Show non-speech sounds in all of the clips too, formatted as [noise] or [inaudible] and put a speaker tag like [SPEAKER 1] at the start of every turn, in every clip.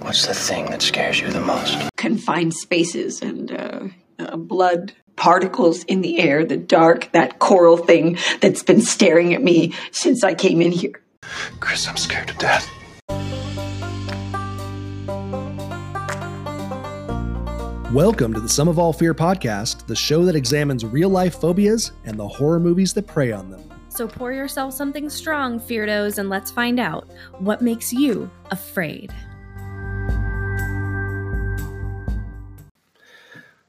[SPEAKER 1] What's the thing that scares you the most?
[SPEAKER 2] Confined spaces and uh, uh, blood particles in the air, the dark, that coral thing that's been staring at me since I came in here.
[SPEAKER 1] Chris, I'm scared to death.
[SPEAKER 3] Welcome to the Sum of All Fear podcast, the show that examines real life phobias and the horror movies that prey on them.
[SPEAKER 4] So pour yourself something strong, Feardos, and let's find out what makes you afraid.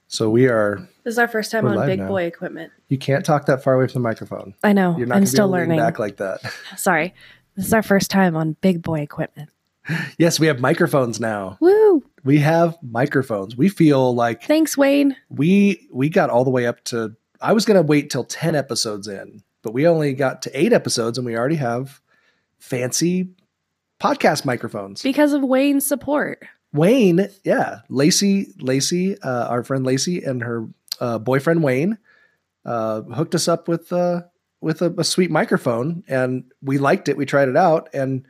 [SPEAKER 3] So we are.
[SPEAKER 5] This is our first time
[SPEAKER 3] We're
[SPEAKER 5] on
[SPEAKER 3] live
[SPEAKER 5] big
[SPEAKER 3] now.
[SPEAKER 5] boy equipment.
[SPEAKER 3] You can't talk that far away from the microphone.
[SPEAKER 5] I know.
[SPEAKER 3] You're not
[SPEAKER 5] I'm
[SPEAKER 3] gonna be
[SPEAKER 5] still
[SPEAKER 3] able to lean
[SPEAKER 5] learning.
[SPEAKER 3] back like that. [laughs]
[SPEAKER 5] Sorry. This is our first time on big boy equipment.
[SPEAKER 3] Yes, we have microphones now.
[SPEAKER 5] Woo!
[SPEAKER 3] We have microphones. We feel like
[SPEAKER 5] Thanks, Wayne.
[SPEAKER 3] we we got all the way up to. I was going to wait till ten episodes in, but we only got to eight episodes, and we already have fancy podcast microphones.
[SPEAKER 5] Because of Wayne's support.
[SPEAKER 3] Wayne, yeah, Lacey, Lacey, uh, our friend Lacey and her uh, boyfriend Wayne uh, hooked us up with uh, with a, a sweet microphone, and we liked it. We tried it out, and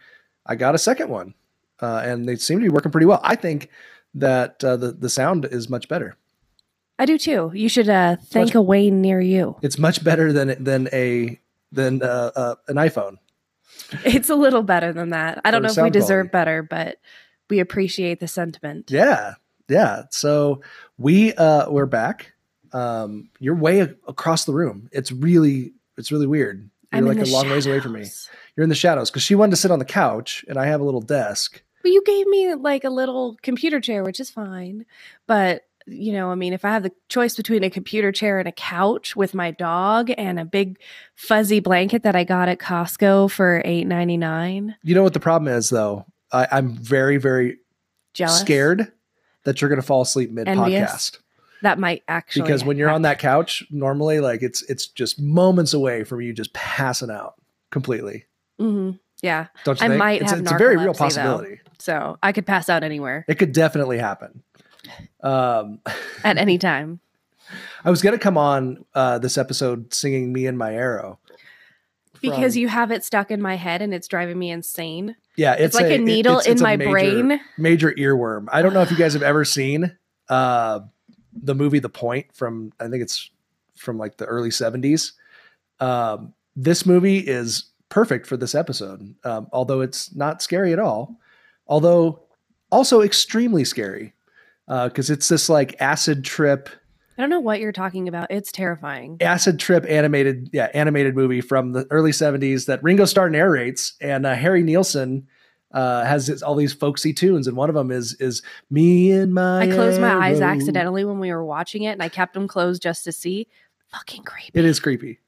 [SPEAKER 3] I got a second one, uh, and they seem to be working pretty well. I think that uh, the the sound is much better.
[SPEAKER 5] I do too. You should uh, thank a Wayne near you. [laughs]
[SPEAKER 3] It's much better than than a than uh, uh, an iPhone.
[SPEAKER 5] It's a little better than that. I don't
[SPEAKER 3] Better
[SPEAKER 5] know if we
[SPEAKER 3] sound
[SPEAKER 5] deserve
[SPEAKER 3] quality.
[SPEAKER 5] better, but we appreciate the sentiment.
[SPEAKER 3] Yeah, yeah. So we uh we're back. Um, you're way a- across the room. It's really it's really weird. You're
[SPEAKER 5] I'm
[SPEAKER 3] like
[SPEAKER 5] in
[SPEAKER 3] a
[SPEAKER 5] the
[SPEAKER 3] long ways away from me.
[SPEAKER 5] shadows.
[SPEAKER 3] You're in the shadows because she wanted to sit on the couch, and I have a little desk.
[SPEAKER 5] Well, you gave me like a little computer chair, which is fine. But, you know, I mean, if I have the choice between a computer chair and a couch with my dog and a big fuzzy blanket that I got at Costco for eight ninety nine,
[SPEAKER 3] You know what the problem is though? I, I'm very very
[SPEAKER 5] jealous.
[SPEAKER 3] scared that you're gonna fall asleep mid
[SPEAKER 5] Envious?
[SPEAKER 3] podcast
[SPEAKER 5] That might actually.
[SPEAKER 3] because when you're on
[SPEAKER 5] happen.
[SPEAKER 3] that couch, normally like it's it's just moments away from you just passing out completely.
[SPEAKER 5] Mhm. Yeah.
[SPEAKER 3] Don't you
[SPEAKER 5] I
[SPEAKER 3] think?
[SPEAKER 5] might
[SPEAKER 3] it's,
[SPEAKER 5] have
[SPEAKER 3] it's a very
[SPEAKER 5] narcolepsy,
[SPEAKER 3] real
[SPEAKER 5] though.
[SPEAKER 3] possibility.
[SPEAKER 5] So I could pass out anywhere
[SPEAKER 3] It could definitely happen. Um,
[SPEAKER 5] at any time.
[SPEAKER 3] I was gonna come on uh, this episode singing "Me and My Arrow."
[SPEAKER 5] Because
[SPEAKER 3] From-
[SPEAKER 5] you have it stuck in my head and it's driving me insane.
[SPEAKER 3] yeah,
[SPEAKER 5] It's, like a,
[SPEAKER 3] it-
[SPEAKER 5] needle
[SPEAKER 3] it's-
[SPEAKER 5] in
[SPEAKER 3] it's a
[SPEAKER 5] my
[SPEAKER 3] major-
[SPEAKER 5] brain.
[SPEAKER 3] Major earworm. I don't know if you guys
[SPEAKER 5] [sighs]
[SPEAKER 3] have ever seen uh, the movie "The Point" from I think it's from like the early seventies. Um, this movie is perfect for this episode, um, although it's not scary at all. Although also extremely scary because it's this like acid trip
[SPEAKER 5] I don't know what you're talking about. It's terrifying.
[SPEAKER 3] acid trip animated yeah animated movie from the early 70s that ringo starr narrates and uh, harry nielsen uh, has his, all these folksy tunes and one of them is is me and my
[SPEAKER 5] I closed my eyes
[SPEAKER 3] arrow."
[SPEAKER 5] accidentally when we were watching it, and I kept them closed just to see. Fucking creepy.
[SPEAKER 3] it is creepy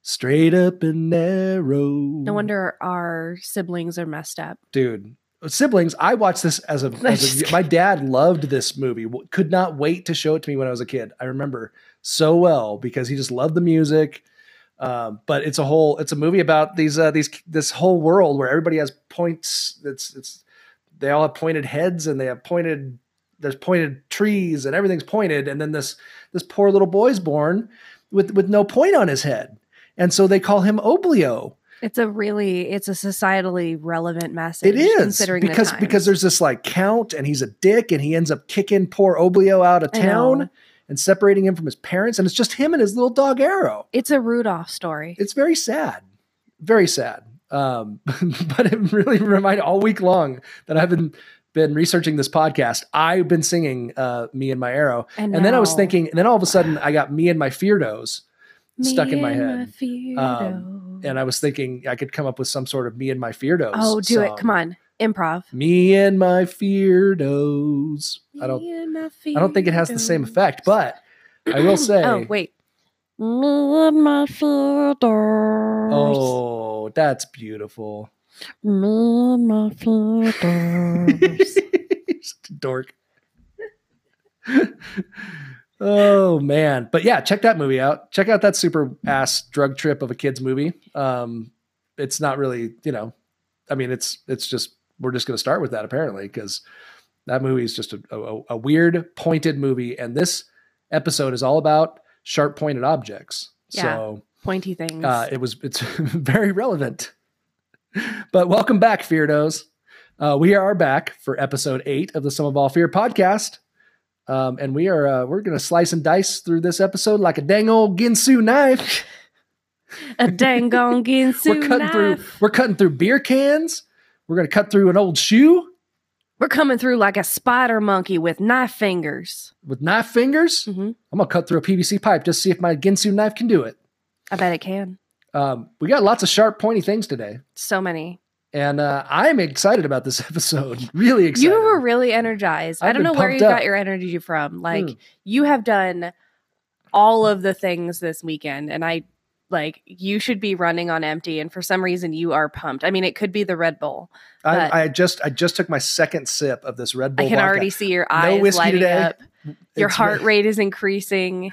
[SPEAKER 3] straight up and narrow
[SPEAKER 5] No wonder our siblings are messed up.
[SPEAKER 3] dude siblings i watched this as a, as a
[SPEAKER 5] just
[SPEAKER 3] my dad loved this movie w- could not wait to show it to me when i was a kid i remember so well because he just loved the music um, but it's a whole it's a movie about these uh, these this whole world where everybody has points it's it's they all have pointed heads and they have pointed there's pointed trees and everything's pointed and then this this poor little boy's born with with no point on his head and so they call him oblio
[SPEAKER 5] It's a really, it's a societally relevant message.
[SPEAKER 3] it is
[SPEAKER 5] considering the
[SPEAKER 3] because
[SPEAKER 5] times.
[SPEAKER 3] because there's this like count and he's a dick and he ends up kicking poor Oblio out of
[SPEAKER 5] I know.
[SPEAKER 3] town and separating him from his parents and it's just him and his little dog Arrow.
[SPEAKER 5] it's a Rudolph story.
[SPEAKER 3] It's very sad, very sad. Um, [laughs] but it really reminded all week long that I've been been researching this podcast. I've been singing uh, "Me and My Arrow," and then I was
[SPEAKER 5] now,
[SPEAKER 3] thinking, and then all of a sudden I got "Me and My Feardos," stuck
[SPEAKER 5] "Me
[SPEAKER 3] in my
[SPEAKER 5] and
[SPEAKER 3] head. Um,
[SPEAKER 5] Feardos."
[SPEAKER 3] and I was thinking I could come up with some sort of "Me and My Feardos."
[SPEAKER 5] Mm. oh, do it!
[SPEAKER 3] song.
[SPEAKER 5] Come on, improv.
[SPEAKER 3] Me and my Feardos. I don't I don't think it has the same effect, but I will say
[SPEAKER 5] [clears throat] [coughs] oh wait, me and my Feardos.
[SPEAKER 3] Oh, that's
[SPEAKER 5] [laughs]
[SPEAKER 3] beautiful.
[SPEAKER 5] Me and my Feardos.
[SPEAKER 3] Just a dork. oh man. But yeah, check that movie out. Check out that super ass drug trip of a kid's movie. Um it's not really, you know, I mean it's it's just we're just gonna start with that apparently, because that movie is just a, a, a weird pointed movie, and this episode is all about sharp pointed objects.
[SPEAKER 5] Yeah.
[SPEAKER 3] So
[SPEAKER 5] [laughs] Pointy things.
[SPEAKER 3] [laughs] Uh, it was it's very relevant. But welcome back, Feardos. Uh, we are back for episode eight of the Sum of All Fear podcast, um, and we are uh, we're gonna slice and dice through this episode like a dang old Ginsu knife.
[SPEAKER 5] A dang gong ginsu
[SPEAKER 3] [laughs] we're cutting through
[SPEAKER 5] knife.
[SPEAKER 3] we're cutting through beer cans. We're gonna cut through an old shoe
[SPEAKER 5] We're coming through like a spider monkey with knife fingers.
[SPEAKER 3] with knife fingers.
[SPEAKER 5] hmm
[SPEAKER 3] I'm gonna cut through a PVC pipe just to see if my Ginsu knife can do it.
[SPEAKER 5] I bet it can.
[SPEAKER 3] Um, we got lots of sharp, pointy things today,
[SPEAKER 5] So many.
[SPEAKER 3] and uh, I'm excited about this [laughs] episode. Really excited.
[SPEAKER 5] You were really energized. I
[SPEAKER 3] I've
[SPEAKER 5] don't
[SPEAKER 3] been
[SPEAKER 5] know where
[SPEAKER 3] pumped
[SPEAKER 5] you
[SPEAKER 3] up.
[SPEAKER 5] got your energy from. Like
[SPEAKER 3] Hmm.
[SPEAKER 5] you have done all of the things this weekend and I like you should be running on empty and for some reason you are pumped. I mean it could be the Red Bull. but-
[SPEAKER 3] I, I just I just took my second sip of this Red Bull.
[SPEAKER 5] I can
[SPEAKER 3] vodka.
[SPEAKER 5] already see your
[SPEAKER 3] No
[SPEAKER 5] eyes
[SPEAKER 3] whiskey
[SPEAKER 5] lighting
[SPEAKER 3] today. [laughs]
[SPEAKER 5] up. Your
[SPEAKER 3] It's
[SPEAKER 5] heart
[SPEAKER 3] Red-
[SPEAKER 5] rate is increasing.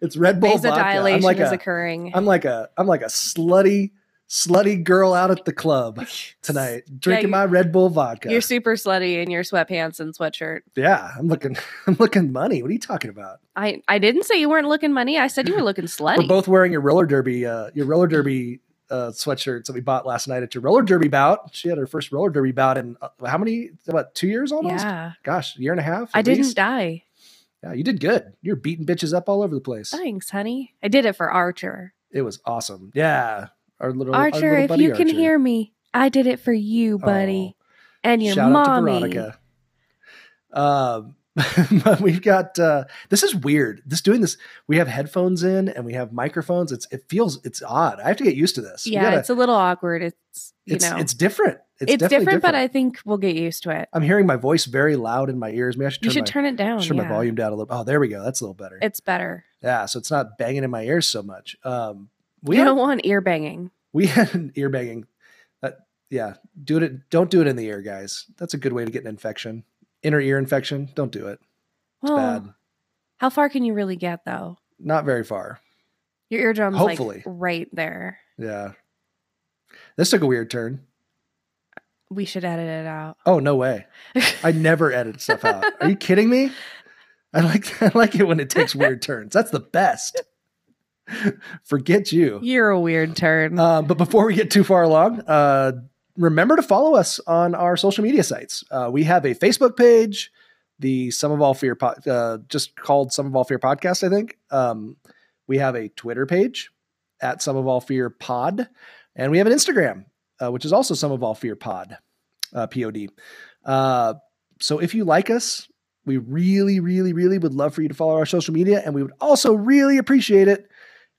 [SPEAKER 3] It's Red Bull vodka. I'm
[SPEAKER 5] Vasodilation
[SPEAKER 3] like
[SPEAKER 5] is
[SPEAKER 3] a,
[SPEAKER 5] occurring.
[SPEAKER 3] I'm like a I'm like a slutty slutty girl out at the club tonight drinking
[SPEAKER 5] you-
[SPEAKER 3] my Red Bull vodka.
[SPEAKER 5] You're super slutty in your sweatpants and sweatshirt.
[SPEAKER 3] yeah, I'm looking [laughs] I'm looking money. What are you talking about?
[SPEAKER 5] I, I didn't say you weren't looking money. I said you were looking slutty.
[SPEAKER 3] [laughs] We're both wearing your roller derby uh, your roller derby uh, sweatshirts that we bought last night at your roller derby bout. She had her first roller derby bout in uh, how many about two years almost?
[SPEAKER 5] yeah.
[SPEAKER 3] Gosh, a year and a half.
[SPEAKER 5] I
[SPEAKER 3] at
[SPEAKER 5] didn't
[SPEAKER 3] least?
[SPEAKER 5] die.
[SPEAKER 3] Yeah, you did good. You're beating bitches up all over the place.
[SPEAKER 5] Thanks, honey. I did it for Archer.
[SPEAKER 3] It was awesome. Yeah. Our little our
[SPEAKER 5] Archer,
[SPEAKER 3] little
[SPEAKER 5] if
[SPEAKER 3] buddy
[SPEAKER 5] you can
[SPEAKER 3] Archer.
[SPEAKER 5] hear me, I did it for you,
[SPEAKER 3] Oh.
[SPEAKER 5] buddy. and your
[SPEAKER 3] Shout out to
[SPEAKER 5] mommy.
[SPEAKER 3] Veronica. Um, [laughs] but we've got uh, this is weird. This doing this, we have headphones in and we have microphones. It's it feels it's odd. I have to get used to this. We
[SPEAKER 5] yeah,
[SPEAKER 3] gotta-
[SPEAKER 5] it's a little awkward. It's you
[SPEAKER 3] it's,
[SPEAKER 5] know
[SPEAKER 3] it's different. It's,
[SPEAKER 5] it's,
[SPEAKER 3] definitely
[SPEAKER 5] different, but I think we'll get used to it.
[SPEAKER 3] I'm hearing my voice very loud in my ears. Maybe I should turn,
[SPEAKER 5] You should
[SPEAKER 3] my,
[SPEAKER 5] turn it down.
[SPEAKER 3] turn my
[SPEAKER 5] yeah.
[SPEAKER 3] volume down a little. Oh, there we go. That's a little better.
[SPEAKER 5] It's better.
[SPEAKER 3] yeah, so it's not banging in my ears so much. Um, we
[SPEAKER 5] you
[SPEAKER 3] had,
[SPEAKER 5] don't want ear banging.
[SPEAKER 3] we [laughs] had an ear banging. Uh, yeah, do it. Don't do it in the ear, guys. That's a good way to get an infection, inner ear infection. Don't do it. It's
[SPEAKER 5] Well,
[SPEAKER 3] bad.
[SPEAKER 5] how far can you really get though?
[SPEAKER 3] not very far.
[SPEAKER 5] Your eardrums
[SPEAKER 3] Hopefully.
[SPEAKER 5] like right there.
[SPEAKER 3] Yeah. This took a weird turn.
[SPEAKER 5] We should edit it out.
[SPEAKER 3] Oh, no way.
[SPEAKER 5] [laughs]
[SPEAKER 3] I never edit stuff out. Are you kidding me? I like [laughs] I like it when it takes weird turns. That's the best. [laughs] Forget you.
[SPEAKER 5] You're a weird turn.
[SPEAKER 3] Uh, but before we get too far along, uh, remember to follow us on our social media sites. Uh, we have a Facebook page, the Sum of All Fear, po- uh, just called Sum of All Fear Podcast, I think. Um, we have a Twitter page at Sum of All Fear Pod, and we have an Instagram, uh, which is also Sum of All Fear Pod, uh, POD. Uh, so if you like us, we really, really, really would love for you to follow our social media, and we would also really appreciate it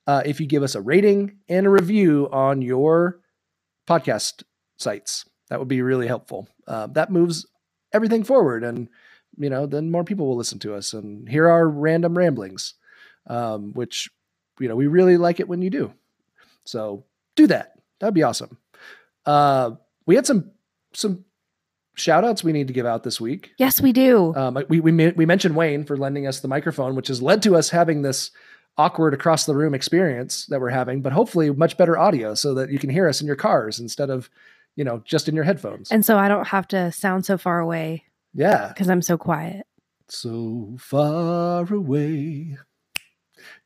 [SPEAKER 3] uh, if you give us a rating and a review on your podcast sites. That would be really helpful. Uh, that moves everything forward, and you know, then more people will listen to us and hear our random ramblings, um, which you know we really like it when you do. So do that. That'd be awesome. Uh, we had some some shout outs we need to give out this week.
[SPEAKER 5] yes, we do.
[SPEAKER 3] Um, we, we men- we mentioned Wayne for lending us the microphone, which has led to us having this awkward across the room experience that we're having, but hopefully much better audio so that you can hear us in your cars instead of, you know, just in your headphones.
[SPEAKER 5] and so I don't have to sound so far away
[SPEAKER 3] yeah.
[SPEAKER 5] because I'm so quiet.
[SPEAKER 3] So far away.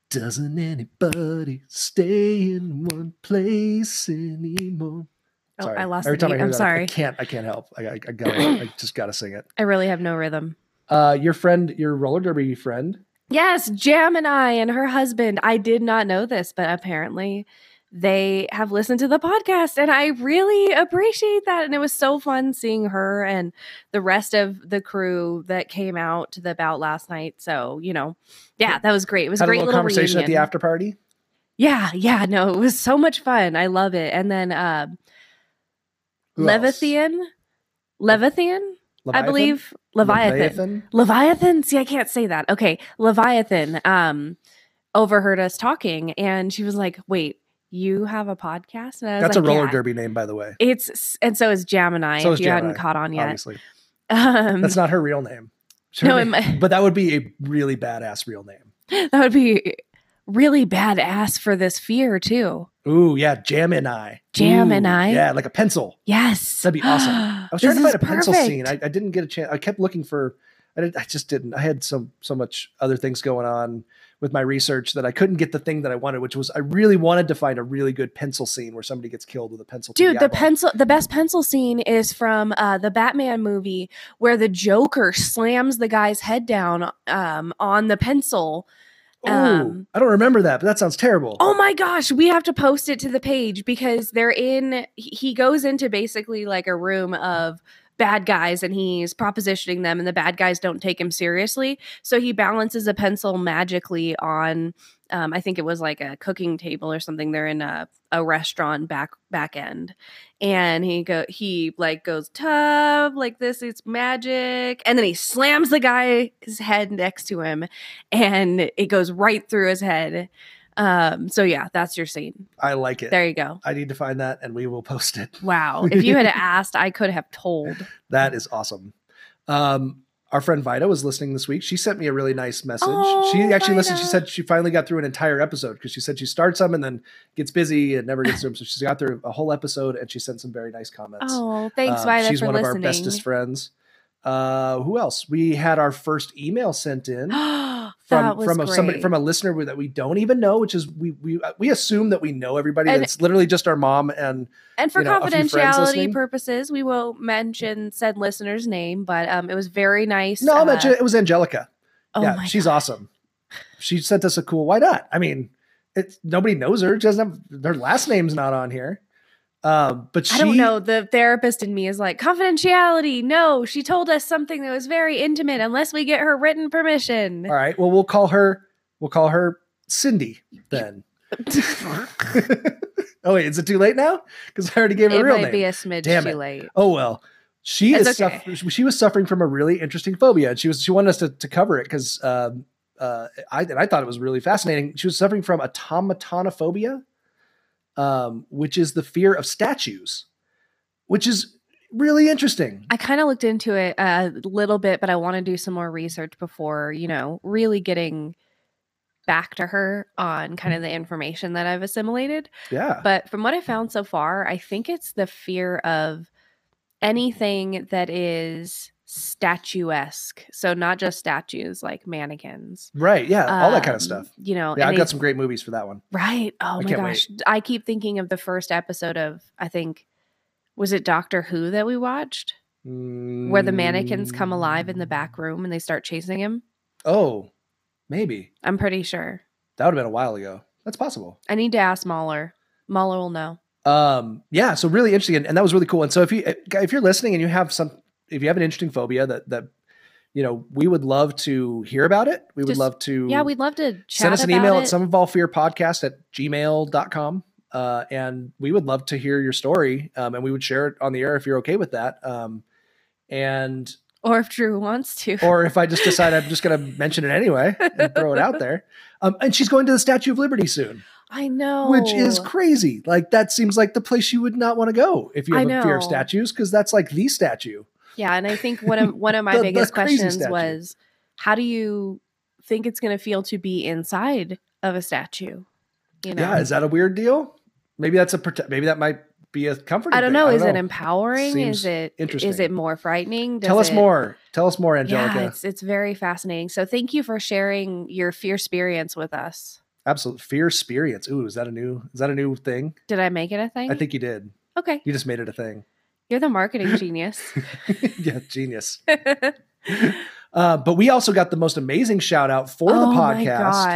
[SPEAKER 3] Doesn't anybody stay in one place anymore?
[SPEAKER 5] Oh, I lost
[SPEAKER 3] Every
[SPEAKER 5] the
[SPEAKER 3] time I
[SPEAKER 5] beat.
[SPEAKER 3] hear
[SPEAKER 5] I'm
[SPEAKER 3] that, I
[SPEAKER 5] sorry.
[SPEAKER 3] can't. I can't help. I, I, I gotta. I just gotta sing it.
[SPEAKER 5] I really have no rhythm.
[SPEAKER 3] Uh, your friend, your roller derby friend,
[SPEAKER 5] Yes, Gemini and her husband. I did not know this, but apparently they have listened to the podcast and I really appreciate that. And it was so fun seeing her and the rest of the crew that came out to the bout last night. So, you know, yeah, that was great. It was a
[SPEAKER 3] had
[SPEAKER 5] great
[SPEAKER 3] a little, conversation at the
[SPEAKER 5] reunion.
[SPEAKER 3] after party.
[SPEAKER 5] Yeah, yeah, no, it was so much fun. I love it. And then uh,
[SPEAKER 3] Who else?
[SPEAKER 5] Leviathan, Leviathan, I
[SPEAKER 3] Leviathan?
[SPEAKER 5] believe Leviathan. Leviathan. See, I can't say that. Okay, Leviathan um overheard us talking and she was like, "Wait, you have a podcast?" And I was
[SPEAKER 3] That's
[SPEAKER 5] like,
[SPEAKER 3] a roller
[SPEAKER 5] "Yeah."
[SPEAKER 3] derby name, by the way.
[SPEAKER 5] It's and so is Gemini
[SPEAKER 3] So
[SPEAKER 5] if
[SPEAKER 3] is
[SPEAKER 5] you hadn't
[SPEAKER 3] Gemini,
[SPEAKER 5] caught on yet.
[SPEAKER 3] Obviously,
[SPEAKER 5] [laughs] Um
[SPEAKER 3] that's not her real name. She-
[SPEAKER 5] [laughs] No, it might- [laughs]
[SPEAKER 3] [laughs] but that would be a really badass real name.
[SPEAKER 5] that would be really badass for this fear too.
[SPEAKER 3] Ooh, yeah, Gemini.
[SPEAKER 5] Gemini?
[SPEAKER 3] Ooh, yeah, like a pencil.
[SPEAKER 5] Yes.
[SPEAKER 3] That'd be
[SPEAKER 5] [gasps]
[SPEAKER 3] awesome. I was trying to
[SPEAKER 5] This
[SPEAKER 3] find a
[SPEAKER 5] is
[SPEAKER 3] pencil scene. I,
[SPEAKER 5] perfect.
[SPEAKER 3] I didn't get a chance. I kept looking for. I, did, I just didn't. I had so so much other things going on. with my research that I couldn't get the thing that I wanted, which was I really wanted to find a really good pencil scene where somebody gets killed with a pencil. to
[SPEAKER 5] Dude, the
[SPEAKER 3] eyeball.
[SPEAKER 5] pencil the best pencil scene is from uh, the Batman movie where the Joker slams the guy's head down um, on the pencil.
[SPEAKER 3] Oh,
[SPEAKER 5] um,
[SPEAKER 3] I don't remember that, but that sounds terrible.
[SPEAKER 5] Oh my gosh, we have to post it to the page because they're in he- he goes into basically like a room of bad guys and he's propositioning them and the bad guys don't take him seriously. So he balances a pencil magically on um, I think it was like a cooking table or something. They're in a, a restaurant back back end. And he go he like goes tub like this, it's magic. And then he slams the guy's head next to him and it goes right through his head. Um, so yeah, that's your scene.
[SPEAKER 3] I like it.
[SPEAKER 5] There you go.
[SPEAKER 3] I need to find that, and we will [laughs] post it.
[SPEAKER 5] Wow. If
[SPEAKER 3] [laughs]
[SPEAKER 5] you had asked, I could have told.
[SPEAKER 3] That is awesome. Um, our friend Vida was listening this week. She sent me a really nice message.
[SPEAKER 5] Oh,
[SPEAKER 3] she actually listened. She
[SPEAKER 5] Vida.
[SPEAKER 3] said she finally got through an entire episode because she said she starts them and then gets busy and never gets through them. So she's got through a whole episode and she sent some very nice comments.
[SPEAKER 5] Oh, thanks,
[SPEAKER 3] Um,
[SPEAKER 5] Vida,
[SPEAKER 3] She's
[SPEAKER 5] for
[SPEAKER 3] one
[SPEAKER 5] listening.
[SPEAKER 3] of our bestest friends. Uh, who else? We had our first email sent
[SPEAKER 5] [gasps]
[SPEAKER 3] in
[SPEAKER 5] that
[SPEAKER 3] from
[SPEAKER 5] was
[SPEAKER 3] from a, somebody
[SPEAKER 5] great.
[SPEAKER 3] from a listener we- that we don't even know, which is we we uh, we assume that we know everybody.
[SPEAKER 5] And-
[SPEAKER 3] It's literally just our mom and
[SPEAKER 5] and for
[SPEAKER 3] you know, a few friends
[SPEAKER 5] confidentiality
[SPEAKER 3] listening.
[SPEAKER 5] purposes, we won't mention said listener's name, but um, it was very nice.
[SPEAKER 3] no,
[SPEAKER 5] uh,
[SPEAKER 3] I'm not- it was Angelica.
[SPEAKER 5] oh
[SPEAKER 3] yeah,
[SPEAKER 5] my
[SPEAKER 3] she's
[SPEAKER 5] God.
[SPEAKER 3] awesome. She sent us a cool. Why not? I mean, it's nobody knows her. She doesn't have her last name's not on here. Um, but she,
[SPEAKER 5] I don't know. The therapist in me is like confidentiality. No, she told us something that was very intimate. Unless we get her written permission.
[SPEAKER 3] All right. Well, we'll call her. We'll call her Cindy then. [laughs] oh wait, is it too late now? Because I already gave her
[SPEAKER 5] it
[SPEAKER 3] a real
[SPEAKER 5] might
[SPEAKER 3] name.
[SPEAKER 5] be a smidge
[SPEAKER 3] Damn
[SPEAKER 5] too
[SPEAKER 3] it.
[SPEAKER 5] late.
[SPEAKER 3] oh well, she
[SPEAKER 5] It's
[SPEAKER 3] is
[SPEAKER 5] okay.
[SPEAKER 3] suffer- she was suffering from a really interesting phobia, and she was she wanted us to, to cover it because um, uh, I and I thought it was really fascinating. She was suffering from automatonophobia, um, which is the fear of statues, which is really interesting.
[SPEAKER 5] I kind of looked into it a little bit, but I want to do some more research before,
[SPEAKER 3] Mm.
[SPEAKER 5] you know, really getting back to her on
[SPEAKER 3] Mm.
[SPEAKER 5] kind of the information that I've assimilated.
[SPEAKER 3] yeah,
[SPEAKER 5] But from what I found so far, I think it's the fear of anything that is statuesque. So not just statues like mannequins.
[SPEAKER 3] right. Yeah, Uh. all that kind
[SPEAKER 5] Um,
[SPEAKER 3] of stuff.
[SPEAKER 5] You know, and
[SPEAKER 3] Yeah, I've
[SPEAKER 5] they-
[SPEAKER 3] got some great movies for that one.
[SPEAKER 5] Right. Oh my
[SPEAKER 3] can't wait.
[SPEAKER 5] gosh. I keep thinking of the first episode of I think was it Doctor Who that we watched? where the mannequins come alive in the back room and they start chasing him.
[SPEAKER 3] Mm. Oh, maybe
[SPEAKER 5] I'm pretty sure.
[SPEAKER 3] that would have been a while ago. That's possible.
[SPEAKER 5] I need to ask Mahler. Mahler will know.
[SPEAKER 3] Um, yeah, so really interesting, and, and that was really cool. And so if you eh, if you're listening and you have some, if you have an interesting phobia that that you know, we would love to hear about it. We would
[SPEAKER 5] Just-
[SPEAKER 3] love to
[SPEAKER 5] Yeah, we'd love to chat
[SPEAKER 3] send us an
[SPEAKER 5] about
[SPEAKER 3] email
[SPEAKER 5] it.
[SPEAKER 3] at some of all fear podcast at gmail.com. Uh, and we would love to hear your story. Um, and we would share it on the air if you're okay with that. Um, and
[SPEAKER 5] or if Drew wants to.
[SPEAKER 3] or if I just decide I'm just going to mention it anyway and throw it out there. Um, and she's going to the Statue of Liberty soon,
[SPEAKER 5] [laughs] I know.
[SPEAKER 3] which is crazy. Like that seems like the place you would not want to go if you
[SPEAKER 5] I
[SPEAKER 3] have a fear of
[SPEAKER 5] know.
[SPEAKER 3] statues, because that's like the statue.
[SPEAKER 5] Yeah, and I think one of one of my
[SPEAKER 3] [laughs] The- the
[SPEAKER 5] biggest
[SPEAKER 3] crazy
[SPEAKER 5] questions
[SPEAKER 3] statue.
[SPEAKER 5] was how do you think it's going to feel to be inside of a statue? You know.
[SPEAKER 3] Yeah, is that a weird deal? Maybe that's a prote- maybe that might be a comfort.
[SPEAKER 5] I don't know. Is it empowering?
[SPEAKER 3] Seems
[SPEAKER 5] is it is it
[SPEAKER 3] interesting.
[SPEAKER 5] more frightening? Does
[SPEAKER 3] Tell us
[SPEAKER 5] it-
[SPEAKER 3] more. Tell us more, Angelica.
[SPEAKER 5] Yeah, it's it's very fascinating. So thank you for sharing your fear experience with us.
[SPEAKER 3] Absolute fear experience. Ooh, is that a new? Is that a new thing?
[SPEAKER 5] Did I make it a thing?
[SPEAKER 3] I think you did.
[SPEAKER 5] Okay,
[SPEAKER 3] You just made it a thing. [laughs]
[SPEAKER 5] you're the marketing genius.
[SPEAKER 3] yeah,
[SPEAKER 5] [laughs]
[SPEAKER 3] genius.
[SPEAKER 5] oh
[SPEAKER 3] Uh, but we also got the most amazing shout out for the
[SPEAKER 5] Oh my
[SPEAKER 3] podcast.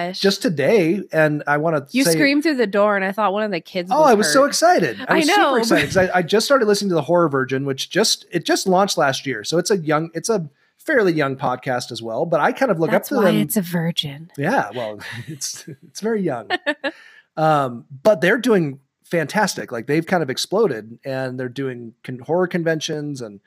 [SPEAKER 5] gosh!
[SPEAKER 3] just today, and I want to
[SPEAKER 5] you
[SPEAKER 3] say,
[SPEAKER 5] screamed through the door, and I thought one of the kids.
[SPEAKER 3] Oh, I was so
[SPEAKER 5] hurt.
[SPEAKER 3] excited! I
[SPEAKER 5] I
[SPEAKER 3] was
[SPEAKER 5] know.
[SPEAKER 3] super excited 'cause I, I just started listening to the Horror Virgin, which just it just launched last year, so it's a young, it's a fairly young podcast as well. But I kind of look
[SPEAKER 5] That's
[SPEAKER 3] up to
[SPEAKER 5] why
[SPEAKER 3] them.
[SPEAKER 5] it's a virgin.
[SPEAKER 3] yeah, well, [laughs] it's it's very young, um, but they're doing fantastic. Like they've kind of exploded, and they're doing con- horror conventions and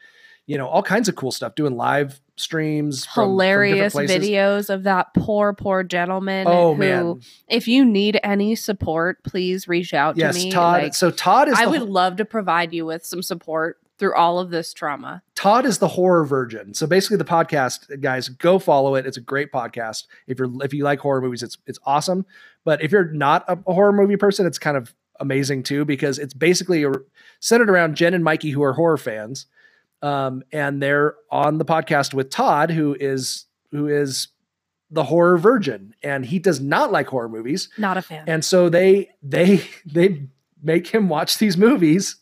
[SPEAKER 3] you know all kinds of cool stuff, doing live streams, from- from different
[SPEAKER 5] Hilarious
[SPEAKER 3] places.
[SPEAKER 5] videos of that poor, poor gentleman.
[SPEAKER 3] Oh
[SPEAKER 5] who,
[SPEAKER 3] man,
[SPEAKER 5] If you need any support, please reach out
[SPEAKER 3] yes,
[SPEAKER 5] to me.
[SPEAKER 3] Todd.
[SPEAKER 5] Like,
[SPEAKER 3] so Todd is
[SPEAKER 5] I
[SPEAKER 3] the
[SPEAKER 5] would love to provide you with some support through all of this trauma.
[SPEAKER 3] Todd is the horror virgin. So basically, the podcast guys, go follow it. It's a great podcast. If you're if you like horror movies, it's it's awesome. But if you're not a, a horror movie person, it's kind of amazing too because it's basically a- centered around Jen and Mikey, who are horror fans, um, and they're on the podcast with Todd, who is who is the horror virgin, and he does not like horror movies.
[SPEAKER 5] Not a fan.
[SPEAKER 3] And so they they [laughs] they make him watch these movies,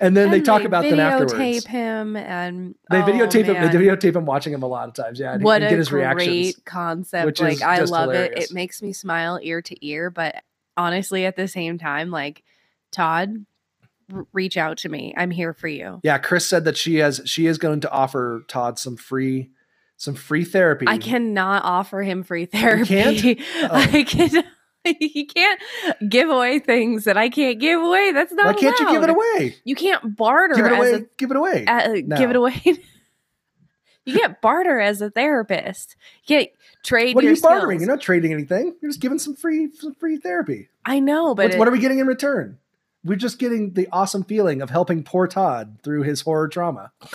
[SPEAKER 3] and then they talk about them afterwards.
[SPEAKER 5] Videotape him and
[SPEAKER 3] They
[SPEAKER 5] oh,
[SPEAKER 3] videotape him.
[SPEAKER 5] man.
[SPEAKER 3] They videotape him watching him a lot of times. Yeah, and
[SPEAKER 5] what
[SPEAKER 3] you
[SPEAKER 5] a
[SPEAKER 3] get his
[SPEAKER 5] great
[SPEAKER 3] reactions.
[SPEAKER 5] concept!
[SPEAKER 3] which
[SPEAKER 5] like
[SPEAKER 3] is
[SPEAKER 5] I
[SPEAKER 3] just
[SPEAKER 5] love
[SPEAKER 3] hilarious.
[SPEAKER 5] it. It makes me smile ear to ear. But honestly, at the same time, like Todd, r- reach out to me. I'm here for you.
[SPEAKER 3] Yeah, Chris said that she has she is going to offer Todd some free some free therapy.
[SPEAKER 5] I cannot offer him free [laughs] therapy.
[SPEAKER 3] can't? Oh.
[SPEAKER 5] I can. [laughs] He can't give away things that I can't give away. That's not.
[SPEAKER 3] Why can't you give it
[SPEAKER 5] allowed.
[SPEAKER 3] away?
[SPEAKER 5] You can't barter.
[SPEAKER 3] Give it
[SPEAKER 5] as a
[SPEAKER 3] away. Give it away.
[SPEAKER 5] uh, give it
[SPEAKER 3] No.
[SPEAKER 5] away. [laughs] you can't barter as a therapist. You can't trade.
[SPEAKER 3] What are
[SPEAKER 5] your
[SPEAKER 3] you bartering?
[SPEAKER 5] skills.
[SPEAKER 3] You're not trading anything. You're just giving some free some free therapy.
[SPEAKER 5] I know, but
[SPEAKER 3] What's- what are we getting in return? We're just getting the awesome feeling of helping poor Todd through his horror trauma. [laughs]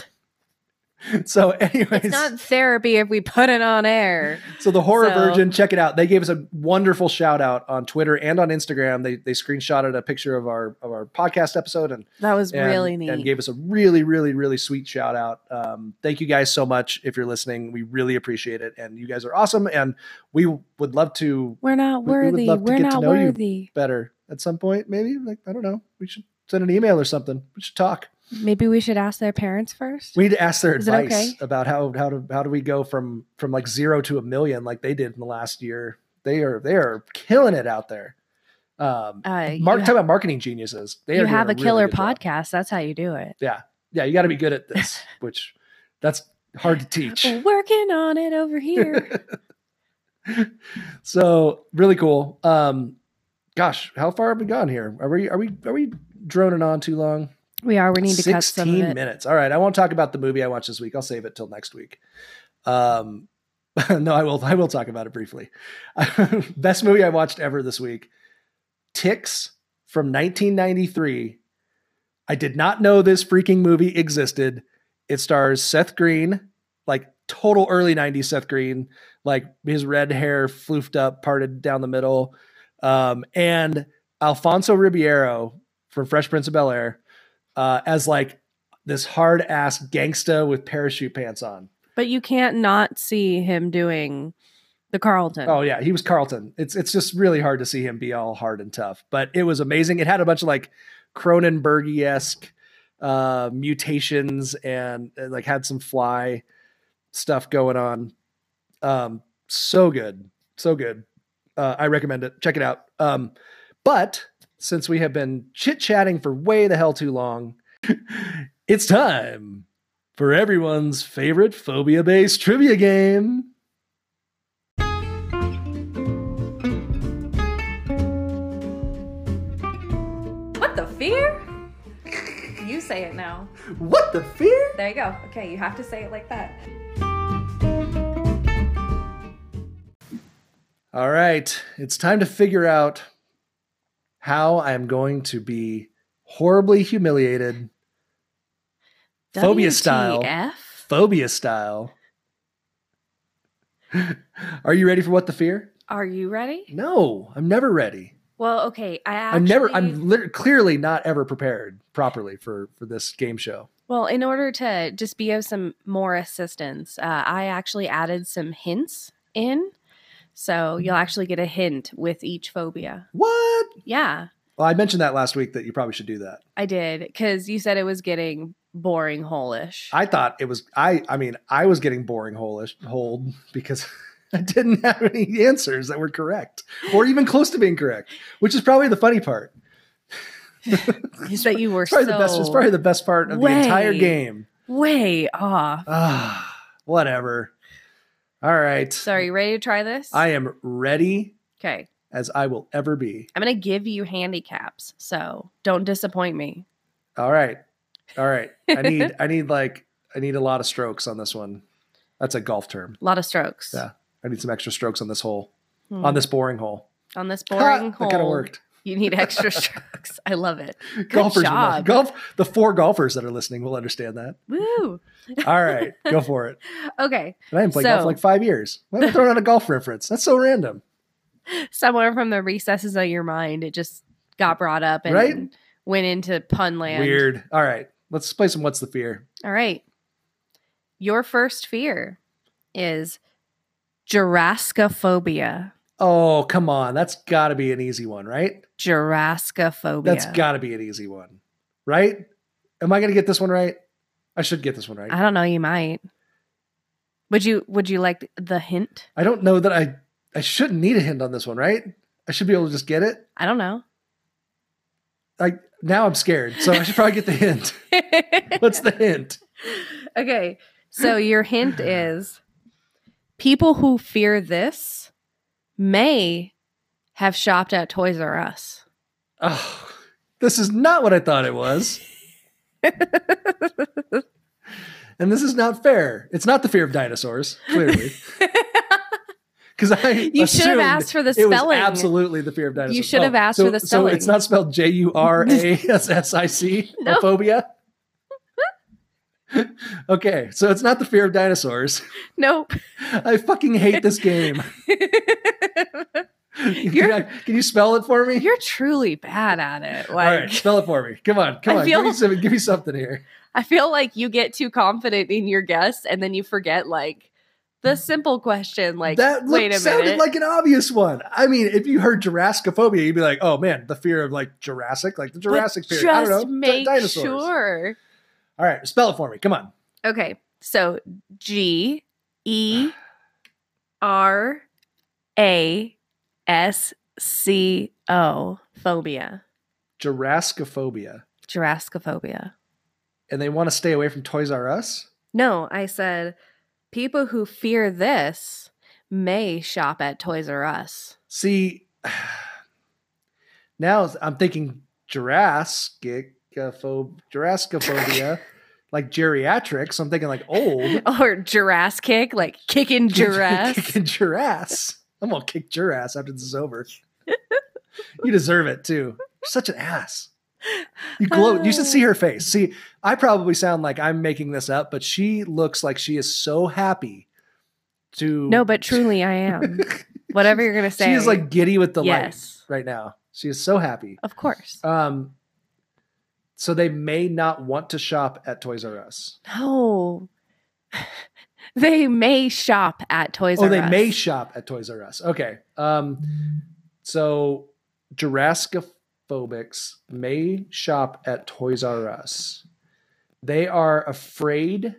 [SPEAKER 3] So, anyways,
[SPEAKER 5] it's not therapy if we put it on air.
[SPEAKER 3] so the horror
[SPEAKER 5] so-
[SPEAKER 3] virgin, check it out. They gave us a wonderful shout out on Twitter and on Instagram. They they screenshotted a picture of our of our podcast episode and
[SPEAKER 5] That was
[SPEAKER 3] and,
[SPEAKER 5] really neat.
[SPEAKER 3] and gave us a really really really sweet shout out um, thank you guys so much if you're listening we really appreciate it and you guys are awesome and we would love to
[SPEAKER 5] we're not
[SPEAKER 3] we- we would
[SPEAKER 5] worthy.
[SPEAKER 3] love to
[SPEAKER 5] We are
[SPEAKER 3] get to
[SPEAKER 5] not
[SPEAKER 3] know you.
[SPEAKER 5] worthy.
[SPEAKER 3] better at some point maybe like i don't know we should send an email or something we should talk
[SPEAKER 5] Maybe we should ask their parents first.
[SPEAKER 3] we need to ask their
[SPEAKER 5] Is it
[SPEAKER 3] advice
[SPEAKER 5] okay?
[SPEAKER 3] about how how to how do we go from from like zero to a million like they did in the last year they are they are killing it out there um
[SPEAKER 5] uh,
[SPEAKER 3] mark
[SPEAKER 5] you,
[SPEAKER 3] talk about marketing geniuses they
[SPEAKER 5] you
[SPEAKER 3] are doing
[SPEAKER 5] have a
[SPEAKER 3] really
[SPEAKER 5] killer
[SPEAKER 3] good job.
[SPEAKER 5] podcast. That's how you do it.
[SPEAKER 3] yeah you got to
[SPEAKER 5] [laughs]
[SPEAKER 3] be good at this which that's hard to teach
[SPEAKER 5] Uh. Working on it over here.
[SPEAKER 3] [laughs] so really cool. Um, gosh, how far have we gone here? Are we are we are we droning on too long?
[SPEAKER 5] we are. We need to cut some of it.
[SPEAKER 3] minutes. All right, I won't talk about the movie I watched this week. I'll save it till next week. Um, [laughs] no, I will. I will talk about it briefly. [laughs] Best movie I watched ever this week: Ticks from 1993. I did not know this freaking movie existed. It stars Seth Green, like total early 90s Seth Green, like his red hair floofed up, parted down the middle. Um, and Alfonso Ribeiro from Fresh Prince of Bel Air uh, as like this hard ass gangsta with parachute pants on.
[SPEAKER 5] But you can't not see him doing the Carlton.
[SPEAKER 3] Oh yeah, he was Carlton. It's it's just really hard to see him be all hard and tough, but it was amazing. It had a bunch of like Cronenberg esque uh, mutations and uh, like had some fly stuff going on. Um, so good, so good. Uh, I recommend it. Check it out. Um, but since we have been chit chatting for way the hell too long, [laughs] it's time for everyone's favorite phobia based trivia game.
[SPEAKER 4] What the fear? You say it now.
[SPEAKER 3] What the fear?
[SPEAKER 4] There you go. Okay, you have to say it like that.
[SPEAKER 3] All right, it's time to figure out how I'm going to be horribly humiliated, phobia style.
[SPEAKER 5] WTF?
[SPEAKER 3] phobia style. [laughs] Are you ready for what the fear?
[SPEAKER 5] Are you ready?
[SPEAKER 3] No, I'm never ready.
[SPEAKER 5] Well, okay. I actually,
[SPEAKER 3] I'm never. I'm lit- clearly not ever prepared properly for for this game show.
[SPEAKER 5] Well, in order to just be of some more assistance, uh, I actually added some hints in. So you'll
[SPEAKER 3] Mm-hmm.
[SPEAKER 5] actually get a hint with each phobia.
[SPEAKER 3] What?
[SPEAKER 5] Yeah,
[SPEAKER 3] Well, I mentioned that last week that you probably should do that.
[SPEAKER 5] I did. Because you said it was getting boring holish.
[SPEAKER 3] I thought it was. I. I mean, I was getting boring holeish hold because [laughs] I didn't have any answers that were correct or even close to being correct, which is probably the funny part. [laughs]
[SPEAKER 5] Is that you were
[SPEAKER 3] It's probably the best. It's
[SPEAKER 5] so
[SPEAKER 3] probably the best part of the entire
[SPEAKER 5] way-
[SPEAKER 3] game.
[SPEAKER 5] way off.
[SPEAKER 3] Ah, whatever. All right.
[SPEAKER 5] So are you ready to try this?
[SPEAKER 3] I am ready
[SPEAKER 5] okay.
[SPEAKER 3] as I will ever be.
[SPEAKER 5] I'm going to give you handicaps. So don't disappoint me.
[SPEAKER 3] All right. All right.
[SPEAKER 5] [laughs]
[SPEAKER 3] I need. I need like. I need a lot of strokes on this one. That's a golf term.
[SPEAKER 5] A lot of strokes.
[SPEAKER 3] Yeah. I need some extra strokes on this hole.
[SPEAKER 5] Hmm.
[SPEAKER 3] On this boring hole.
[SPEAKER 5] on this
[SPEAKER 3] Ha,
[SPEAKER 5] boring hole.
[SPEAKER 3] That kind of worked.
[SPEAKER 5] You need extra
[SPEAKER 3] [laughs]
[SPEAKER 5] strokes. I love it.
[SPEAKER 3] golfers will know-
[SPEAKER 5] job.
[SPEAKER 3] golf the four golfers that are listening will understand that
[SPEAKER 5] Woo.
[SPEAKER 3] all right go for it
[SPEAKER 5] Okay.
[SPEAKER 3] and i haven't played golf
[SPEAKER 5] So-
[SPEAKER 3] for like five years why am i throwing out a golf reference that's so random
[SPEAKER 5] Somewhere from the recesses of your mind, it just got brought up and
[SPEAKER 3] Right?
[SPEAKER 5] went into pun land.
[SPEAKER 3] weird all right let's play some what's the fear
[SPEAKER 5] All right. Your first fear is Jurassicophobia.
[SPEAKER 3] Oh, come on. That's got to be an easy one, right?
[SPEAKER 5] Jurassicophobia.
[SPEAKER 3] That's got to be an easy one, right? Am I going to get this one right? I should get this one right.
[SPEAKER 5] I don't know. You might. Would you? Would you like the hint?
[SPEAKER 3] I don't know that I I shouldn't need a hint on this one, right? I should be able to just get it.
[SPEAKER 5] I don't know. [laughs]
[SPEAKER 3] Like now I'm scared, so I should probably get the hint. [laughs] What's the hint?
[SPEAKER 5] okay. So your
[SPEAKER 3] [laughs]
[SPEAKER 5] hint is people who fear this may have shopped at Toys R Us.
[SPEAKER 3] Oh, this is not what I thought it was.
[SPEAKER 5] [laughs]
[SPEAKER 3] and this is not fair. It's not the fear of dinosaurs,
[SPEAKER 5] [laughs]
[SPEAKER 3] clearly. Because I
[SPEAKER 5] You should have
[SPEAKER 3] assumed
[SPEAKER 5] asked for the
[SPEAKER 3] it was
[SPEAKER 5] spelling.
[SPEAKER 3] absolutely the fear of dinosaurs. Oh,
[SPEAKER 5] should have asked
[SPEAKER 3] so-
[SPEAKER 5] for the
[SPEAKER 3] So it's
[SPEAKER 5] spelling.
[SPEAKER 3] not spelled J U R A S S I C.
[SPEAKER 5] [laughs] No.
[SPEAKER 3] Phobia. [laughs] okay, so it's not the fear of dinosaurs.
[SPEAKER 5] Nope.
[SPEAKER 3] I fucking hate
[SPEAKER 5] [laughs]
[SPEAKER 3] this game. can,
[SPEAKER 5] You're-
[SPEAKER 3] I- can you spell it [laughs] for me?
[SPEAKER 5] You're truly bad at it. Like
[SPEAKER 3] All right, spell it for me. Come on, come
[SPEAKER 5] I
[SPEAKER 3] on.
[SPEAKER 5] feel-
[SPEAKER 3] Give, me some, give me something here.
[SPEAKER 5] I feel like you get too confident in your guess and then you forget like the simple question like
[SPEAKER 3] Mm. that look,
[SPEAKER 5] wait a
[SPEAKER 3] sounded
[SPEAKER 5] minute.
[SPEAKER 3] like an obvious one. I mean, if you heard Jurassicophobia, you'd be like, "Oh man, the fear of like Jurassic, like the
[SPEAKER 5] But
[SPEAKER 3] Jurassic fear."
[SPEAKER 5] Just
[SPEAKER 3] I don't know, di-
[SPEAKER 5] make
[SPEAKER 3] dinosaurs.
[SPEAKER 5] sure.
[SPEAKER 3] All right, spell it for me. Come on.
[SPEAKER 5] Okay. So G E R A S C O phobia.
[SPEAKER 3] Jurassicophobia,
[SPEAKER 5] Jurassicophobia.
[SPEAKER 3] and they want to stay away from Toys R Us.
[SPEAKER 5] No, I said people who fear this may shop at Toys R Us.
[SPEAKER 3] See, [sighs] now I'm thinking Jurassic Jurassicophobia, like geriatrics. I'm thinking like
[SPEAKER 5] [laughs]
[SPEAKER 3] old
[SPEAKER 5] Or Jurass kick, like kicking Jurass.
[SPEAKER 3] Kicking Jurass. I'm gonna kick Jurass after this
[SPEAKER 5] [laughs]
[SPEAKER 3] is over. you deserve it too. You're such an ass. You gloat. You should
[SPEAKER 5] Uh.
[SPEAKER 3] see her face. See, I probably sound like I'm making this up, but she looks like she is so happy to
[SPEAKER 5] No, but truly I
[SPEAKER 3] [laughs]
[SPEAKER 5] am. Whatever you're gonna say.
[SPEAKER 3] she is like giddy with delight
[SPEAKER 5] Yes.
[SPEAKER 3] right now. She is so happy.
[SPEAKER 5] Of course.
[SPEAKER 3] Um, so they may not want to shop at Toys R Us.
[SPEAKER 5] No. [laughs] they may shop at Toys
[SPEAKER 3] oh,
[SPEAKER 5] R
[SPEAKER 3] they
[SPEAKER 5] Us.
[SPEAKER 3] may shop at Toys R Us. Okay. Um, so Jurassicophobics may shop at Toys R Us. They are afraid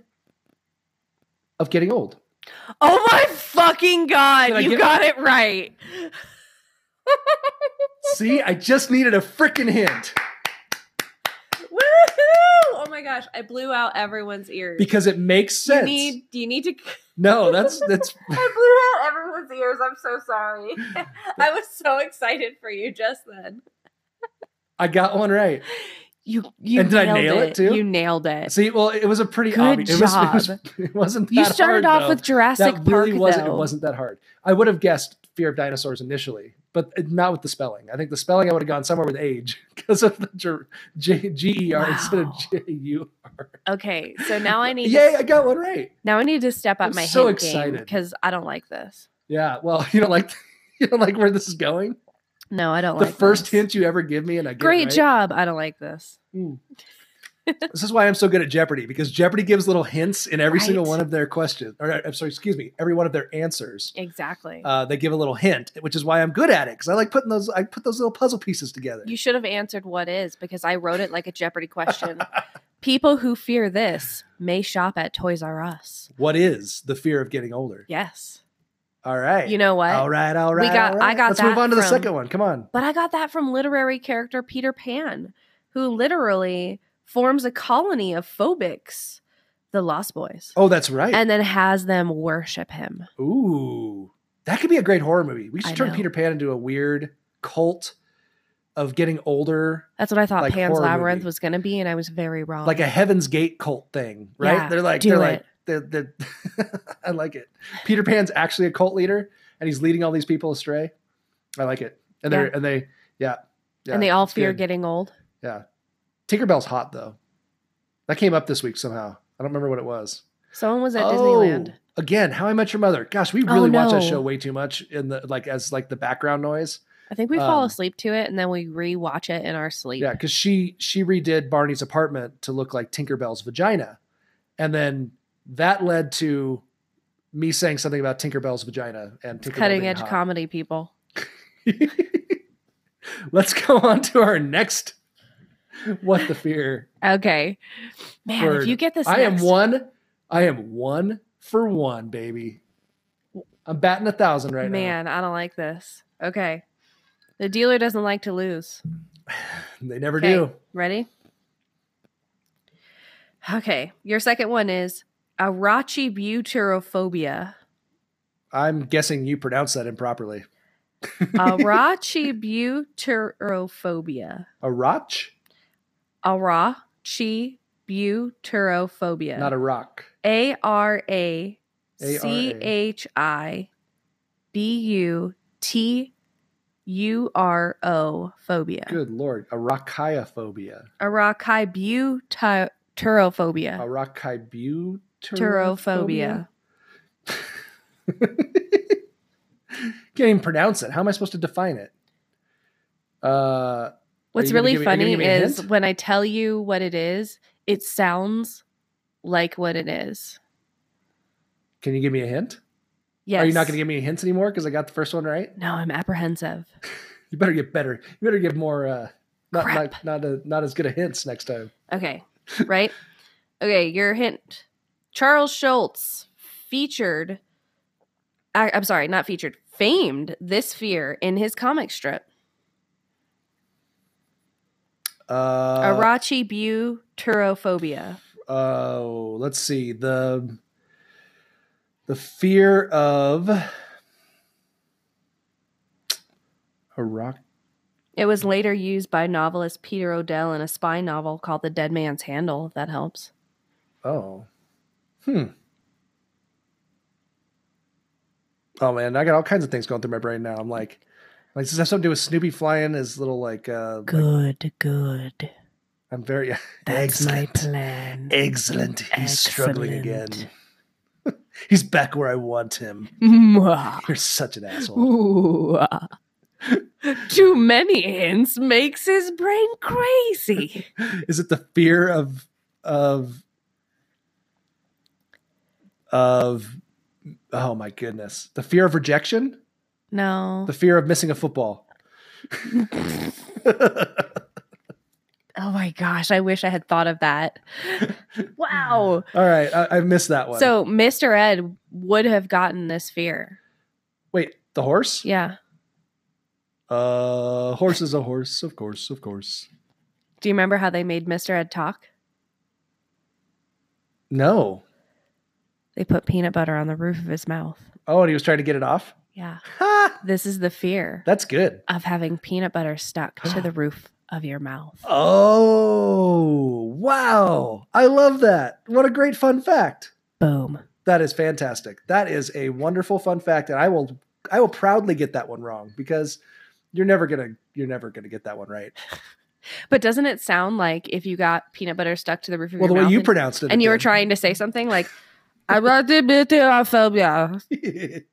[SPEAKER 3] of getting old.
[SPEAKER 5] Oh my fucking
[SPEAKER 3] Did I
[SPEAKER 5] god, you
[SPEAKER 3] get it?
[SPEAKER 5] got it right.
[SPEAKER 3] See, I just needed a freaking hint
[SPEAKER 5] Woohoo! Oh my gosh, I blew out everyone's ears.
[SPEAKER 3] because it makes
[SPEAKER 5] you
[SPEAKER 3] sense.
[SPEAKER 5] need you need
[SPEAKER 3] [laughs]
[SPEAKER 5] to
[SPEAKER 3] no, that's that's [laughs]
[SPEAKER 5] I blew out everyone's ears. I'm so sorry. [laughs] I was so excited for you just then.
[SPEAKER 3] I got one right.
[SPEAKER 5] You you
[SPEAKER 3] And did I
[SPEAKER 5] nailed
[SPEAKER 3] nail it, too?
[SPEAKER 5] You nailed it.
[SPEAKER 3] See, well, it was a pretty
[SPEAKER 5] Good
[SPEAKER 3] obvious. It, was, it, was-
[SPEAKER 5] job.
[SPEAKER 3] it wasn't.
[SPEAKER 5] you
[SPEAKER 3] that
[SPEAKER 5] started
[SPEAKER 3] hard,
[SPEAKER 5] off
[SPEAKER 3] though.
[SPEAKER 5] with Jurassic
[SPEAKER 3] that
[SPEAKER 5] Park
[SPEAKER 3] really wasn't
[SPEAKER 5] though.
[SPEAKER 3] it wasn't that hard. I would have guessed fear of dinosaurs initially, but not with the spelling. I think the spelling I would have gone somewhere with age [laughs] because of the ger- J- G E R instead of
[SPEAKER 5] Wow.
[SPEAKER 3] J U R.
[SPEAKER 5] Okay, so now I need
[SPEAKER 3] Yay,
[SPEAKER 5] to,
[SPEAKER 3] I got one right.
[SPEAKER 5] now I need to step up
[SPEAKER 3] I'm
[SPEAKER 5] my
[SPEAKER 3] so
[SPEAKER 5] hint game
[SPEAKER 3] excited.
[SPEAKER 5] because I don't like this.
[SPEAKER 3] Yeah, well, [laughs] you don't like you don't like where this is going.
[SPEAKER 5] No, Oh, I don't
[SPEAKER 3] the
[SPEAKER 5] like
[SPEAKER 3] first
[SPEAKER 5] this.
[SPEAKER 3] hint you ever give me, and I get it
[SPEAKER 5] Great
[SPEAKER 3] right.
[SPEAKER 5] job. I don't like this. [laughs]
[SPEAKER 3] Mm. this is why I'm so good at Jeopardy because Jeopardy gives little hints in every single
[SPEAKER 5] Right.
[SPEAKER 3] one of their questions. Or I'm sorry, excuse me, every one of their answers.
[SPEAKER 5] Exactly.
[SPEAKER 3] Uh, they give a little hint, which is why I'm good at it because I like putting those. I put those little puzzle pieces together.
[SPEAKER 5] You should have answered what is because I wrote it like a Jeopardy
[SPEAKER 3] [laughs]
[SPEAKER 5] question. People who fear this may shop at Toys R Us.
[SPEAKER 3] What is the fear of getting older?
[SPEAKER 5] Yes.
[SPEAKER 3] All right.
[SPEAKER 5] You know what?
[SPEAKER 3] All right. All
[SPEAKER 5] We
[SPEAKER 3] right.
[SPEAKER 5] got-
[SPEAKER 3] all right.
[SPEAKER 5] I got
[SPEAKER 3] Let's
[SPEAKER 5] that
[SPEAKER 3] move on to the
[SPEAKER 5] from-
[SPEAKER 3] second one. Come on.
[SPEAKER 5] But I got that from literary character Peter Pan, who literally forms a colony of phobics, the Lost Boys,
[SPEAKER 3] Oh, that's right.
[SPEAKER 5] and then has them worship him.
[SPEAKER 3] Ooh, that could be a great horror movie. We should
[SPEAKER 5] I
[SPEAKER 3] turn
[SPEAKER 5] know.
[SPEAKER 3] Peter Pan into a weird cult of getting older,
[SPEAKER 5] That's what I thought
[SPEAKER 3] Like
[SPEAKER 5] Pan's
[SPEAKER 3] horror
[SPEAKER 5] Labyrinth
[SPEAKER 3] movie.
[SPEAKER 5] was going to be, and I was very wrong.
[SPEAKER 3] like a Heaven's Gate cult thing, right?
[SPEAKER 5] Yeah,
[SPEAKER 3] they're like,
[SPEAKER 5] do
[SPEAKER 3] they're
[SPEAKER 5] it.
[SPEAKER 3] like, they're, they're [laughs] I like it. Peter Pan's actually a cult leader, and he's leading all these people astray. I like it. And they're
[SPEAKER 5] Yeah.
[SPEAKER 3] and they, yeah, yeah,
[SPEAKER 5] and they all
[SPEAKER 3] it's
[SPEAKER 5] fear
[SPEAKER 3] good.
[SPEAKER 5] getting old.
[SPEAKER 3] Yeah. Tinkerbell's hot though. That came up this week somehow. I don't remember what it was.
[SPEAKER 5] Someone was at Disneyland.
[SPEAKER 3] Oh, Again, How I Met Your Mother. Gosh, we
[SPEAKER 5] Oh,
[SPEAKER 3] really watch that
[SPEAKER 5] no.
[SPEAKER 3] show way too much in the like as like the background noise.
[SPEAKER 5] I think we fall
[SPEAKER 3] Um,
[SPEAKER 5] asleep to it, and then we rewatch it in our sleep.
[SPEAKER 3] Yeah, because she she redid Barney's apartment to look like Tinkerbell's vagina. And then that led to me saying something about Tinkerbell's vagina and Tinkerbell
[SPEAKER 5] Cutting
[SPEAKER 3] being
[SPEAKER 5] edge
[SPEAKER 3] hot.
[SPEAKER 5] comedy, people.
[SPEAKER 3] [laughs] Let's go on to our next. What the fear?
[SPEAKER 5] Okay, man,
[SPEAKER 3] Word.
[SPEAKER 5] if you get this,
[SPEAKER 3] I am
[SPEAKER 5] next-
[SPEAKER 3] one. I am one for one, baby. I'm batting a thousand right
[SPEAKER 5] man, I don't like this. Okay, the dealer doesn't like to lose.
[SPEAKER 3] now. They never
[SPEAKER 5] Okay.
[SPEAKER 3] do.
[SPEAKER 5] Ready? Okay. Your second one is arachibutyrophobia.
[SPEAKER 3] I'm guessing you pronounce that improperly.
[SPEAKER 5] Arachibutyrophobia.
[SPEAKER 3] A roch,
[SPEAKER 5] Arachibutyrophobia.
[SPEAKER 3] not a rock.
[SPEAKER 5] A R A C H I B U T U R O phobia.
[SPEAKER 3] Good lord, a rochiophobia.
[SPEAKER 5] Arachibutyrophobia.
[SPEAKER 3] A rochibuterophobia.
[SPEAKER 5] Turophobia.
[SPEAKER 3] Can't even pronounce it. How am I supposed to define it? Uh,
[SPEAKER 5] What's
[SPEAKER 3] you gonna
[SPEAKER 5] really
[SPEAKER 3] give me- are you gonna
[SPEAKER 5] funny
[SPEAKER 3] give me a
[SPEAKER 5] is
[SPEAKER 3] hint?
[SPEAKER 5] when I tell you what it is, it sounds like what it is.
[SPEAKER 3] can you give me a hint?
[SPEAKER 5] Yes.
[SPEAKER 3] Are you not going to give me any hints anymore because I got the first one right?
[SPEAKER 5] No, I'm apprehensive.
[SPEAKER 3] You better get better. You better give more. Uh, not
[SPEAKER 5] Crap.
[SPEAKER 3] not not, a, not as good a hints next time.
[SPEAKER 5] Okay. Right? okay, your hint. Charles Schultz featured I, I'm sorry, not featured, famed this fear in his comic strip.
[SPEAKER 3] Uh,
[SPEAKER 5] Arachibutyrophobia.
[SPEAKER 3] oh, let's see the the fear of a rock.
[SPEAKER 5] It was later used by novelist Peter Odell in a spy novel called The Dead Man's Handle, if that helps.
[SPEAKER 3] Oh, hmm. Oh man, I got all kinds of things going through my brain now. I'm like, like does this have something to do with Snoopy flying? Is little like uh, like-
[SPEAKER 6] Good, good.
[SPEAKER 3] I'm very [laughs]
[SPEAKER 6] That's my
[SPEAKER 3] excellent. [laughs]
[SPEAKER 6] plan.
[SPEAKER 3] Excellent. He's struggling again. [laughs] He's back where I want him.
[SPEAKER 6] Mwah.
[SPEAKER 3] You're such an asshole.
[SPEAKER 6] Ooh, ah.
[SPEAKER 5] Too many hints makes his brain crazy.
[SPEAKER 3] Is it the fear of of of oh my goodness. The fear of rejection?
[SPEAKER 5] No.
[SPEAKER 3] The fear of missing a football. [laughs]
[SPEAKER 5] Oh my gosh, I wish I had thought of
[SPEAKER 3] [laughs]
[SPEAKER 5] that. Wow.
[SPEAKER 3] All right, I, I missed that one.
[SPEAKER 5] So Mr. Ed would have gotten this fear.
[SPEAKER 3] wait, the horse?
[SPEAKER 5] Yeah.
[SPEAKER 3] Uh horse is a horse, of course, of course.
[SPEAKER 5] Do you remember how they made Mr. Ed talk?
[SPEAKER 3] No.
[SPEAKER 5] They put peanut butter on the roof of his mouth.
[SPEAKER 3] Oh, and he was trying to get it off?
[SPEAKER 5] Yeah.
[SPEAKER 3] Ha!
[SPEAKER 5] This is the fear
[SPEAKER 3] That's good.
[SPEAKER 5] of having peanut butter stuck to
[SPEAKER 3] [sighs]
[SPEAKER 5] the roof of your mouth.
[SPEAKER 3] Oh, wow. I love that. What a great fun fact.
[SPEAKER 5] Boom.
[SPEAKER 3] That is fantastic. That is a wonderful fun fact and I will I will proudly get that one wrong because you're never going to you're never going to get that one right.
[SPEAKER 5] But doesn't it sound like if you got peanut butter stuck to the roof of
[SPEAKER 3] Well, the
[SPEAKER 5] your
[SPEAKER 3] way
[SPEAKER 5] mouth?
[SPEAKER 3] you
[SPEAKER 5] and-
[SPEAKER 3] pronounced it
[SPEAKER 5] and you were
[SPEAKER 3] did.
[SPEAKER 5] trying to say something like arachibutyrophobia.
[SPEAKER 3] [laughs]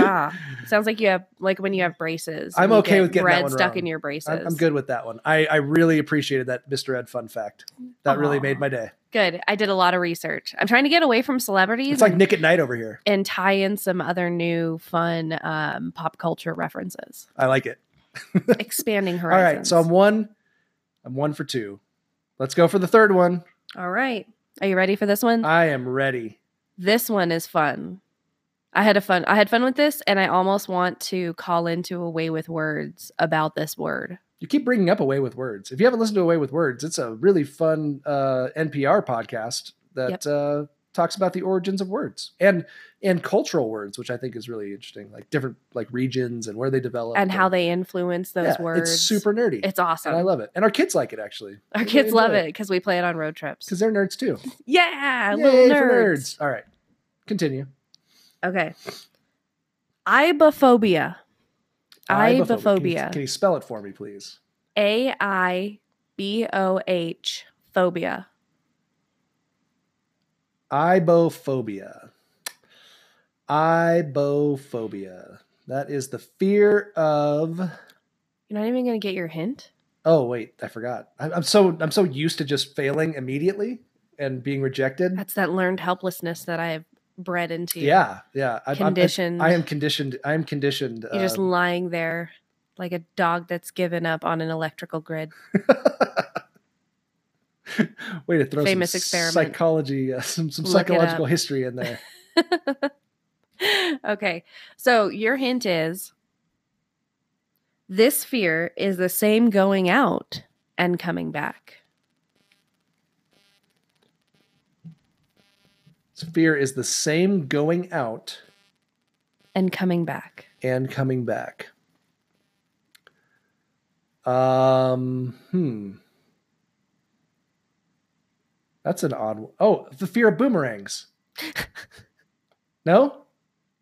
[SPEAKER 5] Ah, sounds like you have like when you have braces. and
[SPEAKER 3] I'm
[SPEAKER 5] you
[SPEAKER 3] okay
[SPEAKER 5] get
[SPEAKER 3] with getting that
[SPEAKER 5] bread
[SPEAKER 3] one
[SPEAKER 5] stuck in
[SPEAKER 3] wrong.
[SPEAKER 5] your braces.
[SPEAKER 3] I'm, I'm good with that one. I, I really appreciated that Mr. Ed fun fact. That really
[SPEAKER 5] Aw.
[SPEAKER 3] made my day.
[SPEAKER 5] Good. I did a lot of research. I'm trying to get away from celebrities
[SPEAKER 3] It's like
[SPEAKER 5] and,
[SPEAKER 3] Nick at Night over here.
[SPEAKER 5] and tie in some other new fun um, pop culture references,
[SPEAKER 3] I like it.
[SPEAKER 5] expanding
[SPEAKER 3] [laughs] All
[SPEAKER 5] horizons.
[SPEAKER 3] right, so I'm one I'm one for two. Let's go for the third one.
[SPEAKER 5] All right. Are you ready for this one?
[SPEAKER 3] I am ready.
[SPEAKER 5] this one is fun. I had a fun. I had fun with this, and I almost want to call into a way with words about this word.
[SPEAKER 3] you keep bringing up away with words if you haven't listened to away with words it's a really fun uh, npr podcast that uh, talks about the origins of words and and cultural words which i think is really interesting like different like regions and where they develop
[SPEAKER 5] and how they influence those
[SPEAKER 3] Yeah,
[SPEAKER 5] words.
[SPEAKER 3] it's super nerdy
[SPEAKER 5] It's awesome.
[SPEAKER 3] and i love it and our kids like it actually
[SPEAKER 5] Our
[SPEAKER 3] They
[SPEAKER 5] kids
[SPEAKER 3] enjoy
[SPEAKER 5] love it because we play it on road trips.
[SPEAKER 3] because they're nerds too
[SPEAKER 5] Yeah,
[SPEAKER 3] Yay
[SPEAKER 5] little
[SPEAKER 3] for
[SPEAKER 5] nerds.
[SPEAKER 3] all right continue
[SPEAKER 5] Okay. Ibophobia. Ibophobia.
[SPEAKER 3] can you spell it for me please
[SPEAKER 5] A I B O H phobia.
[SPEAKER 3] Ibophobia. Ibophobia. That is the fear of
[SPEAKER 5] You're not even going to get your hint?
[SPEAKER 3] Oh wait, I forgot. I'm, I'm so I'm so used to just failing immediately and being rejected.
[SPEAKER 5] That's that learned helplessness that I bred into.
[SPEAKER 3] Yeah, yeah. I, I'm-
[SPEAKER 5] Conditioned.
[SPEAKER 3] I, am conditioned. I am conditioned.
[SPEAKER 5] You're just
[SPEAKER 3] um, [laughs]
[SPEAKER 5] lying there like a dog that's given up on an electrical grid. [laughs]
[SPEAKER 3] way to throw
[SPEAKER 5] famous
[SPEAKER 3] some
[SPEAKER 5] experiment.
[SPEAKER 3] psychology, uh, some some
[SPEAKER 5] Look it
[SPEAKER 3] psychological
[SPEAKER 5] up.
[SPEAKER 3] history in
[SPEAKER 5] [laughs]
[SPEAKER 3] there.
[SPEAKER 5] okay. So your hint is this fear is the same going out and coming back.
[SPEAKER 3] Fear is the same going out
[SPEAKER 5] And coming back.
[SPEAKER 3] and coming back. Um, hmm. That's an odd one. Oh, the fear of
[SPEAKER 5] [laughs]
[SPEAKER 3] boomerangs. no?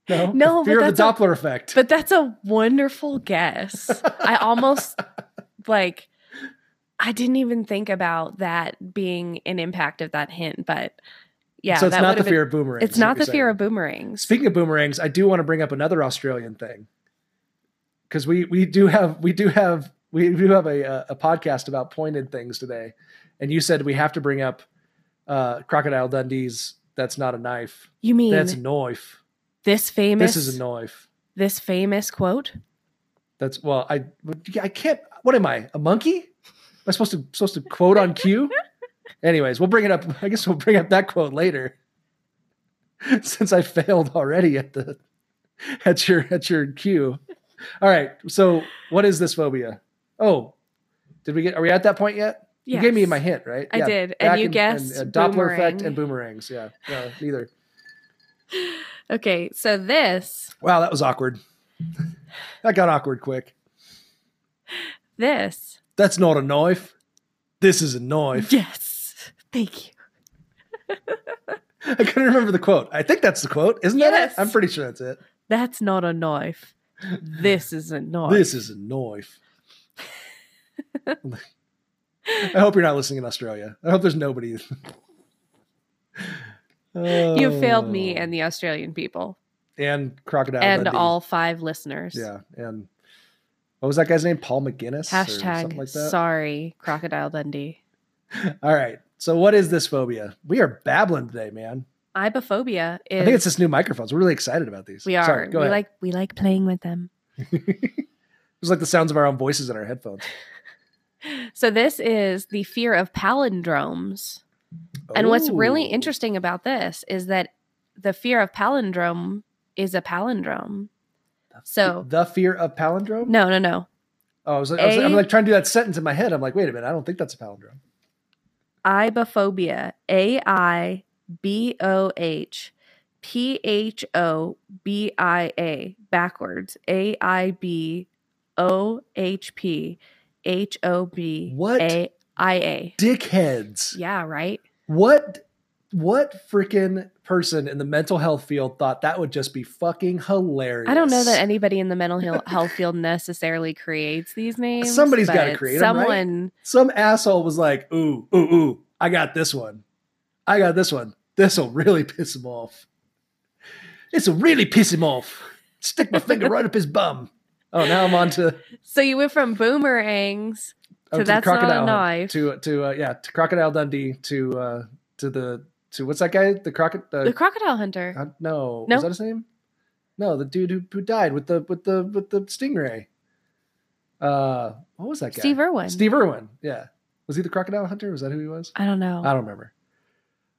[SPEAKER 3] No. the
[SPEAKER 5] No, but
[SPEAKER 3] fear of the
[SPEAKER 5] that's
[SPEAKER 3] Doppler effect.
[SPEAKER 5] But that's a wonderful guess. I
[SPEAKER 3] [laughs]
[SPEAKER 5] almost like I didn't even think about that being an impact of that hint, but yeah,
[SPEAKER 3] so it's
[SPEAKER 5] that
[SPEAKER 3] not
[SPEAKER 5] would've
[SPEAKER 3] the
[SPEAKER 5] been-
[SPEAKER 3] fear of boomerangs.
[SPEAKER 5] It's
[SPEAKER 3] is what
[SPEAKER 5] not
[SPEAKER 3] you're
[SPEAKER 5] the fear
[SPEAKER 3] saying.
[SPEAKER 5] of boomerangs.
[SPEAKER 3] Speaking of boomerangs, I do want to bring up another Australian thing because we we do have we do have we do have a uh, a podcast about pointed things today, and you said we have to bring up uh, Crocodile Dundee's. That's not a knife.
[SPEAKER 5] You mean
[SPEAKER 3] That's a knife.
[SPEAKER 5] this famous
[SPEAKER 3] This is a knife.
[SPEAKER 5] this famous quote?
[SPEAKER 3] That's well, I I can't. What am I? A monkey? Am I supposed to supposed to quote on cue? Anyways, we'll bring it up. I guess we'll bring up that quote later. [laughs] Since I failed already at the at your at your cue. All right. So what is this phobia? Oh, did we get? Are we at that point yet? You gave me
[SPEAKER 5] Yes.
[SPEAKER 3] my hint, right?
[SPEAKER 5] I did, and
[SPEAKER 3] back uh,
[SPEAKER 5] you guessed
[SPEAKER 3] Doppler effect
[SPEAKER 5] boomerang.
[SPEAKER 3] and boomerangs. Yeah, no, neither.
[SPEAKER 5] Okay, so this
[SPEAKER 3] Wow, that was awkward. [laughs] that got awkward quick.
[SPEAKER 5] this
[SPEAKER 3] That's not a knife. This is a knife.
[SPEAKER 5] yes, thank you.
[SPEAKER 3] I couldn't remember the quote. I think that's the quote, isn't that
[SPEAKER 5] Yes.
[SPEAKER 3] it? I'm pretty sure that's it.
[SPEAKER 5] That's not a knife. This is a knife.
[SPEAKER 3] This is a knife. I hope you're not listening in Australia. I hope there's nobody.
[SPEAKER 5] [laughs] you failed me and the Australian people
[SPEAKER 3] Oh. and crocodile
[SPEAKER 5] and
[SPEAKER 3] Dundee.
[SPEAKER 5] all five listeners.
[SPEAKER 3] yeah and what was that guy's name? Paul McGinnis or
[SPEAKER 5] Hashtag
[SPEAKER 3] something like that.
[SPEAKER 5] sorry, Crocodile Dundee.
[SPEAKER 3] All right. So what is this phobia? We are babbling today, man.
[SPEAKER 5] Ibophobia is.
[SPEAKER 3] I think it's this new microphones. We're really excited about these.
[SPEAKER 5] we are.
[SPEAKER 3] Sorry, go
[SPEAKER 5] we
[SPEAKER 3] ahead.
[SPEAKER 5] like we like playing with them.
[SPEAKER 3] it was like the sounds of our own voices in our headphones.
[SPEAKER 5] So this is the fear of palindromes. [laughs] And what's really
[SPEAKER 3] Ooh.
[SPEAKER 5] interesting about this is that the fear of palindrome is a palindrome. So
[SPEAKER 3] the fear of palindrome?
[SPEAKER 5] no, no, no.
[SPEAKER 3] Oh, I was, like, I was like, I'm
[SPEAKER 5] A-
[SPEAKER 3] like trying to do that sentence in my head. I'm like, wait a minute, I don't think that's a palindrome.
[SPEAKER 5] Ibophobia. A I B O H P H O B I A. Backwards. A I B O H P H O B
[SPEAKER 3] What?
[SPEAKER 5] A I A.
[SPEAKER 3] Dickheads.
[SPEAKER 5] Yeah, right?
[SPEAKER 3] What what freaking person in the mental health field thought that would just be fucking hilarious?
[SPEAKER 5] I don't know that anybody in the mental heal-
[SPEAKER 3] [laughs]
[SPEAKER 5] health field necessarily creates these names.
[SPEAKER 3] Somebody's gotta
[SPEAKER 5] but
[SPEAKER 3] create 'em, right?
[SPEAKER 5] Someone.
[SPEAKER 3] Some asshole was like, ooh, ooh, ooh, I got this one. I got this one. This'll really piss him off. This'll really piss him off. Stick
[SPEAKER 5] [laughs]
[SPEAKER 3] my finger right up his bum. Oh, now I'm on to,
[SPEAKER 5] So you went from boomerangs So
[SPEAKER 3] oh, to the
[SPEAKER 5] that's not a
[SPEAKER 3] crocodile. hunt,
[SPEAKER 5] knife.
[SPEAKER 3] To to uh, yeah, to crocodile Dundee to uh to the to what's that guy? The crocodile
[SPEAKER 5] the crocodile hunter.
[SPEAKER 3] Uh, no,
[SPEAKER 5] No?
[SPEAKER 3] was that his name? No, the dude who, who died with the with the with the stingray. Uh, what was that guy?
[SPEAKER 5] Steve Irwin.
[SPEAKER 3] Steve Irwin. Yeah, was he the crocodile hunter? Was that who he was?
[SPEAKER 5] I don't know.
[SPEAKER 3] I don't remember.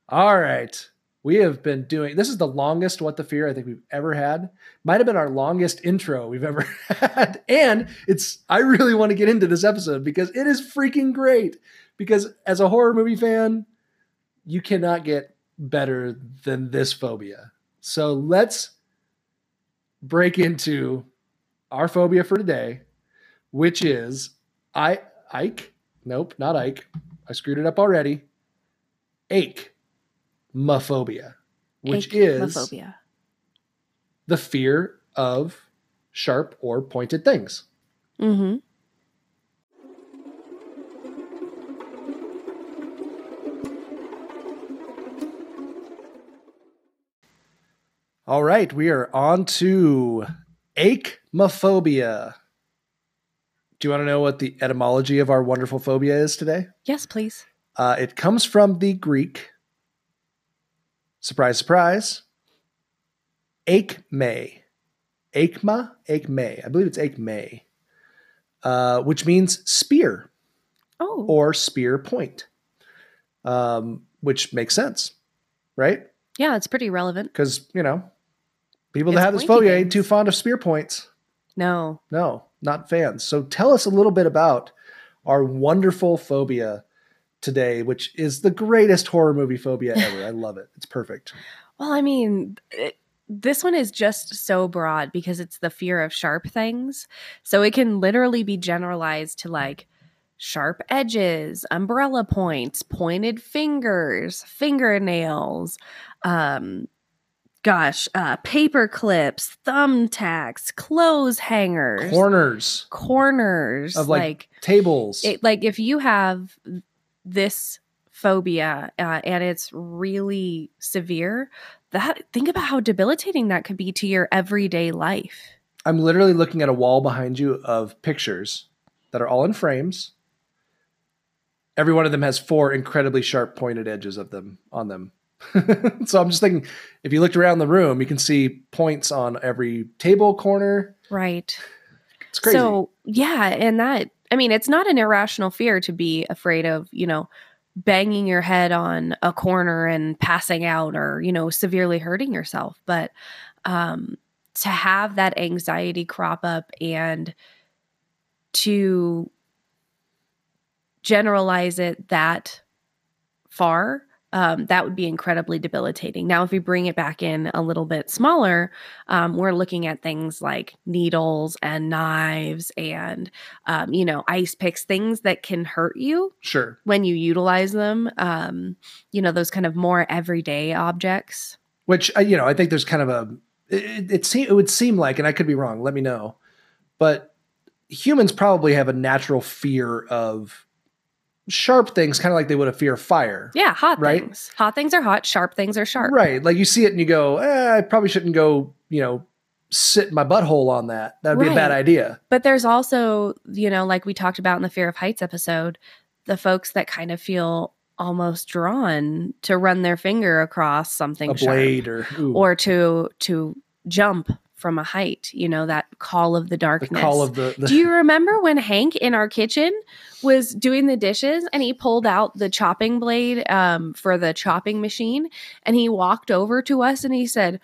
[SPEAKER 3] All right, we have been doing. This is the longest "What the Fear" I think we've ever had. Might have been our longest intro we've ever [laughs] had, and it's. I really want to get into this episode because it is freaking great. Because as a horror movie fan, you cannot get better than this phobia. So let's break into our phobia for today, which is I Ike. Nope, not Ike. I screwed it up already. Ache, mophobia, which is
[SPEAKER 5] Achmophobia.
[SPEAKER 3] the fear of sharp or pointed things.
[SPEAKER 5] Mm-hmm.
[SPEAKER 3] All right, we are on to achemophobia. Do you want to know what the etymology of our wonderful phobia is today?
[SPEAKER 5] Yes, please.
[SPEAKER 3] Uh, it comes from the Greek, surprise, surprise, Acme. Acma? Acme. I believe it's Acme, uh, which means spear
[SPEAKER 5] Oh,
[SPEAKER 3] or spear point, um, which makes sense, right?
[SPEAKER 5] yeah, it's pretty relevant.
[SPEAKER 3] Because, you know, people that
[SPEAKER 5] It's
[SPEAKER 3] have this
[SPEAKER 5] pointy
[SPEAKER 3] phobia
[SPEAKER 5] things.
[SPEAKER 3] ain't too fond of spear points.
[SPEAKER 5] No,
[SPEAKER 3] No, not fans. So tell us a little bit about our wonderful phobia today, which is the greatest horror movie phobia
[SPEAKER 5] [laughs]
[SPEAKER 3] ever. I love it. It's perfect.
[SPEAKER 5] Well, I mean, it, this one is just so broad because it's the fear of sharp things. So it can literally be generalized to like sharp edges, umbrella points, pointed fingers, fingernails, um gosh, uh paper clips, thumbtacks, clothes hangers,
[SPEAKER 3] Corners,
[SPEAKER 5] corners,
[SPEAKER 3] Of, like,
[SPEAKER 5] like
[SPEAKER 3] tables.
[SPEAKER 5] it, like if you have this phobia uh, and it's really severe that think about how debilitating that could be to your everyday life
[SPEAKER 3] I'm literally looking at a wall behind you of pictures that are all in frames. Every one of them has four incredibly sharp pointed edges of them on them. [laughs] so I'm just thinking if you looked around the room, you can see points on every table corner.
[SPEAKER 5] right
[SPEAKER 3] It's crazy.
[SPEAKER 5] so yeah and that i mean it's not an irrational fear to be afraid of you know banging your head on a corner and passing out or you know severely hurting yourself but um to have that anxiety crop up and to generalize it that far, um, that would be incredibly debilitating. Now, if we bring it back in a little bit smaller, um, we're looking at things like needles and knives and, um, you know, ice picks, things that can hurt you
[SPEAKER 3] sure.
[SPEAKER 5] when you utilize them. Um, you know, those kind of more everyday objects.
[SPEAKER 3] which uh, you know i think there's kind of a it, it, se- it would seem like and i could be wrong let me know but humans probably have a natural fear of sharp things kind of like they would a fear of fire
[SPEAKER 5] Yeah, hot
[SPEAKER 3] Right.
[SPEAKER 5] things. Hot things are hot, sharp things are sharp.
[SPEAKER 3] right like you see it and you go eh, i probably shouldn't go you know sit my butthole on that that would be a bad
[SPEAKER 5] Right.
[SPEAKER 3] idea
[SPEAKER 5] But there's also, you know, like we talked about in the Fear of Heights episode, the folks that kind of feel almost drawn to run their finger across something
[SPEAKER 3] a
[SPEAKER 5] sharp
[SPEAKER 3] blade or ooh,
[SPEAKER 5] or to to jump from a height, you know, that call of the
[SPEAKER 3] the
[SPEAKER 5] darkness.
[SPEAKER 3] call of the, the
[SPEAKER 5] Do you remember when Hank in our kitchen was doing the dishes and he pulled out the chopping blade um, for the chopping machine and he walked over to us and he said,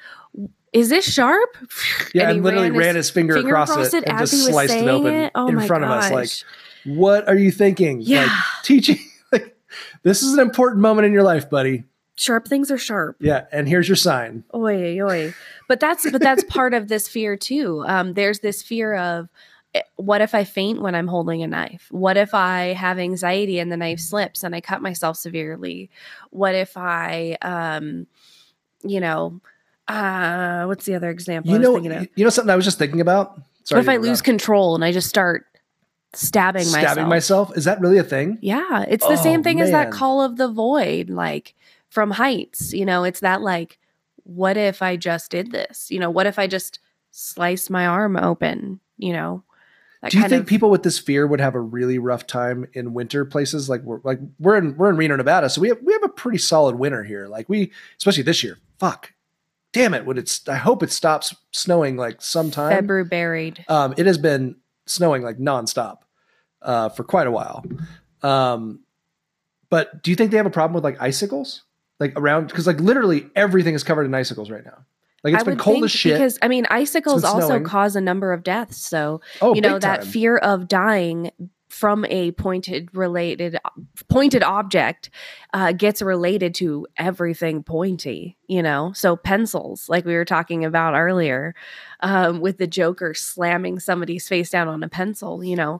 [SPEAKER 5] "Is this sharp?" [laughs]
[SPEAKER 3] yeah
[SPEAKER 5] he
[SPEAKER 3] and literally ran his, finger, across, it, and
[SPEAKER 5] as he
[SPEAKER 3] just
[SPEAKER 5] was
[SPEAKER 3] sliced it
[SPEAKER 5] saying
[SPEAKER 3] open
[SPEAKER 5] Oh
[SPEAKER 3] in
[SPEAKER 5] my
[SPEAKER 3] front of us like
[SPEAKER 5] gosh.
[SPEAKER 3] what are you thinking
[SPEAKER 5] yeah,
[SPEAKER 3] like teaching [laughs] like this is an important moment in your life buddy
[SPEAKER 5] sharp things are sharp.
[SPEAKER 3] Yeah, and here's your sign.
[SPEAKER 5] Oy, oy, oy. But that's but that's part of this fear too. Um, there's this fear of eh, what if I faint when I'm holding a knife? What if I have anxiety and the knife slips and I cut myself severely? What if I, um, you know, uh, what's the other example?
[SPEAKER 3] You
[SPEAKER 5] I was
[SPEAKER 3] know,
[SPEAKER 5] thinking of?
[SPEAKER 3] you know something I was just thinking about. Sorry,
[SPEAKER 5] what if
[SPEAKER 3] to
[SPEAKER 5] I
[SPEAKER 3] interrupt.
[SPEAKER 5] lose control and I just start stabbing,
[SPEAKER 3] stabbing myself? Is that really a thing?
[SPEAKER 5] Yeah, it's the same
[SPEAKER 3] Oh,
[SPEAKER 5] thing as that
[SPEAKER 3] man.
[SPEAKER 5] call of the void, like from heights. You know, it's that like, what if I just did this? You know, what if I just sliced my arm open? You know, that
[SPEAKER 3] Do you think
[SPEAKER 5] of-
[SPEAKER 3] people with this fear would have a really rough time in winter places? Like we're like we're in we're in Reno, Nevada, so we have we have a pretty solid winter here. Like we, especially this year. Fuck, damn it! Would it's? I hope it stops snowing like sometime.
[SPEAKER 5] February buried.
[SPEAKER 3] Um, it has been snowing like nonstop uh, for quite a while. Um, but do you think they have a problem with like icicles, like around? Because like literally everything is covered in icicles right now. Like it's
[SPEAKER 5] I
[SPEAKER 3] been
[SPEAKER 5] would
[SPEAKER 3] cold
[SPEAKER 5] think
[SPEAKER 3] as shit.
[SPEAKER 5] because I mean, icicles also
[SPEAKER 3] snowing.
[SPEAKER 5] cause a number of deaths. So
[SPEAKER 3] oh,
[SPEAKER 5] you know
[SPEAKER 3] big
[SPEAKER 5] that
[SPEAKER 3] time.
[SPEAKER 5] fear of dying from a pointed related pointed object uh, gets related to everything pointy you know so pencils like we were talking about earlier um, with the joker slamming somebody's face down on a pencil you know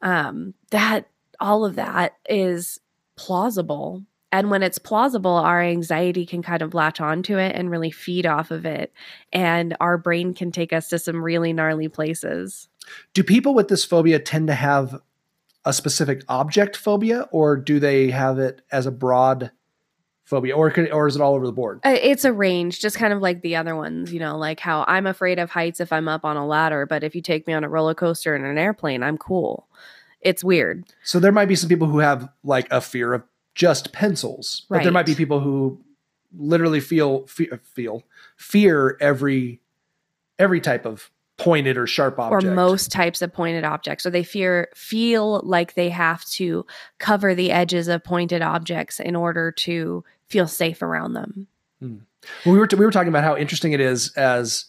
[SPEAKER 5] um, that all of that is plausible and when it's plausible our anxiety can kind of latch onto it and really feed off of it and our brain can take us to some really gnarly places
[SPEAKER 3] Do people with this phobia tend to have a specific object phobia, or do they have it as a broad phobia, or could, or is it all over the board?
[SPEAKER 5] Uh, It's a range, just kind of like the other ones, you know, like how I'm afraid of heights if I'm up on a ladder, but if you take me on a roller coaster in an airplane, I'm cool. It's weird.
[SPEAKER 3] So there might be some people who have like a fear of just pencils, but there
[SPEAKER 5] Right.
[SPEAKER 3] might be people who literally feel fe- feel fear every every type of pointed or sharp object
[SPEAKER 5] or most types of pointed objects or they fear feel like they have to cover the edges of pointed objects in order to feel safe around them
[SPEAKER 3] Well, we were we were talking about how interesting it is as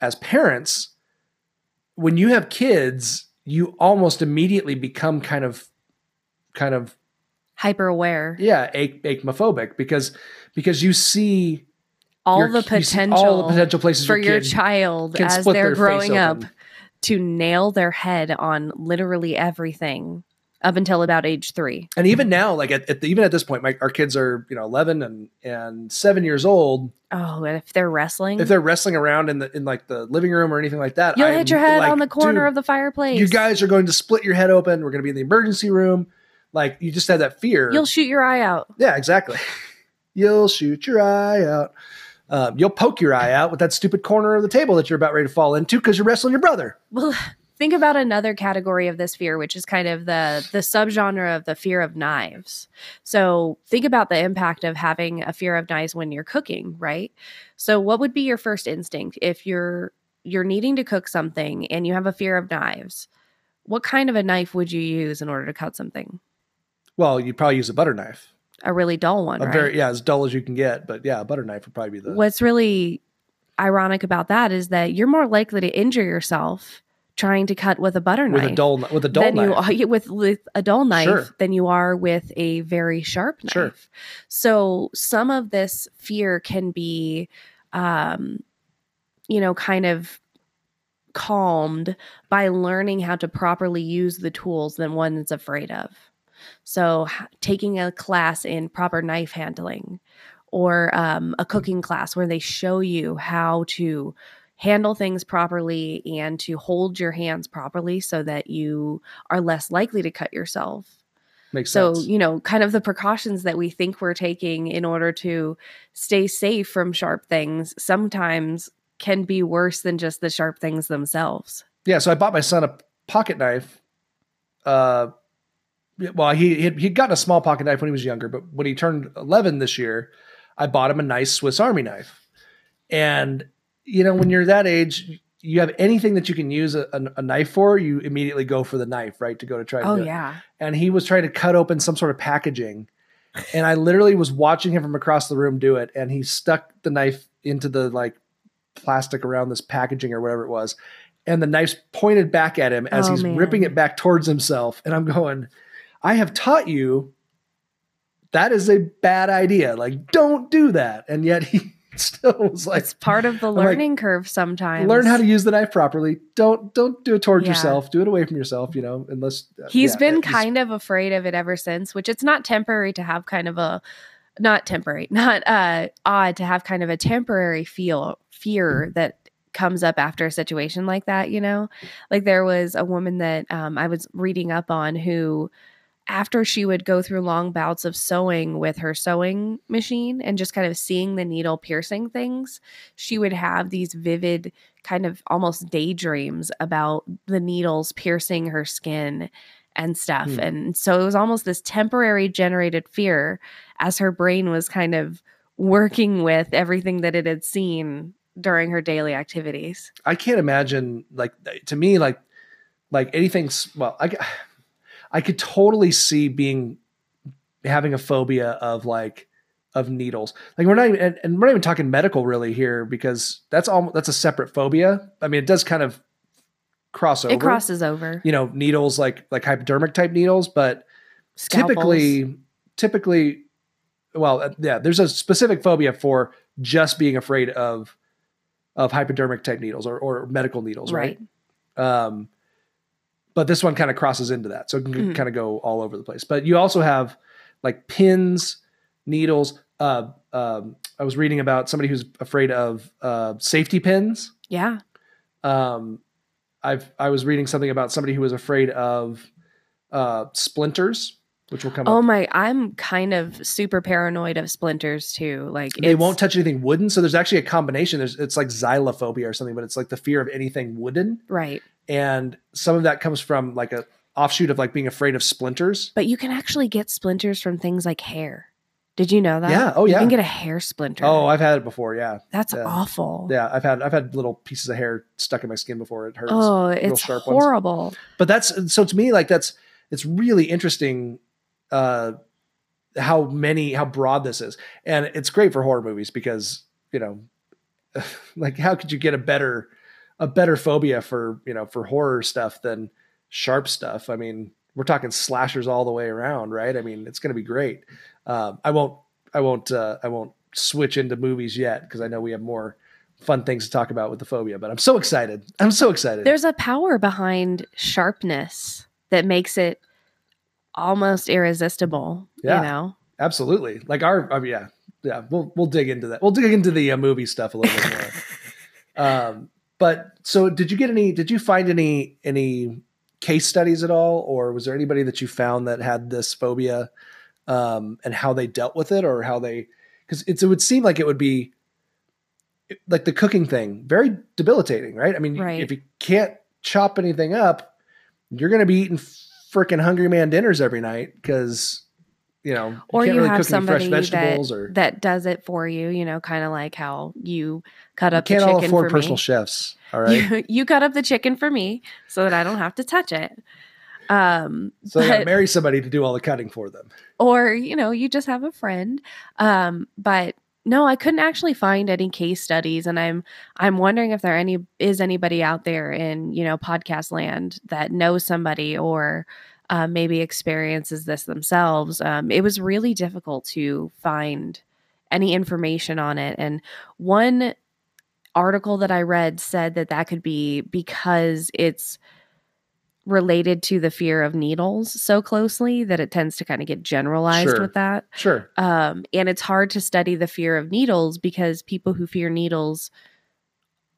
[SPEAKER 3] as parents when you have kids, you almost immediately become kind of kind of
[SPEAKER 5] hyper aware
[SPEAKER 3] yeah, ach- acmophobic because because you see
[SPEAKER 5] all
[SPEAKER 3] your-
[SPEAKER 5] the
[SPEAKER 3] you see
[SPEAKER 5] potential
[SPEAKER 3] all the potential places
[SPEAKER 5] for your
[SPEAKER 3] kid
[SPEAKER 5] child
[SPEAKER 3] can
[SPEAKER 5] as
[SPEAKER 3] split
[SPEAKER 5] they're
[SPEAKER 3] their face
[SPEAKER 5] growing up
[SPEAKER 3] open.
[SPEAKER 5] to nail their head on literally everything up until about age three
[SPEAKER 3] and even now like at, at the, even at this point my, our kids are you know 11 and and 7 years old
[SPEAKER 5] oh and if they're wrestling
[SPEAKER 3] if they're wrestling around in the in like the living room or anything like that
[SPEAKER 5] you'll
[SPEAKER 3] I'm
[SPEAKER 5] hit your head
[SPEAKER 3] like,
[SPEAKER 5] on the corner
[SPEAKER 3] "Dude,
[SPEAKER 5] of the fireplace
[SPEAKER 3] you guys are going to split your head open we're going to be in the emergency room like you just had that fear
[SPEAKER 5] you'll shoot your eye out
[SPEAKER 3] Yeah, exactly. [laughs] You'll shoot your eye out. Um, you'll poke your eye out with that stupid corner of the table that you're about ready to fall into because you're wrestling your brother.
[SPEAKER 5] Well, think about another category of this fear, which is kind of the the subgenre of the fear of knives. So think about the impact of having a fear of knives when you're cooking, right? So what would be your first instinct if you're you're needing to cook something and you have a fear of knives? What kind of a knife would you use in order to cut something?
[SPEAKER 3] Well, you'd probably use a butter knife.
[SPEAKER 5] A really dull one,
[SPEAKER 3] A
[SPEAKER 5] right?
[SPEAKER 3] very yeah, as dull as you can get, but yeah, a butter knife would probably be the
[SPEAKER 5] What's really ironic about that is that you're more likely to injure yourself trying to cut with a butter
[SPEAKER 3] with
[SPEAKER 5] knife.
[SPEAKER 3] a dull with a dull
[SPEAKER 5] than
[SPEAKER 3] knife.
[SPEAKER 5] you are [laughs] with, with a dull knife
[SPEAKER 3] Sure.
[SPEAKER 5] than you are with a very sharp knife.
[SPEAKER 3] Sure.
[SPEAKER 5] So some of this fear can be, um, you know, kind of calmed by learning how to properly use the tools than one is afraid of. So h- taking a class in proper knife handling or um, a cooking class where they show you how to handle things properly and to hold your hands properly so that you are less likely to cut yourself.
[SPEAKER 3] Makes
[SPEAKER 5] So,
[SPEAKER 3] sense.
[SPEAKER 5] you know, kind of the precautions that we think we're taking in order to stay safe from sharp things sometimes can be worse than just the sharp things themselves.
[SPEAKER 3] Yeah, so I bought my son a pocket knife. Uh, well, he he'd, he'd gotten a small pocket knife when he was younger, but when he turned eleven this year, I bought him a nice Swiss Army knife. And you know, when you're that age, you have anything that you can use a, a- a knife for, you immediately go for the knife, right? To go to try. To
[SPEAKER 5] Oh,
[SPEAKER 3] do it.
[SPEAKER 5] yeah.
[SPEAKER 3] And he was trying to cut open some sort of packaging, and I literally was watching him from across the room do it, and he stuck the knife into the like plastic around this packaging or whatever it was. And the knife's pointed back at him as
[SPEAKER 5] Oh,
[SPEAKER 3] he's
[SPEAKER 5] man.
[SPEAKER 3] ripping it back towards himself. And I'm going, I have taught you that is a bad idea. Like, don't do that. And yet he [laughs] still was like,
[SPEAKER 5] It's part of the
[SPEAKER 3] like,
[SPEAKER 5] learning curve sometimes.
[SPEAKER 3] learn how to use the knife properly. Don't don't do it towards
[SPEAKER 5] Yeah.
[SPEAKER 3] yourself. Do it away from yourself. You know, unless uh,
[SPEAKER 5] He's
[SPEAKER 3] He's
[SPEAKER 5] been kind of afraid of it ever since, which it's not temporary to have kind of a not temporary, [laughs] not uh odd to have kind of a temporary feel fear that comes up after a situation like that, you know? Like there was a woman that um I was reading up on who after she would go through long bouts of sewing with her sewing machine and just kind of seeing the needle piercing things, she would have these vivid kind of almost daydreams about the needles piercing her skin and stuff.
[SPEAKER 3] Hmm.
[SPEAKER 5] And so it was almost this temporary generated fear as her brain was kind of working with everything that it had seen during her daily activities.
[SPEAKER 3] I can't imagine like th- to me like like anything s- well I g- I could totally see being having a phobia of like of needles. Like we're not even and, and we're not even talking medical really here because that's all that's a separate phobia. I mean it does kind of cross over.
[SPEAKER 5] It crosses over.
[SPEAKER 3] you know needles like like hypodermic type needles but
[SPEAKER 5] Scalpels.
[SPEAKER 3] typically typically well uh, yeah there's a specific phobia for just being afraid of of hypodermic type needles or, or medical needles right, um but this one kind of crosses into that so it can
[SPEAKER 5] Mhm.
[SPEAKER 3] kind of go all over the place but you also have like pins needles uh um i was reading about somebody who's afraid of uh safety pins
[SPEAKER 5] Yeah.
[SPEAKER 3] um, I've I was reading something about somebody who was afraid of uh, splinters, which will come.
[SPEAKER 5] Oh
[SPEAKER 3] up.
[SPEAKER 5] my, I'm kind of super paranoid of splinters too. Like
[SPEAKER 3] They
[SPEAKER 5] it's-
[SPEAKER 3] won't touch anything wooden, so there's actually a combination. There's it's like xylophobia or something, but it's like the fear of anything wooden,
[SPEAKER 5] right.
[SPEAKER 3] and some of that comes from like a offshoot of like being afraid of splinters.
[SPEAKER 5] But you can actually get splinters from things like hair. Did you know that?
[SPEAKER 3] Yeah. Oh,
[SPEAKER 5] You
[SPEAKER 3] yeah.
[SPEAKER 5] can get a hair splinter.
[SPEAKER 3] Oh, I've had it before. Yeah,
[SPEAKER 5] that's
[SPEAKER 3] yeah.
[SPEAKER 5] awful.
[SPEAKER 3] yeah. I've had I've had little pieces of hair stuck in my skin before. It hurts.
[SPEAKER 5] Oh, it's
[SPEAKER 3] sharp ones.
[SPEAKER 5] horrible.
[SPEAKER 3] but that's so to me like that's it's really interesting uh how many how broad this is and it's great for horror movies because you know [laughs] like how could you get a better a better phobia for you know for horror stuff than sharp stuff i mean we're talking slashers all the way around right i mean it's going to be great um, i won't i won't uh, i won't switch into movies yet because i know we have more fun things to talk about with the phobia but i'm so excited i'm so excited
[SPEAKER 5] There's a power behind sharpness that makes it almost irresistible.
[SPEAKER 3] Yeah.
[SPEAKER 5] You know?
[SPEAKER 3] Absolutely. Like our, uh, yeah, yeah. We'll we'll dig into that. We'll dig into the uh, movie stuff a little bit more. um, but so, did you get any? Did you find any any case studies at all, or was there anybody that you found that had this phobia um, and how they dealt with it, or how they? Because it would seem like it would be it- like the cooking thing, very debilitating, right? I mean,
[SPEAKER 5] Right.
[SPEAKER 3] if you can't chop anything up, you're going to be eating freaking hungry man dinners every night because you know you
[SPEAKER 5] Or
[SPEAKER 3] can't
[SPEAKER 5] you
[SPEAKER 3] really
[SPEAKER 5] have
[SPEAKER 3] cook any fresh
[SPEAKER 5] somebody
[SPEAKER 3] vegetables
[SPEAKER 5] that,
[SPEAKER 3] or
[SPEAKER 5] that does it for you, you know, kind of like how you cut
[SPEAKER 3] you
[SPEAKER 5] up the
[SPEAKER 3] can't
[SPEAKER 5] chicken
[SPEAKER 3] all
[SPEAKER 5] for
[SPEAKER 3] afford personal
[SPEAKER 5] me.
[SPEAKER 3] chefs. All right,
[SPEAKER 5] you, [laughs] you cut up the chicken for me so that I don't have to touch it. Um,
[SPEAKER 3] so they gotta
[SPEAKER 5] but-
[SPEAKER 3] marry somebody to do all the cutting for them.
[SPEAKER 5] or you know you just have a friend um but no i couldn't actually find any case studies and i'm i'm wondering if there any is anybody out there in you know podcast land that knows somebody or uh, maybe experiences this themselves um, it was really difficult to find any information on it and one article that i read said that that could be because it's related to the fear of needles so closely that it tends to kind of get generalized
[SPEAKER 3] Sure.
[SPEAKER 5] with that
[SPEAKER 3] Sure,
[SPEAKER 5] um, and it's hard to study the fear of needles because people who fear needles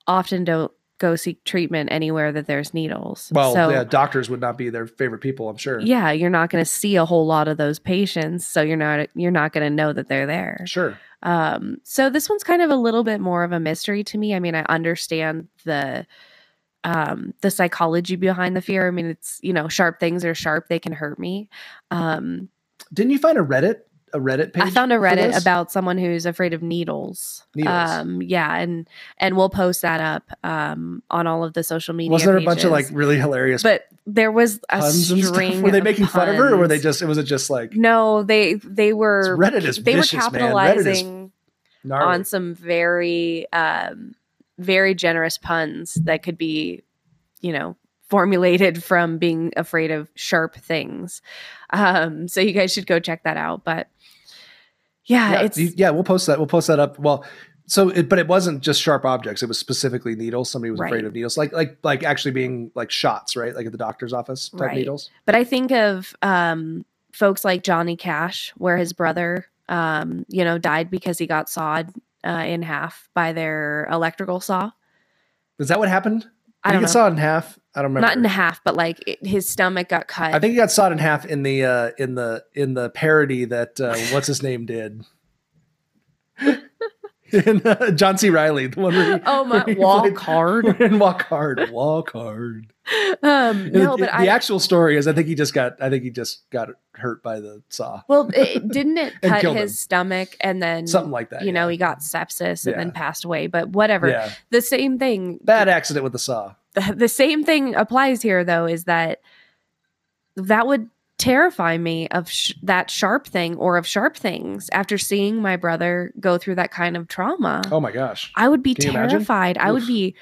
[SPEAKER 5] often don't go seek treatment anywhere that there's needles
[SPEAKER 3] well,
[SPEAKER 5] so
[SPEAKER 3] yeah, doctors would not be their favorite people, I'm sure.
[SPEAKER 5] yeah you're not going to see a whole lot of those patients so you're not you're not going to know that they're there
[SPEAKER 3] sure.
[SPEAKER 5] um, so this one's kind of a little bit more of a mystery to me. I mean, I understand the um the psychology behind the fear. I mean, it's you know, sharp things are sharp, they can hurt me. Um
[SPEAKER 3] Didn't you find a Reddit a Reddit page?
[SPEAKER 5] I found a
[SPEAKER 3] for
[SPEAKER 5] Reddit
[SPEAKER 3] this?
[SPEAKER 5] about someone who's afraid of needles.
[SPEAKER 3] Needles.
[SPEAKER 5] Um yeah, and and we'll post that up um on all of the social media.
[SPEAKER 3] Wasn't there a bunch of like
[SPEAKER 5] pages.
[SPEAKER 3] really hilarious
[SPEAKER 5] but there was a
[SPEAKER 3] puns and
[SPEAKER 5] string
[SPEAKER 3] stuff? Were they making fun of her, or were they
[SPEAKER 5] puns.
[SPEAKER 3] just? It was it just like
[SPEAKER 5] No, they they were
[SPEAKER 3] Reddit is
[SPEAKER 5] they
[SPEAKER 3] vicious,
[SPEAKER 5] were
[SPEAKER 3] man. Reddit is
[SPEAKER 5] capitalizing
[SPEAKER 3] gnarly.
[SPEAKER 5] on some very um very generous puns that could be you know formulated from being afraid of sharp things um so you guys should go check that out but yeah,
[SPEAKER 3] yeah,
[SPEAKER 5] Ah, it's
[SPEAKER 3] you- yeah, we'll post that. We'll post that up. Well, so it, but it wasn't just sharp objects. It was specifically needles. Somebody was
[SPEAKER 5] Right.
[SPEAKER 3] afraid of needles, like like like actually being like shots, right? Like at the doctor's office type
[SPEAKER 5] Right.
[SPEAKER 3] needles.
[SPEAKER 5] but i think of um folks like johnny cash where his brother um you know died because he got sawed uh, in half by their electrical saw
[SPEAKER 3] Is that what happened?
[SPEAKER 5] i
[SPEAKER 3] think
[SPEAKER 5] don't know
[SPEAKER 3] it sawed in half. I don't remember.
[SPEAKER 5] not in half but like it, his stomach got cut [gasps]
[SPEAKER 3] I think it got sawed in half in the uh, in the in the parody that uh, what's his name did. [laughs] in, uh, John C. Riley, the one where he,
[SPEAKER 5] oh my
[SPEAKER 3] where [laughs] he
[SPEAKER 5] walk
[SPEAKER 3] played-
[SPEAKER 5] hard
[SPEAKER 3] [laughs] and walk hard, walk hard.
[SPEAKER 5] [laughs] um
[SPEAKER 3] And
[SPEAKER 5] no
[SPEAKER 3] it-
[SPEAKER 5] but
[SPEAKER 3] it-
[SPEAKER 5] i
[SPEAKER 3] the actual story is, I think he just got, I think he just got hurt by the saw,
[SPEAKER 5] well it, didn't it
[SPEAKER 3] [laughs] And
[SPEAKER 5] cut
[SPEAKER 3] killed
[SPEAKER 5] his
[SPEAKER 3] him.
[SPEAKER 5] stomach and then
[SPEAKER 3] something like that.
[SPEAKER 5] you know he got sepsis and then
[SPEAKER 3] Yeah.
[SPEAKER 5] passed away but whatever
[SPEAKER 3] yeah,
[SPEAKER 5] the same thing
[SPEAKER 3] bad accident with the saw.
[SPEAKER 5] the, the same thing applies here though is that that would terrify me of sh- that sharp thing or of sharp things after seeing my brother go through that kind of trauma
[SPEAKER 3] Oh my gosh,
[SPEAKER 5] I would be
[SPEAKER 3] Can you imagine?
[SPEAKER 5] terrified. I would
[SPEAKER 3] Oof.
[SPEAKER 5] be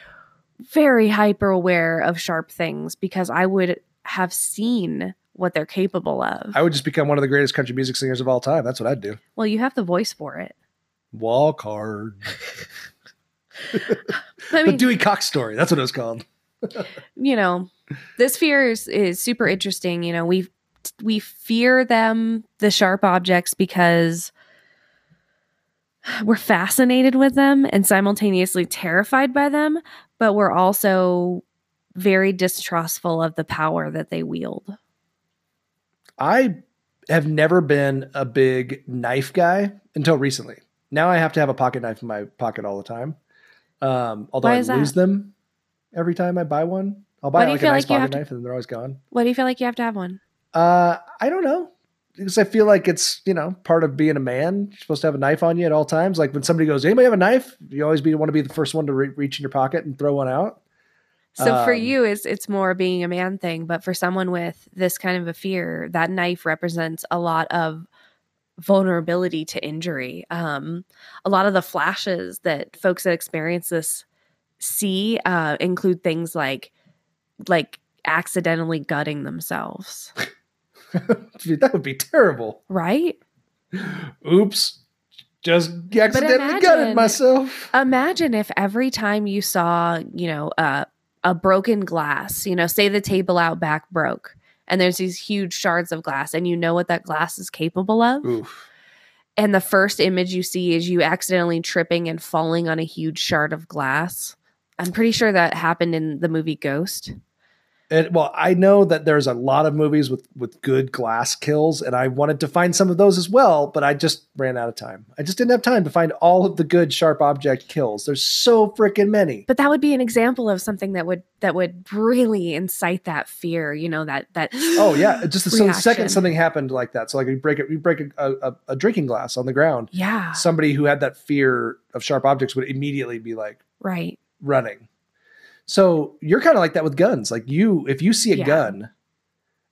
[SPEAKER 5] very hyper aware of sharp things because I would have seen what they're capable of.
[SPEAKER 3] I would just become one of the greatest country music singers of all time. That's what I'd do.
[SPEAKER 5] well, you have the voice for it. [laughs]
[SPEAKER 3] Walk hard.
[SPEAKER 5] I
[SPEAKER 3] the
[SPEAKER 5] mean,
[SPEAKER 3] Dewey Cox story. That's what it was called.
[SPEAKER 5] you know, this fear is, is super interesting. You know, we we fear them, the sharp objects, because we're fascinated with them and simultaneously terrified by them, but we're also very distrustful of the power that they wield.
[SPEAKER 3] I have never been a big knife guy until recently. Now I have to have a pocket knife in my pocket all the time. Um, although
[SPEAKER 5] Why
[SPEAKER 3] I
[SPEAKER 5] is
[SPEAKER 3] lose
[SPEAKER 5] that?
[SPEAKER 3] them every time I buy one. I'll
[SPEAKER 5] Why
[SPEAKER 3] buy
[SPEAKER 5] do you
[SPEAKER 3] like a
[SPEAKER 5] feel
[SPEAKER 3] nice
[SPEAKER 5] like you
[SPEAKER 3] pocket
[SPEAKER 5] have to-
[SPEAKER 3] knife and they're always gone.
[SPEAKER 5] Why do you feel like you have to have one?
[SPEAKER 3] Uh, I don't know. because I feel like it's you know part of being a man. You're supposed to have a knife on you at all times. Like when somebody goes, "Anybody have a knife?" You always be want to be the first one to re- reach in your pocket and throw one out. [laughs]
[SPEAKER 5] So for
[SPEAKER 3] Um,
[SPEAKER 5] you, it's it's more being a man thing, but for someone with this kind of a fear, that knife represents a lot of vulnerability to injury. Um, a lot of the flashes that folks that experience this see uh, include things like like accidentally gutting themselves,
[SPEAKER 3] that would be terrible.
[SPEAKER 5] right?
[SPEAKER 3] Oops, just accidentally gutted
[SPEAKER 5] imagine-
[SPEAKER 3] myself.
[SPEAKER 5] Imagine if every time you saw, you know, uh, a broken glass, you know, say the table out back broke and there's these huge shards of glass and you know what that glass is capable of.
[SPEAKER 3] Oof.
[SPEAKER 5] And the first image you see is you accidentally tripping and falling on a huge shard of glass. I'm pretty sure that happened in the movie Ghost.
[SPEAKER 3] And, well, I know that there's a lot of movies with with good glass kills, and I wanted to find some of those as well, but I just ran out of time. I just didn't have time to find all of the good sharp object kills. There's so freaking many.
[SPEAKER 5] But that would be an example of something that would that would really incite that fear, you know, that that
[SPEAKER 3] Oh yeah, just the, so the second
[SPEAKER 5] reaction.
[SPEAKER 3] something happened like that. So like you break it, you break a, a, a- a drinking glass on the ground.
[SPEAKER 5] [gasps] Yeah,
[SPEAKER 3] Somebody who had that fear of sharp objects would immediately be like
[SPEAKER 5] right.
[SPEAKER 3] running. So you're kind of like that with guns. Like you, if you see a
[SPEAKER 5] Yeah.
[SPEAKER 3] gun,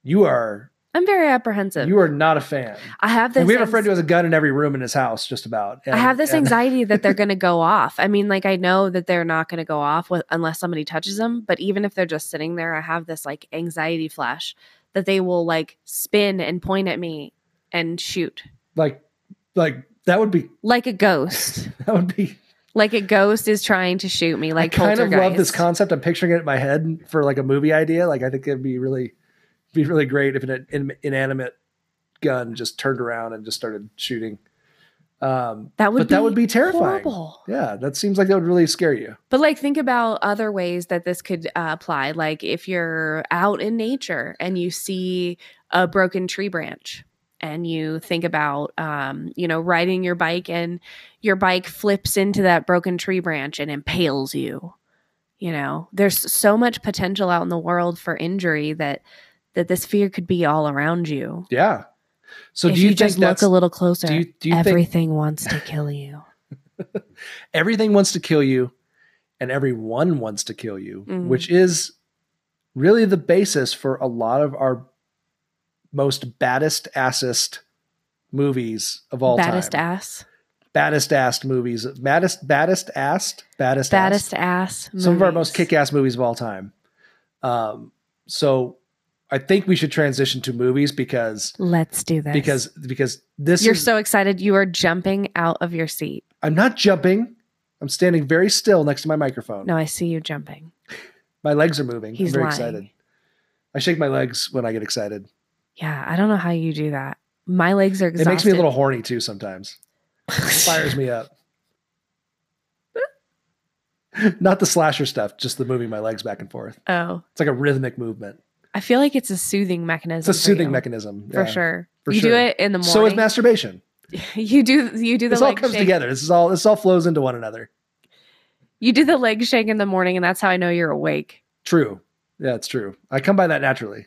[SPEAKER 3] you are
[SPEAKER 5] I'm very apprehensive.
[SPEAKER 3] you are not a fan.
[SPEAKER 5] I have this
[SPEAKER 3] And we have a
[SPEAKER 5] anx-
[SPEAKER 3] friend who has a gun in every room in his house, just about.
[SPEAKER 5] I
[SPEAKER 3] And-
[SPEAKER 5] have this
[SPEAKER 3] and- [laughs]
[SPEAKER 5] anxiety that they're going to go off. I mean, like I know that they're not going to go off with, unless somebody touches them, but even if they're just sitting there, I have this like anxiety flash that they will like spin and point at me and shoot
[SPEAKER 3] Like, like that would be [laughs]
[SPEAKER 5] like a ghost.
[SPEAKER 3] that would be.
[SPEAKER 5] like a ghost is trying to shoot me like
[SPEAKER 3] I kind of love this
[SPEAKER 5] poltergeist.
[SPEAKER 3] concept. I'm picturing it in my head for like a movie idea. Like I think it'd be really, be really great if an in, inanimate gun just turned around and just started shooting. Um,
[SPEAKER 5] That would
[SPEAKER 3] but that would be terrifying.
[SPEAKER 5] horrible.
[SPEAKER 3] Yeah, that seems like that would really scare you.
[SPEAKER 5] But like, think about other ways that this could uh, apply. Like, if you're out in nature and you see a broken tree branch, and you think about, um, you know, riding your bike and your bike flips into that broken tree branch and impales you. You know, there's so much potential out in the world for injury that that this fear could be all around you.
[SPEAKER 3] Yeah. So
[SPEAKER 5] if
[SPEAKER 3] do you, think
[SPEAKER 5] just look
[SPEAKER 3] that's-
[SPEAKER 5] a little closer,
[SPEAKER 3] do you, do you think
[SPEAKER 5] everything wants to kill you.
[SPEAKER 3] everything wants to kill you and everyone wants to kill you
[SPEAKER 5] Mhm.
[SPEAKER 3] which is really the basis for a lot of our most baddest assest movies of all
[SPEAKER 5] Baddest
[SPEAKER 3] time
[SPEAKER 5] ass,
[SPEAKER 3] baddest assed movies baddest baddest assed
[SPEAKER 5] baddest
[SPEAKER 3] baddest baddest
[SPEAKER 5] ass.
[SPEAKER 3] some of our most
[SPEAKER 5] movies.
[SPEAKER 3] kick-ass movies of all time um so i think we should transition to movies because
[SPEAKER 5] Let's do this.
[SPEAKER 3] because because this
[SPEAKER 5] You're
[SPEAKER 3] is
[SPEAKER 5] so excited. You are jumping out of your seat.
[SPEAKER 3] i'm not jumping i'm standing very still next to my microphone
[SPEAKER 5] No, I see you jumping.
[SPEAKER 3] my legs are moving
[SPEAKER 5] He's
[SPEAKER 3] i'm very
[SPEAKER 5] lying.
[SPEAKER 3] excited I shake my legs when I get excited.
[SPEAKER 5] Yeah, I don't know how you do that. My legs are exhausted.
[SPEAKER 3] It makes me a little horny too sometimes. [laughs] Fires me up. Not the slasher stuff, just the moving my legs back and forth.
[SPEAKER 5] [laughs] oh,
[SPEAKER 3] It's like a rhythmic movement.
[SPEAKER 5] I feel like it's a soothing mechanism.
[SPEAKER 3] It's a
[SPEAKER 5] for
[SPEAKER 3] soothing
[SPEAKER 5] you,
[SPEAKER 3] mechanism.
[SPEAKER 5] for
[SPEAKER 3] yeah.
[SPEAKER 5] sure.
[SPEAKER 3] for
[SPEAKER 5] you do
[SPEAKER 3] sure.
[SPEAKER 5] it in the morning.
[SPEAKER 3] So is masturbation.
[SPEAKER 5] [laughs] You do you do the
[SPEAKER 3] This all
[SPEAKER 5] leg
[SPEAKER 3] comes
[SPEAKER 5] shake.
[SPEAKER 3] together. This is all this all flows into one another.
[SPEAKER 5] You do the leg shake in the morning, and that's how I know you're awake.
[SPEAKER 3] True. Yeah, it's true. I come by that naturally.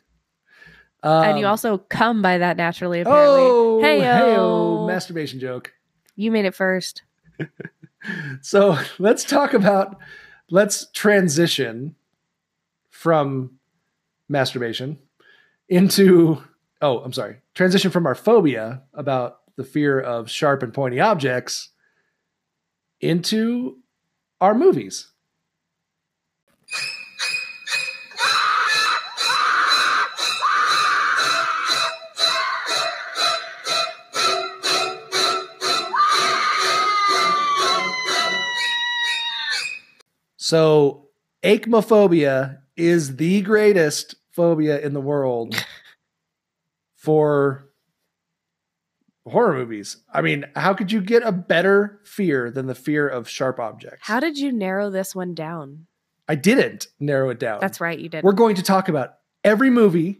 [SPEAKER 5] and you
[SPEAKER 3] Um,
[SPEAKER 5] also come by that naturally. Apparently,
[SPEAKER 3] oh,
[SPEAKER 5] Hey-o.
[SPEAKER 3] hey-o, masturbation joke.
[SPEAKER 5] you made it first.
[SPEAKER 3] So let's talk about let's transition from masturbation into oh, I'm sorry, transition from our phobia about the fear of sharp and pointy objects into our movies. So acmophobia is the greatest phobia in the world for horror movies. I mean, how could you get a better fear than the fear of sharp objects?
[SPEAKER 5] How did you narrow this one down?
[SPEAKER 3] I didn't narrow it down.
[SPEAKER 5] That's right, you did.
[SPEAKER 3] Oh. We're going to talk about every movie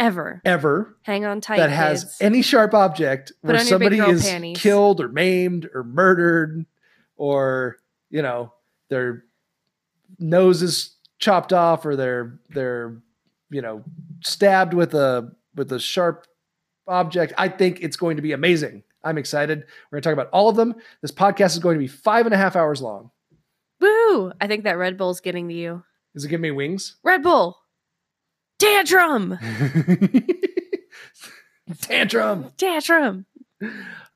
[SPEAKER 5] Ever
[SPEAKER 3] ever
[SPEAKER 5] hang on tight.
[SPEAKER 3] that has
[SPEAKER 5] kids.
[SPEAKER 3] any sharp object
[SPEAKER 5] Put
[SPEAKER 3] where
[SPEAKER 5] on your big
[SPEAKER 3] somebody
[SPEAKER 5] girl
[SPEAKER 3] is
[SPEAKER 5] panties.
[SPEAKER 3] killed or maimed or murdered or you know their nose is chopped off or they're they're you know stabbed with a with a sharp object. I think it's going to be amazing. I'm excited. We're going to talk about all of them. This podcast is going to be five and a half hours long.
[SPEAKER 5] Woo! I think that Red Bull's getting to you.
[SPEAKER 3] Is it giving me wings?
[SPEAKER 5] Red Bull. Tantrum.
[SPEAKER 3] [laughs] Tantrum.
[SPEAKER 5] Tantrum.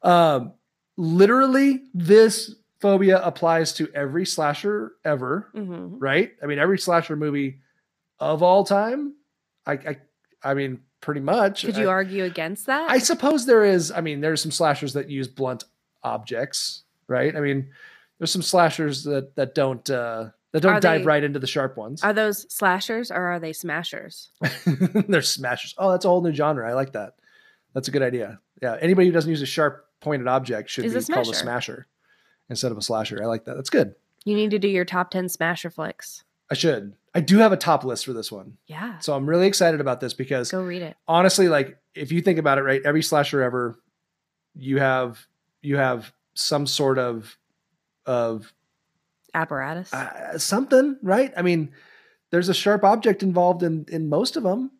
[SPEAKER 3] Um, literally, this phobia applies to every slasher ever.
[SPEAKER 5] hmm
[SPEAKER 3] right? I mean, every slasher movie of all time. I, I, I mean, pretty much.
[SPEAKER 5] Could you
[SPEAKER 3] I,
[SPEAKER 5] argue against that?
[SPEAKER 3] I suppose there is. I mean, there's some slashers that use blunt objects, right? I mean, there's some slashers that that don't uh, that don't
[SPEAKER 5] Are
[SPEAKER 3] dive
[SPEAKER 5] they-
[SPEAKER 3] right into the sharp ones.
[SPEAKER 5] are those slashers or are they smashers?
[SPEAKER 3] [laughs] they're smashers. Oh, that's a whole new genre. I like that. That's a good idea. Yeah, anybody who doesn't use a sharp pointed object should
[SPEAKER 5] Is
[SPEAKER 3] be
[SPEAKER 5] a
[SPEAKER 3] called a
[SPEAKER 5] smasher.
[SPEAKER 3] smasher instead of a slasher. I like that. That's good.
[SPEAKER 5] You need to do your top 10 smasher flicks.
[SPEAKER 3] I should. I do have a top list for this one,
[SPEAKER 5] Yeah.
[SPEAKER 3] so I'm really excited about this because
[SPEAKER 5] Go read it.
[SPEAKER 3] honestly, like if you think about it, right, every slasher ever, you have you have some sort of of
[SPEAKER 5] Apparatus.
[SPEAKER 3] uh, something, right? I mean, there's a sharp object involved in in most of them,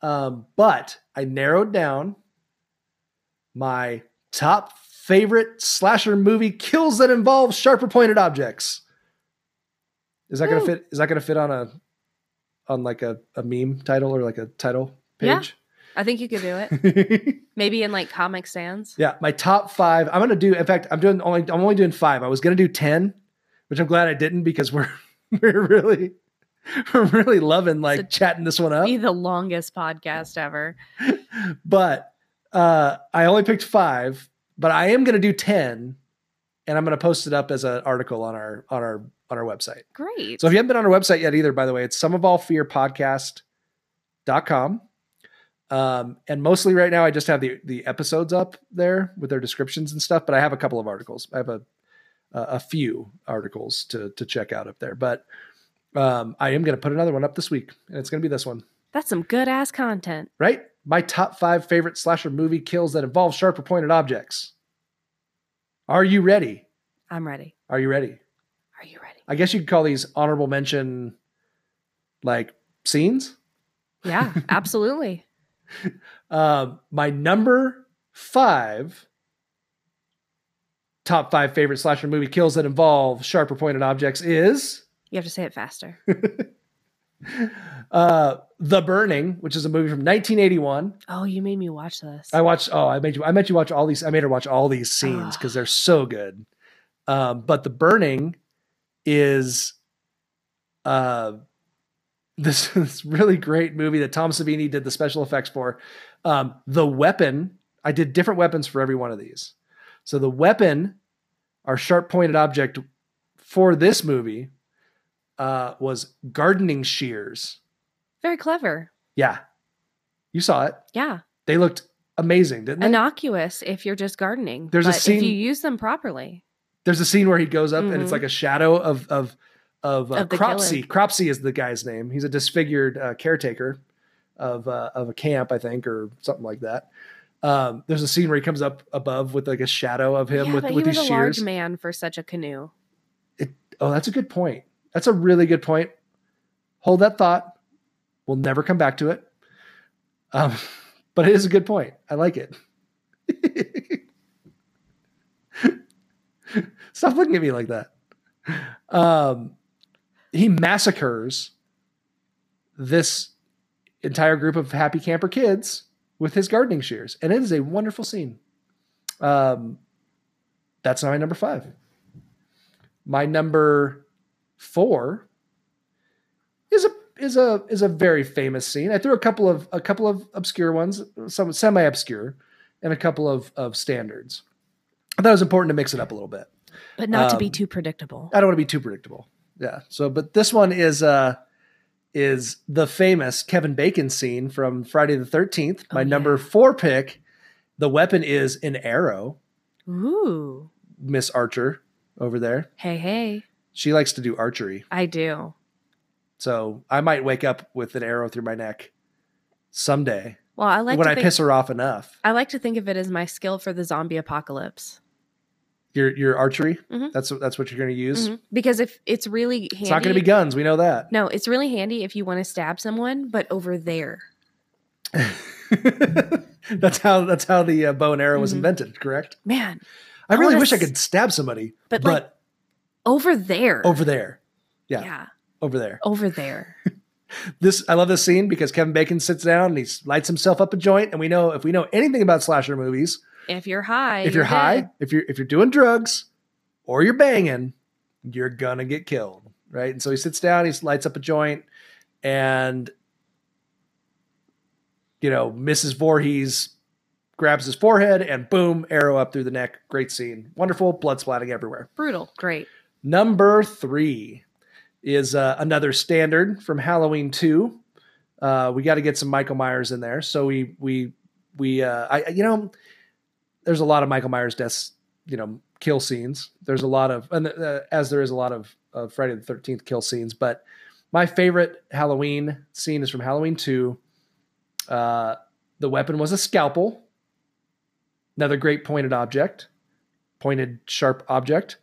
[SPEAKER 3] um, but I narrowed down my top favorite slasher movie kills that involve sharper pointed objects. Is that gonna
[SPEAKER 5] Ooh.
[SPEAKER 3] fit? Is that gonna fit on a on like a, a meme title or like a title
[SPEAKER 5] Yeah.
[SPEAKER 3] page?
[SPEAKER 5] I think you could do
[SPEAKER 3] [laughs]
[SPEAKER 5] it. Maybe in like Comic Sans.
[SPEAKER 3] Yeah, my top five. I'm gonna do. In fact, I'm doing only. I'm only doing five. I was gonna do ten, which I'm glad I didn't because we're [laughs] we're really we're really loving like
[SPEAKER 5] So-
[SPEAKER 3] chatting this one up.
[SPEAKER 5] Be the longest podcast ever.
[SPEAKER 3] But uh, I only picked five. But I am gonna do ten, and I'm gonna post it up as an article on our on our on our website.
[SPEAKER 5] Great.
[SPEAKER 3] So if you haven't been on our website yet either, by the way, it's someofallfearpodcast.com. Um, and mostly right now I just have the, the episodes up there with their descriptions and stuff, but I have a couple of articles. I have a, a a few articles to, to check out up there, but, um, I am going to put another one up this week and it's going to be this one,
[SPEAKER 5] That's some good ass content.
[SPEAKER 3] right? My top five favorite slasher movie kills that involve sharper pointed objects. Are you ready?
[SPEAKER 5] I'm ready.
[SPEAKER 3] Are you ready?
[SPEAKER 5] Are you ready?
[SPEAKER 3] I guess you could call these honorable mention like scenes. [laughs]
[SPEAKER 5] Yeah, absolutely.
[SPEAKER 3] Um, my number five top five favorite slasher movie kills that involve sharper pointed objects is
[SPEAKER 5] You have to say it
[SPEAKER 3] [laughs]
[SPEAKER 5] faster.
[SPEAKER 3] uh, The Burning, which is a movie from 1981.
[SPEAKER 5] Oh, you made me watch this.
[SPEAKER 3] I watched. Oh, I made you. I made you watch all these. I made her watch all these scenes because they're so good. Um, but the burning is, uh, this [laughs] this really great movie that Tom Savini did the special effects for. Um, the weapon. I did different weapons for every one of these. So the weapon, our sharp pointed object for this movie, uh, was gardening shears.
[SPEAKER 5] Very clever.
[SPEAKER 3] Yeah, you saw it.
[SPEAKER 5] Yeah.
[SPEAKER 3] They looked amazing, didn't they?
[SPEAKER 5] Innocuous if you're just gardening.
[SPEAKER 3] There's a
[SPEAKER 5] but if you
[SPEAKER 3] scene-
[SPEAKER 5] use them properly.
[SPEAKER 3] there's a scene where he goes up and it's
[SPEAKER 5] Mhm.
[SPEAKER 3] like a shadow of of of, uh,
[SPEAKER 5] Of the
[SPEAKER 3] Cropsey.
[SPEAKER 5] killer.
[SPEAKER 3] Cropsey is the guy's name. He's a disfigured uh, caretaker of uh, of a camp, I think, or something like that. Um, there's a scene where he comes up above with like a shadow of him
[SPEAKER 5] yeah,
[SPEAKER 3] with
[SPEAKER 5] but
[SPEAKER 3] with
[SPEAKER 5] he was
[SPEAKER 3] these
[SPEAKER 5] a large
[SPEAKER 3] shears.
[SPEAKER 5] man for such a canoe.
[SPEAKER 3] Oh, that's a good point. That's a really good point. Hold that thought. We'll never come back to it. Um, [laughs] but it is a good point. I like it. [laughs] Stop looking at me like that. Um, he massacres this entire group of happy camper kids with his gardening shears, and it is a wonderful scene. Um, that's not my number five. My number four is a is a is a very famous scene. I threw a couple of a couple of obscure ones, some semi obscure, and a couple of of standards. I thought it was important to mix it up a little bit.
[SPEAKER 5] But not to be
[SPEAKER 3] Um,
[SPEAKER 5] too predictable.
[SPEAKER 3] I don't want to be too predictable. Yeah. So, but this one is uh is the famous Kevin Bacon scene from Friday the Thirteenth.
[SPEAKER 5] Oh,
[SPEAKER 3] My
[SPEAKER 5] yeah.
[SPEAKER 3] number four pick. The weapon is an arrow.
[SPEAKER 5] Ooh.
[SPEAKER 3] Miss Archer over there.
[SPEAKER 5] Hey, hey.
[SPEAKER 3] She likes to do archery,
[SPEAKER 5] I do.
[SPEAKER 3] so I might wake up with an arrow through my neck someday
[SPEAKER 5] Well, I like
[SPEAKER 3] when
[SPEAKER 5] to
[SPEAKER 3] I
[SPEAKER 5] think,
[SPEAKER 3] piss her off enough.
[SPEAKER 5] I like to think of it as my skill for the zombie apocalypse.
[SPEAKER 3] Your your archery.
[SPEAKER 5] Mhm.
[SPEAKER 3] That's that's what you're going to use.
[SPEAKER 5] Mhm. Because if it's really handy,
[SPEAKER 3] It's not going to be guns. We know that. [laughs]
[SPEAKER 5] No, it's really handy if you want to stab someone, but over there.
[SPEAKER 3] That's how that's how the uh, bow and arrow was
[SPEAKER 5] Mhm.
[SPEAKER 3] invented, correct?
[SPEAKER 5] Man,
[SPEAKER 3] I
[SPEAKER 5] I
[SPEAKER 3] really
[SPEAKER 5] wanna
[SPEAKER 3] wish I
[SPEAKER 5] s-
[SPEAKER 3] could stab somebody, but,
[SPEAKER 5] but, like, over there.
[SPEAKER 3] over there, yeah.
[SPEAKER 5] yeah.
[SPEAKER 3] over there.
[SPEAKER 5] Over there.
[SPEAKER 3] This I love this scene because Kevin Bacon sits down and he s- lights himself up a joint, and we know if we know anything about slasher movies,
[SPEAKER 5] If you're high.
[SPEAKER 3] if you're high,
[SPEAKER 5] dead.
[SPEAKER 3] if you're if you're doing drugs or you're banging, you're gonna get killed, right? And so he sits down, he lights up a joint, and you know, Mrs. Voorhees grabs his forehead and boom, arrow up through the neck. Great scene. Wonderful, blood splatting everywhere.
[SPEAKER 5] brutal. Great.
[SPEAKER 3] Number three is uh, another standard from Halloween two. Uh, we got to get some Michael Myers in there. So we we we uh, I I- you know there's a lot of Michael Myers deaths you know kill scenes. There's a lot of and uh, as there is a lot of, of Friday the Thirteenth kill scenes. But my favorite Halloween scene is from Halloween two. Uh, the weapon was a scalpel. Another great pointed object, pointed sharp object.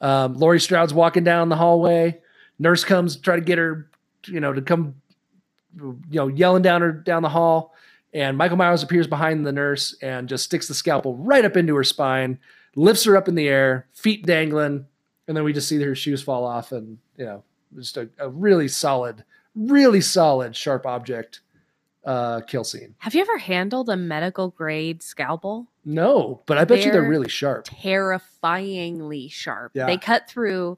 [SPEAKER 3] Um, Lori Stroud's walking down the hallway. Nurse comes to try to get her, you know, to come, you know, yelling down her down the hall. And Michael Myers appears behind the nurse and just sticks the scalpel right up into her spine, lifts her up in the air, feet dangling, and then we just see her shoes fall off, and you know, just a, a really solid, really solid sharp object uh, kill scene.
[SPEAKER 5] Have you ever handled a medical grade scalpel?
[SPEAKER 3] No, but I bet you they're
[SPEAKER 5] They're
[SPEAKER 3] really sharp.
[SPEAKER 5] Terrifyingly sharp.
[SPEAKER 3] Yeah.
[SPEAKER 5] They cut through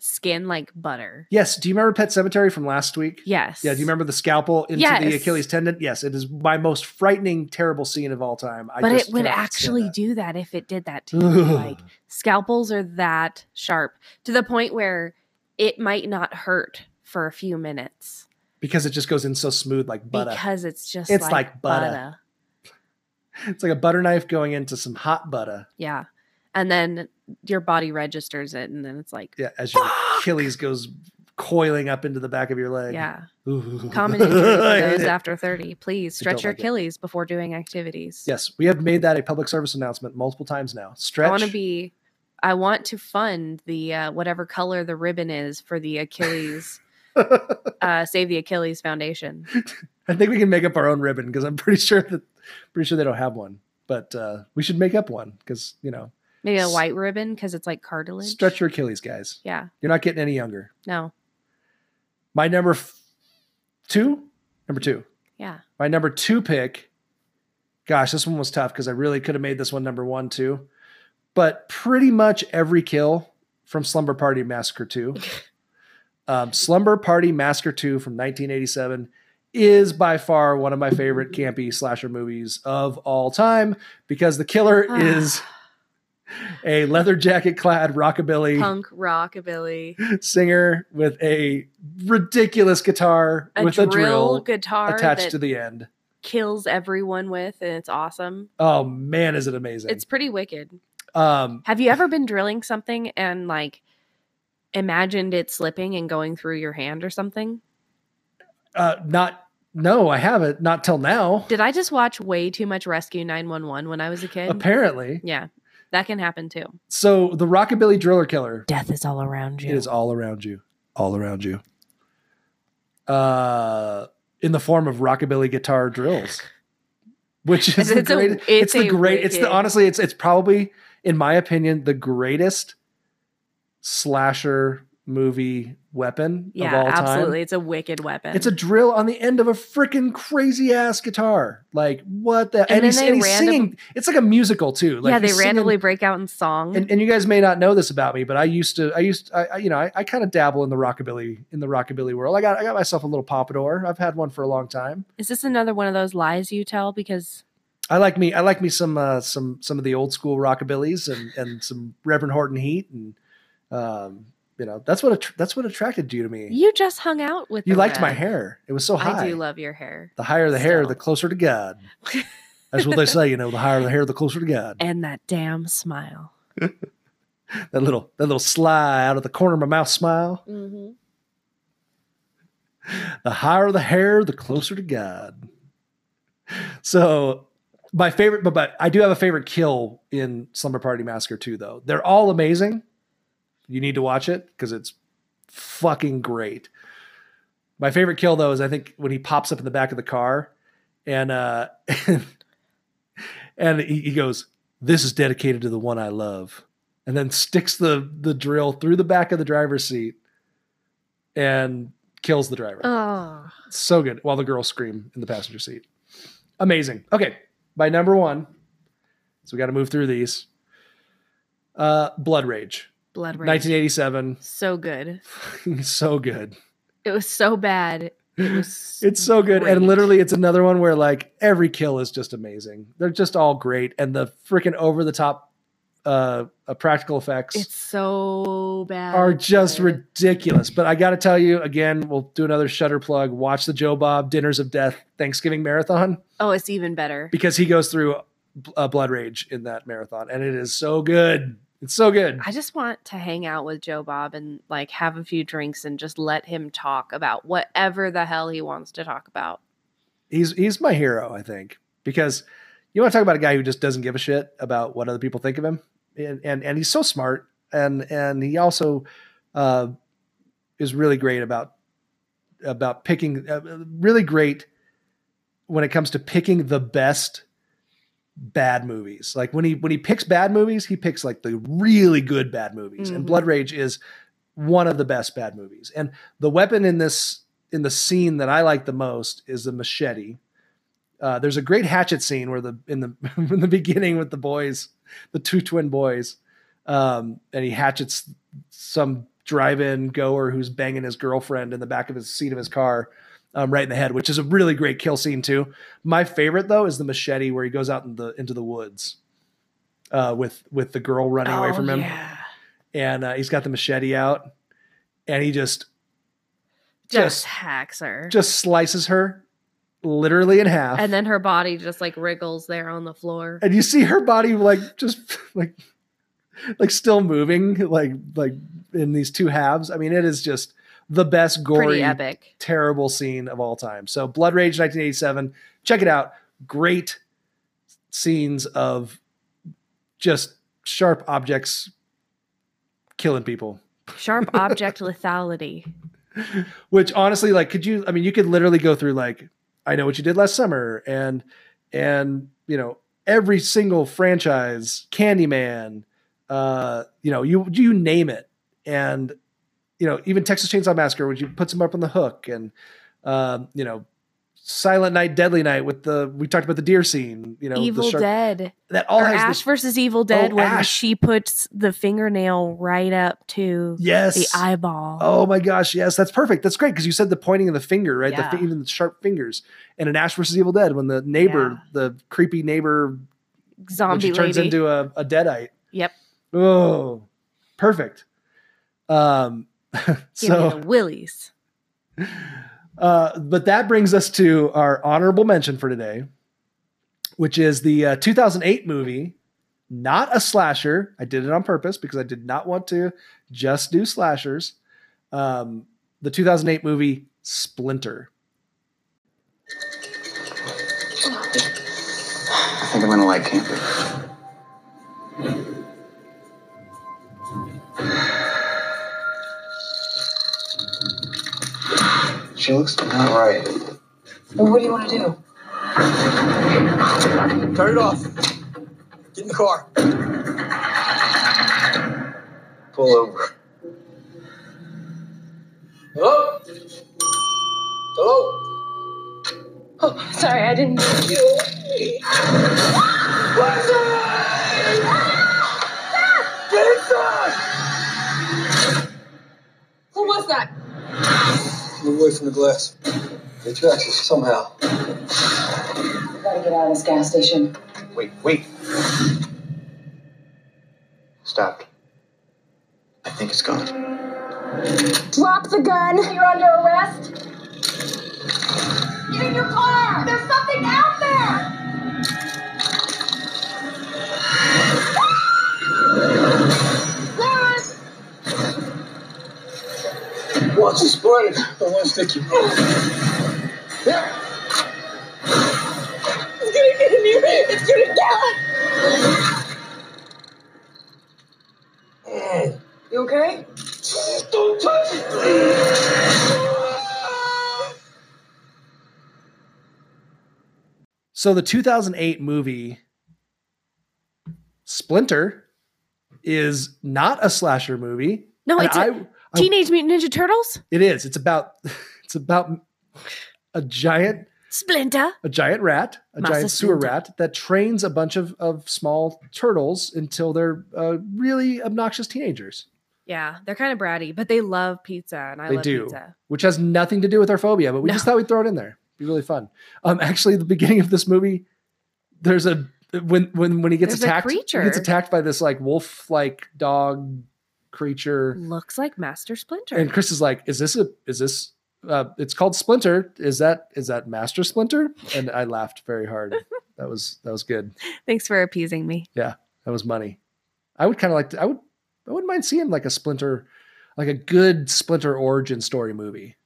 [SPEAKER 5] skin like butter.
[SPEAKER 3] Yes. Do you remember Pet Cemetery from last week?
[SPEAKER 5] Yes.
[SPEAKER 3] Yeah, do you remember the scalpel into the
[SPEAKER 5] Yes.
[SPEAKER 3] Achilles tendon? Yes, it is my most frightening, terrible scene of all time. I
[SPEAKER 5] but
[SPEAKER 3] just
[SPEAKER 5] it would
[SPEAKER 3] cannot stand
[SPEAKER 5] actually
[SPEAKER 3] that.
[SPEAKER 5] do that if it did that to you. like scalpels are that sharp to the point where it might not hurt for a few minutes
[SPEAKER 3] because it just goes in so smooth, like butter.
[SPEAKER 5] because it's just
[SPEAKER 3] It's
[SPEAKER 5] like,
[SPEAKER 3] like butter. it's like a butter knife going into some hot butter.
[SPEAKER 5] Yeah, and then your body registers it, and then it's like
[SPEAKER 3] Yeah, as your Achilles goes coiling up into the back of your leg.
[SPEAKER 5] yeah,
[SPEAKER 3] [laughs] Ooh.
[SPEAKER 5] common injury for
[SPEAKER 3] I hate [laughs]
[SPEAKER 5] those
[SPEAKER 3] it.
[SPEAKER 5] after thirty. Please
[SPEAKER 3] I don't
[SPEAKER 5] stretch your
[SPEAKER 3] like it.
[SPEAKER 5] Achilles before doing activities.
[SPEAKER 3] Yes, we have made that a public service announcement multiple times now. Stretch.
[SPEAKER 5] I want
[SPEAKER 3] [laughs]
[SPEAKER 5] to be. I want to fund the uh, whatever color the ribbon is for the
[SPEAKER 3] [laughs]
[SPEAKER 5] Achilles, uh, Save the Achilles Foundation.
[SPEAKER 3] I think we can make up our own ribbon because I'm pretty sure that pretty sure they don't have one. But uh, we should make up one because you know
[SPEAKER 5] Maybe a
[SPEAKER 3] S-
[SPEAKER 5] white ribbon because it's like cartilage.
[SPEAKER 3] stretch your Achilles, guys.
[SPEAKER 5] Yeah.
[SPEAKER 3] You're not getting any younger.
[SPEAKER 5] No.
[SPEAKER 3] My number f- two, number two,
[SPEAKER 5] Yeah.
[SPEAKER 3] my number two pick. Gosh, this one was tough because I really could have made this one number one too. But pretty much every kill from Slumber Party Massacre
[SPEAKER 5] [laughs]
[SPEAKER 3] Two, um, Slumber Party Massacre Two from 1987 is by far one of my favorite campy slasher movies of all time because
[SPEAKER 5] [sighs]
[SPEAKER 3] the killer
[SPEAKER 5] Ah.
[SPEAKER 3] is a leather jacket clad rockabilly
[SPEAKER 5] Punk rockabilly.
[SPEAKER 3] singer with a ridiculous guitar
[SPEAKER 5] A
[SPEAKER 3] with
[SPEAKER 5] drill,
[SPEAKER 3] a drill
[SPEAKER 5] guitar
[SPEAKER 3] attached
[SPEAKER 5] that
[SPEAKER 3] to the end.
[SPEAKER 5] kills everyone with, and it's awesome.
[SPEAKER 3] Oh man, is it amazing!
[SPEAKER 5] It's pretty wicked.
[SPEAKER 3] um,
[SPEAKER 5] Have you ever been drilling something and like imagined it slipping and going through your hand or something?
[SPEAKER 3] uh, not no, I haven't. Not till now.
[SPEAKER 5] Did I just watch way too much Rescue 911 when I was a kid?
[SPEAKER 3] Apparently,
[SPEAKER 5] Yeah. That can happen too.
[SPEAKER 3] so the rockabilly driller killer
[SPEAKER 6] Death is all around you.
[SPEAKER 3] it is all around you, all around you. Uh, in the form of rockabilly
[SPEAKER 5] [laughs]
[SPEAKER 3] guitar drills, which is the
[SPEAKER 5] It's a-
[SPEAKER 3] great.
[SPEAKER 5] it's
[SPEAKER 3] It's, the
[SPEAKER 5] a
[SPEAKER 3] great. It's the
[SPEAKER 5] wicked-
[SPEAKER 3] honestly. It's it's probably, in my opinion, the greatest slasher movie weapon of
[SPEAKER 5] Yeah,
[SPEAKER 3] all time.
[SPEAKER 5] absolutely. It's a wicked weapon.
[SPEAKER 3] It's a drill on the end of a freaking crazy ass guitar. Like what the
[SPEAKER 5] And
[SPEAKER 3] and,
[SPEAKER 5] then
[SPEAKER 3] he's,
[SPEAKER 5] they
[SPEAKER 3] and he's
[SPEAKER 5] random-
[SPEAKER 3] singing. It's like a musical too. Like
[SPEAKER 5] yeah, they
[SPEAKER 3] he's singing-
[SPEAKER 5] randomly break out in song.
[SPEAKER 3] and, and you guys may not know this about me, but I used to, I used, I, I you know, I, I kind of dabble in the rockabilly, in the rockabilly world. I got, I got myself a little pompadour. I've had one for a long time.
[SPEAKER 5] Is this another one of those lies you tell because
[SPEAKER 3] I like me, I like me some, uh, some, some of the old school rockabillys and, and some Reverend Horton Heat. And, um, you know, that's what, att- that's what attracted you to me.
[SPEAKER 5] you just hung out with
[SPEAKER 3] you
[SPEAKER 5] the
[SPEAKER 3] liked my
[SPEAKER 5] red?
[SPEAKER 3] hair. It was so high.
[SPEAKER 5] I do love your hair.
[SPEAKER 3] the higher the hair,
[SPEAKER 5] Still.
[SPEAKER 3] the closer to God. That's what they say, you know, the higher the hair, the closer to God.
[SPEAKER 5] And that damn smile.
[SPEAKER 3] [laughs] That little, that little sly out of the corner of my mouth smile.
[SPEAKER 5] Mm-hmm.
[SPEAKER 3] The higher the hair, the closer to God. So my favorite, but, but I do have a favorite kill in Slumber Party Massacre 2, though. They're all amazing. You need to watch it because it's fucking great. My favorite kill though is I think when he pops up in the back of the car and uh [laughs] And he, he goes, "This is dedicated to the one I love," and then sticks the the drill through the back of the driver's seat and kills the driver.
[SPEAKER 5] Oh,
[SPEAKER 3] So good. While the girls scream in the passenger seat. Amazing. Okay. My number one. So we got to move through these. Uh, Blood Rage,
[SPEAKER 5] blood rage.
[SPEAKER 3] 1987.
[SPEAKER 5] so good.
[SPEAKER 3] [laughs] so good.
[SPEAKER 5] It was so bad. It was
[SPEAKER 3] [gasps] It's so good.
[SPEAKER 5] great.
[SPEAKER 3] And literally, it's another one where like every kill is just amazing. They're just all great. And the freaking over the top uh, uh, practical effects
[SPEAKER 5] It's so bad.
[SPEAKER 3] are just
[SPEAKER 5] good.
[SPEAKER 3] ridiculous. But I got to tell you again, we'll do another shutter plug. Watch the Joe Bob Dinners of Death Thanksgiving Marathon.
[SPEAKER 5] Oh, it's even better.
[SPEAKER 3] because he goes through uh, blood rage in that marathon, and it is so good. It's so good.
[SPEAKER 5] I just want to hang out with Joe Bob and like have a few drinks and just let him talk about whatever the hell he wants to talk about.
[SPEAKER 3] He's he's my hero, I think, because you want to talk about a guy who just doesn't give a shit about what other people think of him, and and, and he's so smart, and and he also uh, is really great about about picking, uh, really great when it comes to picking the best bad movies. Like when he when he picks bad movies, he picks like the really good bad movies. And
[SPEAKER 5] Mhm.
[SPEAKER 3] Blood Rage is one of the best bad movies. And the weapon in this in the scene that I like the most is the machete. Uh, there's a great hatchet scene where the in the [laughs] in the beginning with the boys, the two twin boys, um, and he hatchets some drive-in goer who's banging his girlfriend in the back of his seat of his car, um, right in the head, which is a really great kill scene too. My favorite though is the machete where he goes out in the into the woods uh, with with the girl running away
[SPEAKER 5] Oh,
[SPEAKER 3] from him,
[SPEAKER 5] yeah.
[SPEAKER 3] and uh, he's got the machete out, and he just
[SPEAKER 5] Just,
[SPEAKER 3] Just-
[SPEAKER 5] hacks her.
[SPEAKER 3] just slices her literally in half,
[SPEAKER 5] and then her body just like wriggles there on the floor.
[SPEAKER 3] and you see her body like just [laughs] like like still moving like like in these two halves. I mean, it is just the best gory
[SPEAKER 5] Pretty epic.
[SPEAKER 3] terrible scene of all time. So Blood Rage 1987, check it out. Great scenes of just sharp objects killing people.
[SPEAKER 5] Sharp object lethality.
[SPEAKER 3] Which honestly like could you I mean you could literally go through like I know what you did last summer and and you know every single franchise Candyman uh you know you you name it and you know even Texas Chainsaw Massacre which you puts them up on the hook and um you know Silent Night Deadly Night with the we talked about the deer scene you know
[SPEAKER 5] Evil
[SPEAKER 3] the shark-
[SPEAKER 5] Dead.
[SPEAKER 3] that all
[SPEAKER 5] or
[SPEAKER 3] has
[SPEAKER 5] Ash
[SPEAKER 3] this,
[SPEAKER 5] versus Evil Dead when
[SPEAKER 3] Ash.
[SPEAKER 5] she puts the fingernail right up to
[SPEAKER 3] yes
[SPEAKER 5] the eyeball.
[SPEAKER 3] Oh my gosh, yes, that's perfect. That's great because you said the pointing of the finger, right? The
[SPEAKER 5] Yeah.
[SPEAKER 3] fi- even the sharp fingers. And in Ash versus Evil Dead, when the neighbor, the creepy neighbor, when
[SPEAKER 5] Zombie
[SPEAKER 3] she turns
[SPEAKER 5] lady.
[SPEAKER 3] into a, a deadite.
[SPEAKER 5] Yep.
[SPEAKER 3] Oh, perfect. Um, [laughs]
[SPEAKER 5] Give me
[SPEAKER 3] so,
[SPEAKER 5] the willies.
[SPEAKER 3] uh, but that brings us to our honorable mention for today, which is the uh, 2008 movie. Not a slasher. I did it on purpose because I did not want to just do slashers. Um, the 2008 movie Splinter.
[SPEAKER 1] I think I'm gonna like camping. She looks not right.
[SPEAKER 7] Well, what do you want to do?
[SPEAKER 8] Turn it off. Get in the car.
[SPEAKER 1] Pull over.
[SPEAKER 8] Hello? Hello?
[SPEAKER 7] Oh, sorry, I didn't.
[SPEAKER 8] Get inside!
[SPEAKER 7] Who was that?
[SPEAKER 8] Move away from the glass. They tracked us somehow.
[SPEAKER 7] We gotta get out of this gas station.
[SPEAKER 1] Wait, wait. Stopped. I think it's gone.
[SPEAKER 7] Drop the gun. You're under arrest. Get in your car. There's something out there. Lawrence!
[SPEAKER 8] Once you spread it, I want to stick you. Yeah.
[SPEAKER 7] It's gonna get in here. It's gonna kill
[SPEAKER 8] Mm.
[SPEAKER 7] it. Oh. You okay?
[SPEAKER 8] Don't touch it, please!
[SPEAKER 3] So the 2008 movie Splinter is not a slasher movie.
[SPEAKER 5] No,
[SPEAKER 3] and
[SPEAKER 5] it's a
[SPEAKER 3] I- I-
[SPEAKER 5] Teenage Mutant Ninja Turtles.
[SPEAKER 3] it is. It's about [laughs] it's about a giant
[SPEAKER 5] Splinter.
[SPEAKER 3] a giant rat, a
[SPEAKER 5] Master
[SPEAKER 3] giant sewer
[SPEAKER 5] Splinter.
[SPEAKER 3] rat that trains a bunch of, of small turtles until they're uh, really obnoxious teenagers,
[SPEAKER 5] Yeah, they're kind of bratty, but they love pizza, and I
[SPEAKER 3] They
[SPEAKER 5] love
[SPEAKER 3] do.
[SPEAKER 5] pizza.
[SPEAKER 3] which has nothing to do with our phobia, but we
[SPEAKER 5] No.
[SPEAKER 3] just thought we'd throw it in there. Be really fun. Um, actually, the beginning of this movie, there's a when when when he gets
[SPEAKER 5] There's a
[SPEAKER 3] attacked, he gets
[SPEAKER 5] creature.
[SPEAKER 3] attacked by this like wolf like dog creature,
[SPEAKER 5] Looks like Master Splinter.
[SPEAKER 3] and Chris is like, "Is this a is this?" Uh, it's called Splinter. Is that is that Master Splinter? And I laughed very
[SPEAKER 5] [laughs]
[SPEAKER 3] hard. That was that was good.
[SPEAKER 5] Thanks for appeasing me.
[SPEAKER 3] That was money. I would kind of like to, I would, I wouldn't mind seeing like a splinter, like a good splinter origin story movie.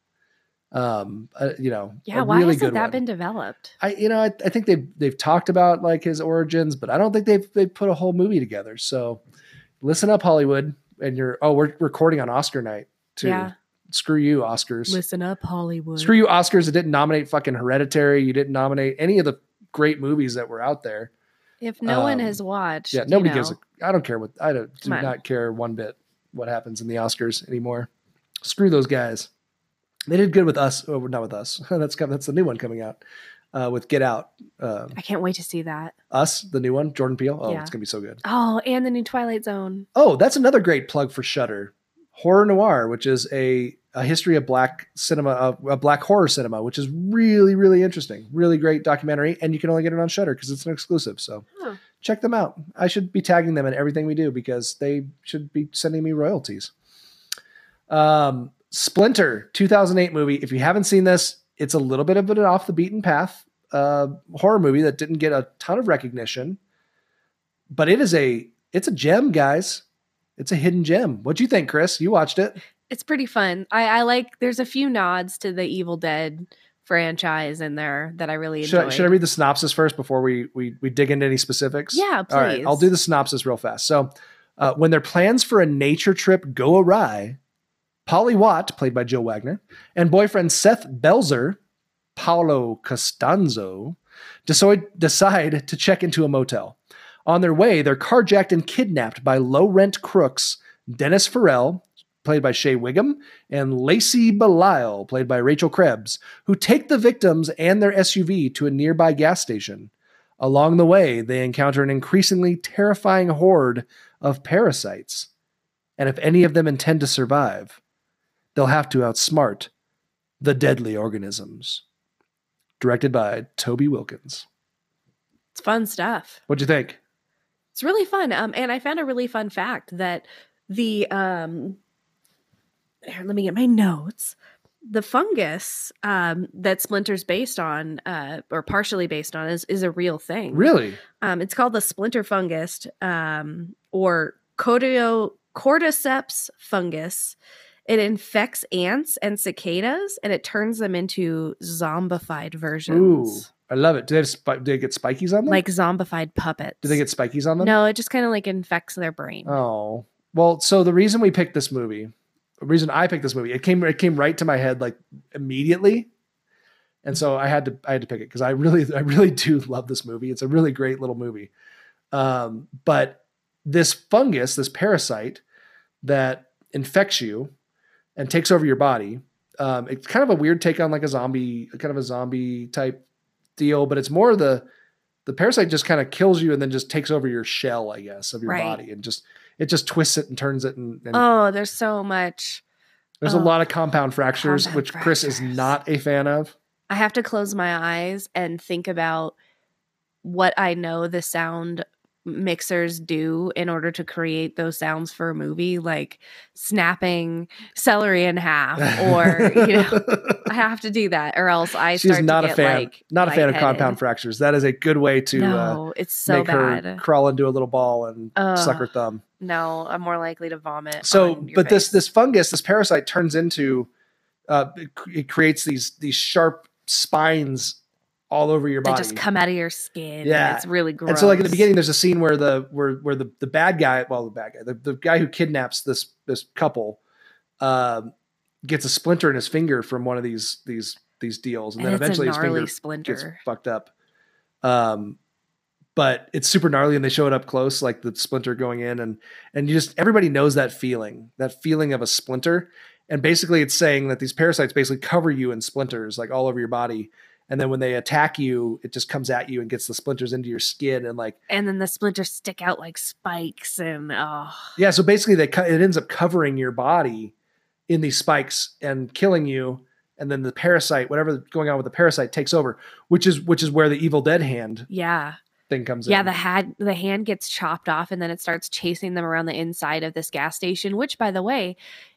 [SPEAKER 3] Um, uh, you know,
[SPEAKER 5] Yeah,
[SPEAKER 3] a
[SPEAKER 5] why
[SPEAKER 3] really
[SPEAKER 5] hasn't
[SPEAKER 3] good
[SPEAKER 5] that
[SPEAKER 3] one.
[SPEAKER 5] been developed?
[SPEAKER 3] I, you know, I, I think they've, they've talked about like his origins, but I don't think they've, they've put a whole movie together. So listen up Hollywood and you're, oh, we're recording on Oscar night too.
[SPEAKER 5] Yeah.
[SPEAKER 3] Screw you Oscars.
[SPEAKER 5] Listen up, Hollywood.
[SPEAKER 3] Screw you Oscars. It didn't nominate fucking hereditary. You didn't nominate any of the great movies that were out there.
[SPEAKER 5] If no one
[SPEAKER 3] Um,
[SPEAKER 5] has watched,
[SPEAKER 3] Yeah,
[SPEAKER 5] you
[SPEAKER 3] nobody gives. A,
[SPEAKER 5] know,
[SPEAKER 3] I don't care what. I don't, do
[SPEAKER 5] Come on.
[SPEAKER 3] not care one bit what happens in the Oscars anymore. Screw those guys. They did good with us. Oh, not with us. [laughs] that's com- that's the new one coming out uh, with Get Out. Um,
[SPEAKER 5] I can't wait to see that.
[SPEAKER 3] us, the new one, Jordan Peele. Oh,
[SPEAKER 5] Yeah.
[SPEAKER 3] it's gonna be so good.
[SPEAKER 5] Oh, and the new Twilight Zone.
[SPEAKER 3] Oh, that's another great plug for Shutter. Horror Noir, which is a a history of black cinema, uh, a black horror cinema, which is really, really interesting, really great documentary, and you can only get it on Shutter because it's an exclusive. So
[SPEAKER 5] Oh.
[SPEAKER 3] check them out. I should be tagging them in everything we do because they should be sending me royalties. Um, Splinter, 2008 movie. If you haven't seen this, it's a little bit of an off the beaten path uh, horror movie that didn't get a ton of recognition, but it is a it's a gem, guys. It's a hidden gem. What do you think, Chris? You watched it?
[SPEAKER 5] It's pretty fun. I, I like. There's a few nods to the Evil Dead franchise in there that I really
[SPEAKER 3] Should I,
[SPEAKER 5] enjoy.
[SPEAKER 3] should I read the synopsis first before we, we we dig into any specifics?
[SPEAKER 5] Yeah,
[SPEAKER 3] All right, I'll
[SPEAKER 5] please.
[SPEAKER 3] do the synopsis real fast. So, uh, when their plans for a nature trip go awry, Polly Watt, played by Joe Wagner, and boyfriend Seth Belzer, Paolo Costanzo, decide, decide to check into a motel. On their way, they're carjacked and kidnapped by low rent crooks Dennis Farrell, played by Shea Wiggum, and Lacey Belial, played by Rachel Krebs, who take the victims and their SUV to a nearby gas station. Along the way, they encounter an increasingly terrifying horde of parasites. And if any of them intend to survive, they'll have to outsmart the deadly organisms. Directed by Toby Wilkins.
[SPEAKER 5] it's fun stuff.
[SPEAKER 3] What'd you think?
[SPEAKER 5] It's really fun. Um, and I found a really fun fact that the um, here, let me get my notes. The fungus um, that Splinter's based on, uh, or partially based on, is is a real thing.
[SPEAKER 3] Really?
[SPEAKER 5] Um, it's called the splinter fungus, um, or cordio, cordyceps fungus. It infects ants and cicadas, and it turns them into zombified
[SPEAKER 3] Ooh,
[SPEAKER 5] versions,
[SPEAKER 3] I love it. Do they, have spi- do they get spikies on them?
[SPEAKER 5] like zombified puppets.
[SPEAKER 3] do they get spikies on them?
[SPEAKER 5] No, it just kind of like infects their brain.
[SPEAKER 3] Oh well, so the reason we picked this movie, the reason I picked this movie, it came it came right to my head like immediately, and so I had to I had to pick it because I really I really do love this movie. It's a really great little movie, um, but this fungus, this parasite that infects you and takes over your body, um, it's kind of a weird take on like a zombie, kind of a zombie type deal, but it's more the the parasite just kind of kills you and then just takes over your shell, I guess, of your
[SPEAKER 5] Right.
[SPEAKER 3] body and just it just twists it and turns it and, and
[SPEAKER 5] Oh, there's so much.
[SPEAKER 3] there's a
[SPEAKER 5] oh.
[SPEAKER 3] lot of compound fractures
[SPEAKER 5] Compound
[SPEAKER 3] which chris is
[SPEAKER 5] fractures.
[SPEAKER 3] not a fan of
[SPEAKER 5] I have to close my eyes and think about what I know the sound mixers do in order to create those sounds for a movie, like snapping celery in half,
[SPEAKER 3] [laughs]
[SPEAKER 5] or you know, [laughs] I have to do that, or else I
[SPEAKER 3] she's
[SPEAKER 5] start
[SPEAKER 3] not
[SPEAKER 5] to
[SPEAKER 3] a
[SPEAKER 5] get,
[SPEAKER 3] fan
[SPEAKER 5] like
[SPEAKER 3] not a fan of compound
[SPEAKER 5] lightheaded.
[SPEAKER 3] fractures that is a good way to uh,
[SPEAKER 5] no, it's so
[SPEAKER 3] make
[SPEAKER 5] bad.
[SPEAKER 3] her crawl into a little ball and suck her
[SPEAKER 5] Ugh.
[SPEAKER 3] thumb
[SPEAKER 5] no, I'm more likely to vomit.
[SPEAKER 3] so
[SPEAKER 5] on your
[SPEAKER 3] but this
[SPEAKER 5] face.
[SPEAKER 3] this fungus this parasite turns into uh it, cr- it creates these these sharp spines all over your
[SPEAKER 5] they
[SPEAKER 3] body
[SPEAKER 5] just come out of your skin. and
[SPEAKER 3] Yeah.
[SPEAKER 5] it's really gross.
[SPEAKER 3] and so like at the beginning there's a scene where the where where the, the bad guy well the bad guy the, the guy who kidnaps this this couple um gets a splinter in his finger from one of these these these deals and,
[SPEAKER 5] and
[SPEAKER 3] then
[SPEAKER 5] it's
[SPEAKER 3] eventually
[SPEAKER 5] a
[SPEAKER 3] his
[SPEAKER 5] gnarly
[SPEAKER 3] finger gets
[SPEAKER 5] splinter.
[SPEAKER 3] fucked up um but it's super gnarly and they show it up close like the splinter going in and and you just everybody knows that feeling that feeling of a splinter and basically it's saying that these parasites basically cover you in splinters like all over your body and then when they attack you it just comes at you and gets the splinters into your skin and like
[SPEAKER 5] And then the splinters stick out like spikes and oh.
[SPEAKER 3] yeah so basically they co- it ends up covering your body in these spikes and killing you and then the parasite whatever's going on with the parasite takes over which is which is where the evil dead hand
[SPEAKER 5] Yeah.
[SPEAKER 3] thing comes
[SPEAKER 5] Yeah,
[SPEAKER 3] in
[SPEAKER 5] the had the hand gets chopped off and then it starts chasing them around the inside of this gas station, which by the way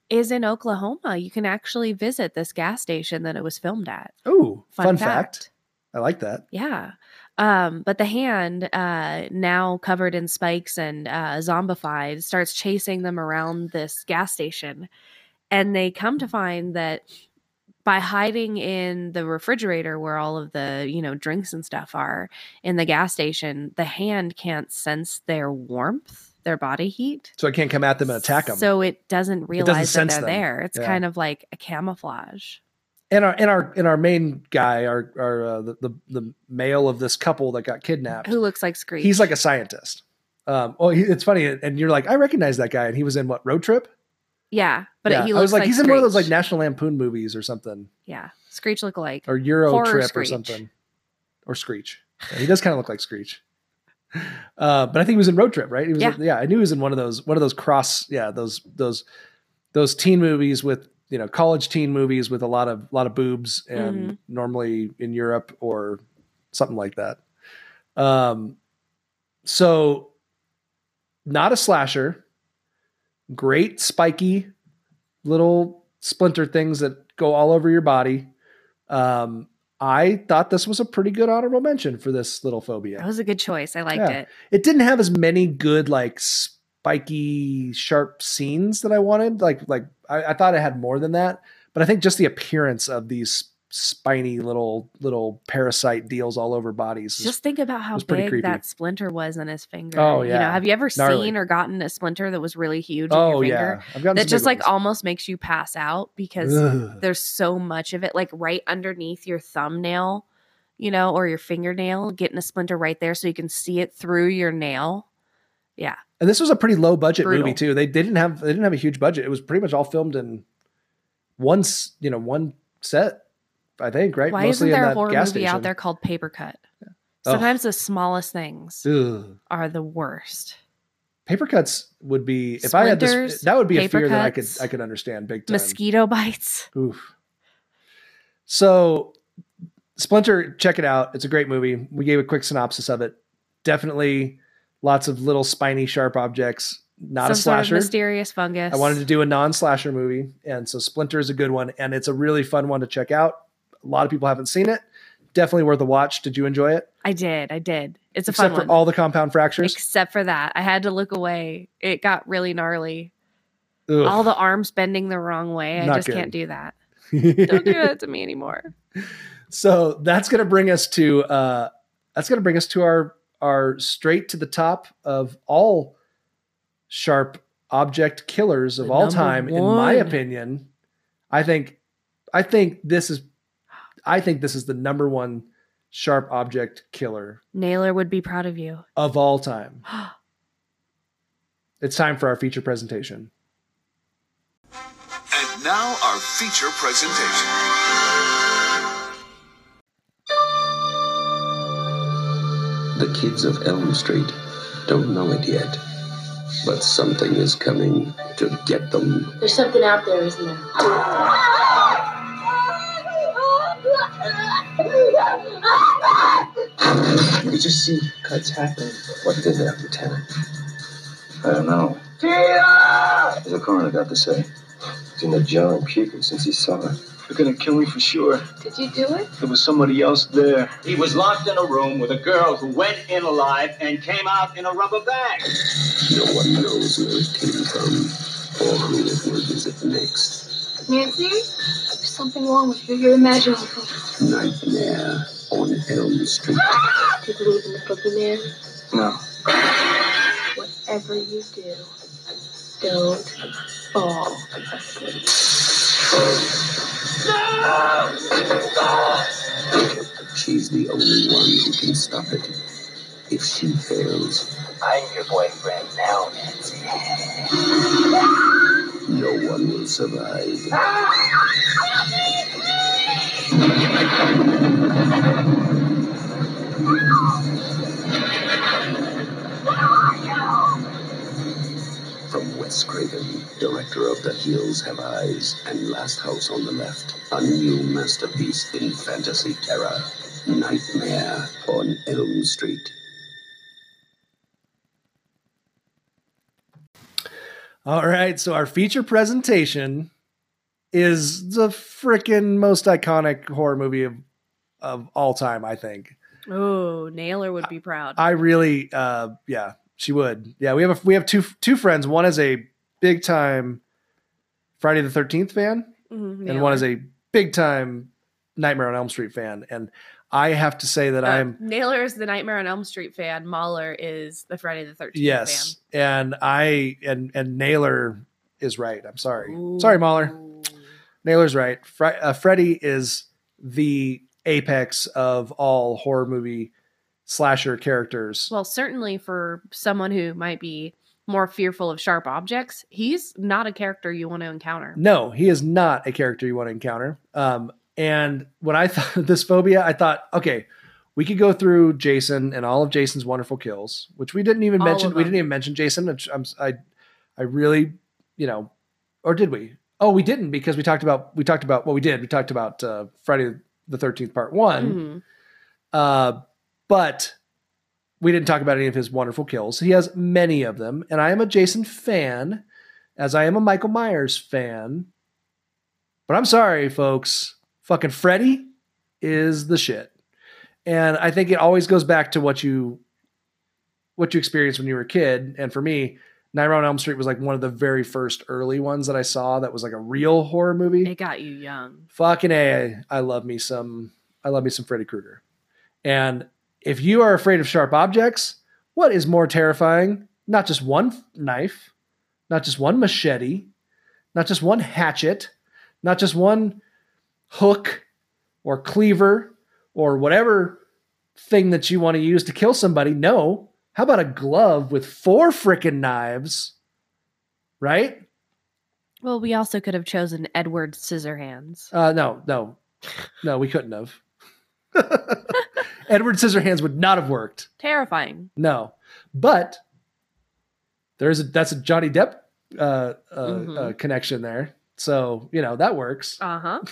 [SPEAKER 5] is in Oklahoma. You can actually visit this gas station that it was filmed at.
[SPEAKER 3] oh fun, fact. i like that
[SPEAKER 5] Yeah. Um, but the hand, uh, now covered in spikes and uh, zombified, starts chasing them around this gas station. And they come to find that by hiding in the refrigerator where all of the, you know, drinks and stuff are in the gas station, the hand can't sense their warmth, their body heat.
[SPEAKER 3] so i can't come at them and attack them
[SPEAKER 5] So it doesn't realize
[SPEAKER 3] sense
[SPEAKER 5] that
[SPEAKER 3] them.
[SPEAKER 5] they're there. It's
[SPEAKER 3] Yeah.
[SPEAKER 5] kind of like a camouflage.
[SPEAKER 3] and our and our and our main guy, our our uh, the, the the male of this couple that got kidnapped,
[SPEAKER 5] Who looks like Screech?
[SPEAKER 3] he's like a scientist. Um, well, he, it's funny, and you're like, I recognize that guy, and he was in what Road Trip?
[SPEAKER 5] yeah, but
[SPEAKER 3] Yeah,
[SPEAKER 5] he
[SPEAKER 3] I
[SPEAKER 5] looks
[SPEAKER 3] was like,
[SPEAKER 5] like
[SPEAKER 3] he's in one of those like
[SPEAKER 5] Screech.
[SPEAKER 3] National Lampoon movies or something,
[SPEAKER 5] Yeah, Screech look alike.
[SPEAKER 3] or Euro
[SPEAKER 5] Horror
[SPEAKER 3] Trip or
[SPEAKER 5] Screech.
[SPEAKER 3] something, or Screech. Yeah, he does kind of look like Screech, uh, but I think he was in Road Trip, right? He was,
[SPEAKER 5] Yeah.
[SPEAKER 3] yeah, I knew he was in one of those one of those cross, yeah, those those those teen movies with you know college teen movies with a lot of lot of boobs and
[SPEAKER 5] Mm-hmm.
[SPEAKER 3] normally in Europe or something like that. Um, so not a slasher, great spiky little splinter things that go all over your body. Um, I thought this was a pretty good honorable mention for this little phobia
[SPEAKER 5] That was a good choice. I liked
[SPEAKER 3] Yeah.
[SPEAKER 5] it.
[SPEAKER 3] it didn't have as many good like spiky sharp scenes that i wanted like like I, I thought it had more than that but i think just the appearance of these spiny little little parasite deals all over bodies is-
[SPEAKER 5] Just think about how
[SPEAKER 3] was pretty
[SPEAKER 5] big
[SPEAKER 3] creepy.
[SPEAKER 5] that splinter was on his finger.
[SPEAKER 3] Oh,
[SPEAKER 5] You know,
[SPEAKER 3] yeah.
[SPEAKER 5] have you ever
[SPEAKER 3] Gnarly.
[SPEAKER 5] seen or gotten a splinter that was really huge on
[SPEAKER 3] oh
[SPEAKER 5] your
[SPEAKER 3] yeah
[SPEAKER 5] finger?
[SPEAKER 3] i've got
[SPEAKER 5] That just like almost makes you pass out because
[SPEAKER 3] Ugh.
[SPEAKER 5] there's so much of it, like right underneath your thumbnail, you know, or your fingernail, getting a splinter right there so you can see it through your nail. Yeah.
[SPEAKER 3] and this was a pretty low budget
[SPEAKER 5] Brutal.
[SPEAKER 3] movie too they, they didn't have they didn't have a huge budget it was pretty much all filmed in one s- you know one set i think right
[SPEAKER 5] Why isn't there a
[SPEAKER 3] that
[SPEAKER 5] horror movie
[SPEAKER 3] gas
[SPEAKER 5] out there
[SPEAKER 3] station.
[SPEAKER 5] called Paper Cut?
[SPEAKER 3] Ugh.
[SPEAKER 5] Sometimes the smallest things
[SPEAKER 3] Ugh.
[SPEAKER 5] are the worst.
[SPEAKER 3] Paper cuts would be if I had this.
[SPEAKER 5] Splinters,
[SPEAKER 3] That would be a
[SPEAKER 5] paper
[SPEAKER 3] fear that I could
[SPEAKER 5] cuts,
[SPEAKER 3] I could understand big time.
[SPEAKER 5] Mosquito bites.
[SPEAKER 3] Oof. So, Splinter, check it out. It's a great movie. We gave a quick synopsis of it. Definitely, lots of little spiny, sharp objects. Not
[SPEAKER 5] Some
[SPEAKER 3] a
[SPEAKER 5] Sort
[SPEAKER 3] slasher.
[SPEAKER 5] of mysterious fungus.
[SPEAKER 3] I wanted to do a non-slasher movie, and so Splinter is a good one, and it's a really fun one to check out. A lot of people haven't seen it. Definitely worth a watch. Did you enjoy it?
[SPEAKER 5] I did. I did. It's a
[SPEAKER 3] Except for
[SPEAKER 5] fun one.
[SPEAKER 3] all the compound fractures.
[SPEAKER 5] Except for that, I had to look away. It got really gnarly.
[SPEAKER 3] Ugh.
[SPEAKER 5] All the arms bending the wrong way. I
[SPEAKER 3] Not
[SPEAKER 5] just
[SPEAKER 3] good.
[SPEAKER 5] can't do
[SPEAKER 3] [laughs]
[SPEAKER 5] that. [laughs] Don't do that to me anymore.
[SPEAKER 3] so that's going to bring us to uh, that's going to bring us to our our straight to the top of all sharp object killers of
[SPEAKER 6] The
[SPEAKER 3] all
[SPEAKER 6] number
[SPEAKER 3] time in my
[SPEAKER 6] one.
[SPEAKER 3] opinion i think i think this is i think this is the number one sharp object killer
[SPEAKER 5] Naylor would be proud of you.
[SPEAKER 3] of all time it's time for our feature presentation
[SPEAKER 9] And now our feature presentation.
[SPEAKER 10] The kids of Elm Street don't know it yet, but something is coming to get them.
[SPEAKER 7] There's something out there, isn't there?
[SPEAKER 1] You just see cuts happen.
[SPEAKER 10] What did they have to tell him?
[SPEAKER 1] I don't know.
[SPEAKER 8] Tina!
[SPEAKER 1] The coroner got to say.
[SPEAKER 10] He's in a jar and puking since he saw her.
[SPEAKER 8] They're gonna kill me for sure.
[SPEAKER 7] Did you do it?
[SPEAKER 8] There was somebody else there.
[SPEAKER 9] He was locked in a room with a girl who went in alive and came out in a rubber bag.
[SPEAKER 10] No one knows where it came from or who it will visit next.
[SPEAKER 7] Nancy? There's something wrong with you. You're imagining things.
[SPEAKER 10] Nightmare on Elm Street.
[SPEAKER 7] Do you believe in the boogeyman?
[SPEAKER 1] No.
[SPEAKER 7] Whatever you do, don't fall asleep.
[SPEAKER 10] She's the only one who can stop it. if she fails.
[SPEAKER 8] I'm your boyfriend now, Nancy.
[SPEAKER 10] No one will survive. From Wes Craven, director of The Hills Have Eyes and Last House on the Left, a new masterpiece in fantasy terror, Nightmare on Elm Street.
[SPEAKER 3] All right, so our feature presentation is the freaking most iconic horror movie of, of all time, I think.
[SPEAKER 5] Oh, Naylor would be proud.
[SPEAKER 3] I really, uh, yeah, she would. Yeah, we have a, we have two two friends. One is a big time Friday the Thirteenth fan,
[SPEAKER 5] Mhm,
[SPEAKER 3] and
[SPEAKER 5] Naylor.
[SPEAKER 3] one is a big time Nightmare on Elm Street fan. And I have to say that
[SPEAKER 5] Uh,
[SPEAKER 3] I'm
[SPEAKER 5] Naylor is the Nightmare on Elm Street fan. Mahler is the Friday the Thirteenth
[SPEAKER 3] yes, and I and and Naylor is right. I'm sorry,
[SPEAKER 5] fan.
[SPEAKER 3] sorry, Mahler.
[SPEAKER 5] Ooh.
[SPEAKER 3] Naylor's right. Fre- uh, Freddy is the apex of all horror movie slasher characters.
[SPEAKER 5] Well, certainly for someone who might be more fearful of sharp objects, he's not a character you want to encounter.
[SPEAKER 3] No, he is not a character you want to encounter. Um, and when I [laughs] thought this phobia, I thought, okay, we could go through Jason and all of Jason's wonderful kills, which we didn't even
[SPEAKER 5] All
[SPEAKER 3] mention.
[SPEAKER 5] of
[SPEAKER 3] We
[SPEAKER 5] them.
[SPEAKER 3] didn't even mention Jason. Which I'm, I, I really, you know, or did we? Oh, we didn't because we talked about we talked about what we did. We talked about uh, Friday the Thirteenth Part One.
[SPEAKER 5] Mhm.
[SPEAKER 3] Uh, but we didn't talk about any of his wonderful kills. He has many of them, and I am a Jason fan, as I am a Michael Myers fan. But I'm sorry, folks. Fucking Freddy is the shit, and I think it always goes back to what you what you experienced when you were a kid. And for me, Nightmare on Elm Street was like one of the very first early ones that I saw that was like a real horror movie
[SPEAKER 5] It got you young.
[SPEAKER 3] fucking a i love me some i love me some freddy krueger and if you are afraid of sharp objects what is more terrifying not just one f- knife not just one machete not just one hatchet not just one hook or cleaver or whatever thing that you want to use to kill somebody no how about a glove with four freaking knives right
[SPEAKER 5] Well, we also could have chosen Edward Scissorhands.
[SPEAKER 3] Uh, no, no, no, we couldn't have. Edward Scissorhands would not have worked.
[SPEAKER 5] Terrifying.
[SPEAKER 3] No, but there is a that's a Johnny Depp uh, uh, uh,
[SPEAKER 5] Mhm.
[SPEAKER 3] connection there, so you know that works.
[SPEAKER 5] Uh huh.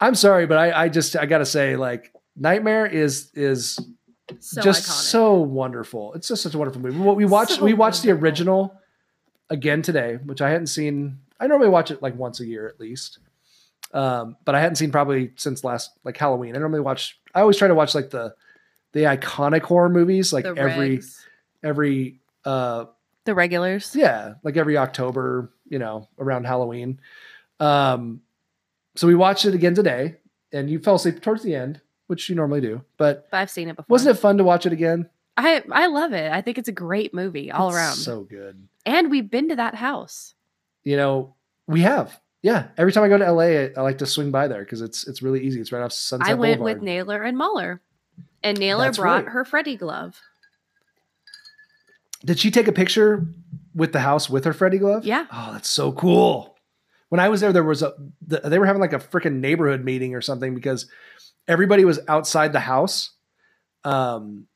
[SPEAKER 3] I'm sorry, but I, I just I gotta say like Nightmare is is
[SPEAKER 5] So
[SPEAKER 3] just
[SPEAKER 5] iconic.
[SPEAKER 3] so wonderful. It's just such a wonderful movie. Well, we watched
[SPEAKER 5] So
[SPEAKER 3] we watched the
[SPEAKER 5] wonderful.
[SPEAKER 3] original again today, which I hadn't seen. I normally watch it like once a year at least, um, but I hadn't seen probably since last like Halloween. I normally watch. I always try to watch like the the iconic horror movies, like
[SPEAKER 5] The
[SPEAKER 3] every
[SPEAKER 5] regs.
[SPEAKER 3] every uh,
[SPEAKER 5] the regulars.
[SPEAKER 3] yeah, like every October, you know, around Halloween. Um, so we watched it again today, and you fell asleep towards the end, which you normally do. But
[SPEAKER 5] But I've seen it before.
[SPEAKER 3] wasn't it fun to watch it again?
[SPEAKER 5] I I love it. I think it's a great movie all
[SPEAKER 3] It's
[SPEAKER 5] around.
[SPEAKER 3] so good.
[SPEAKER 5] and we've been to that house.
[SPEAKER 3] you know, we have. Yeah. Every time I go to LA, I, I like to swing by there because it's it's really easy. It's right off Sunset
[SPEAKER 5] I went
[SPEAKER 3] Boulevard.
[SPEAKER 5] with Naylor and Mahler, and Naylor
[SPEAKER 3] That's
[SPEAKER 5] brought
[SPEAKER 3] right.
[SPEAKER 5] her Freddy glove.
[SPEAKER 3] Did she take a picture with the house with her Freddy glove?
[SPEAKER 5] Yeah.
[SPEAKER 3] Oh, that's so cool. When I was there, there was a th- they were having like a freaking neighborhood meeting or something because everybody was outside the house. Um,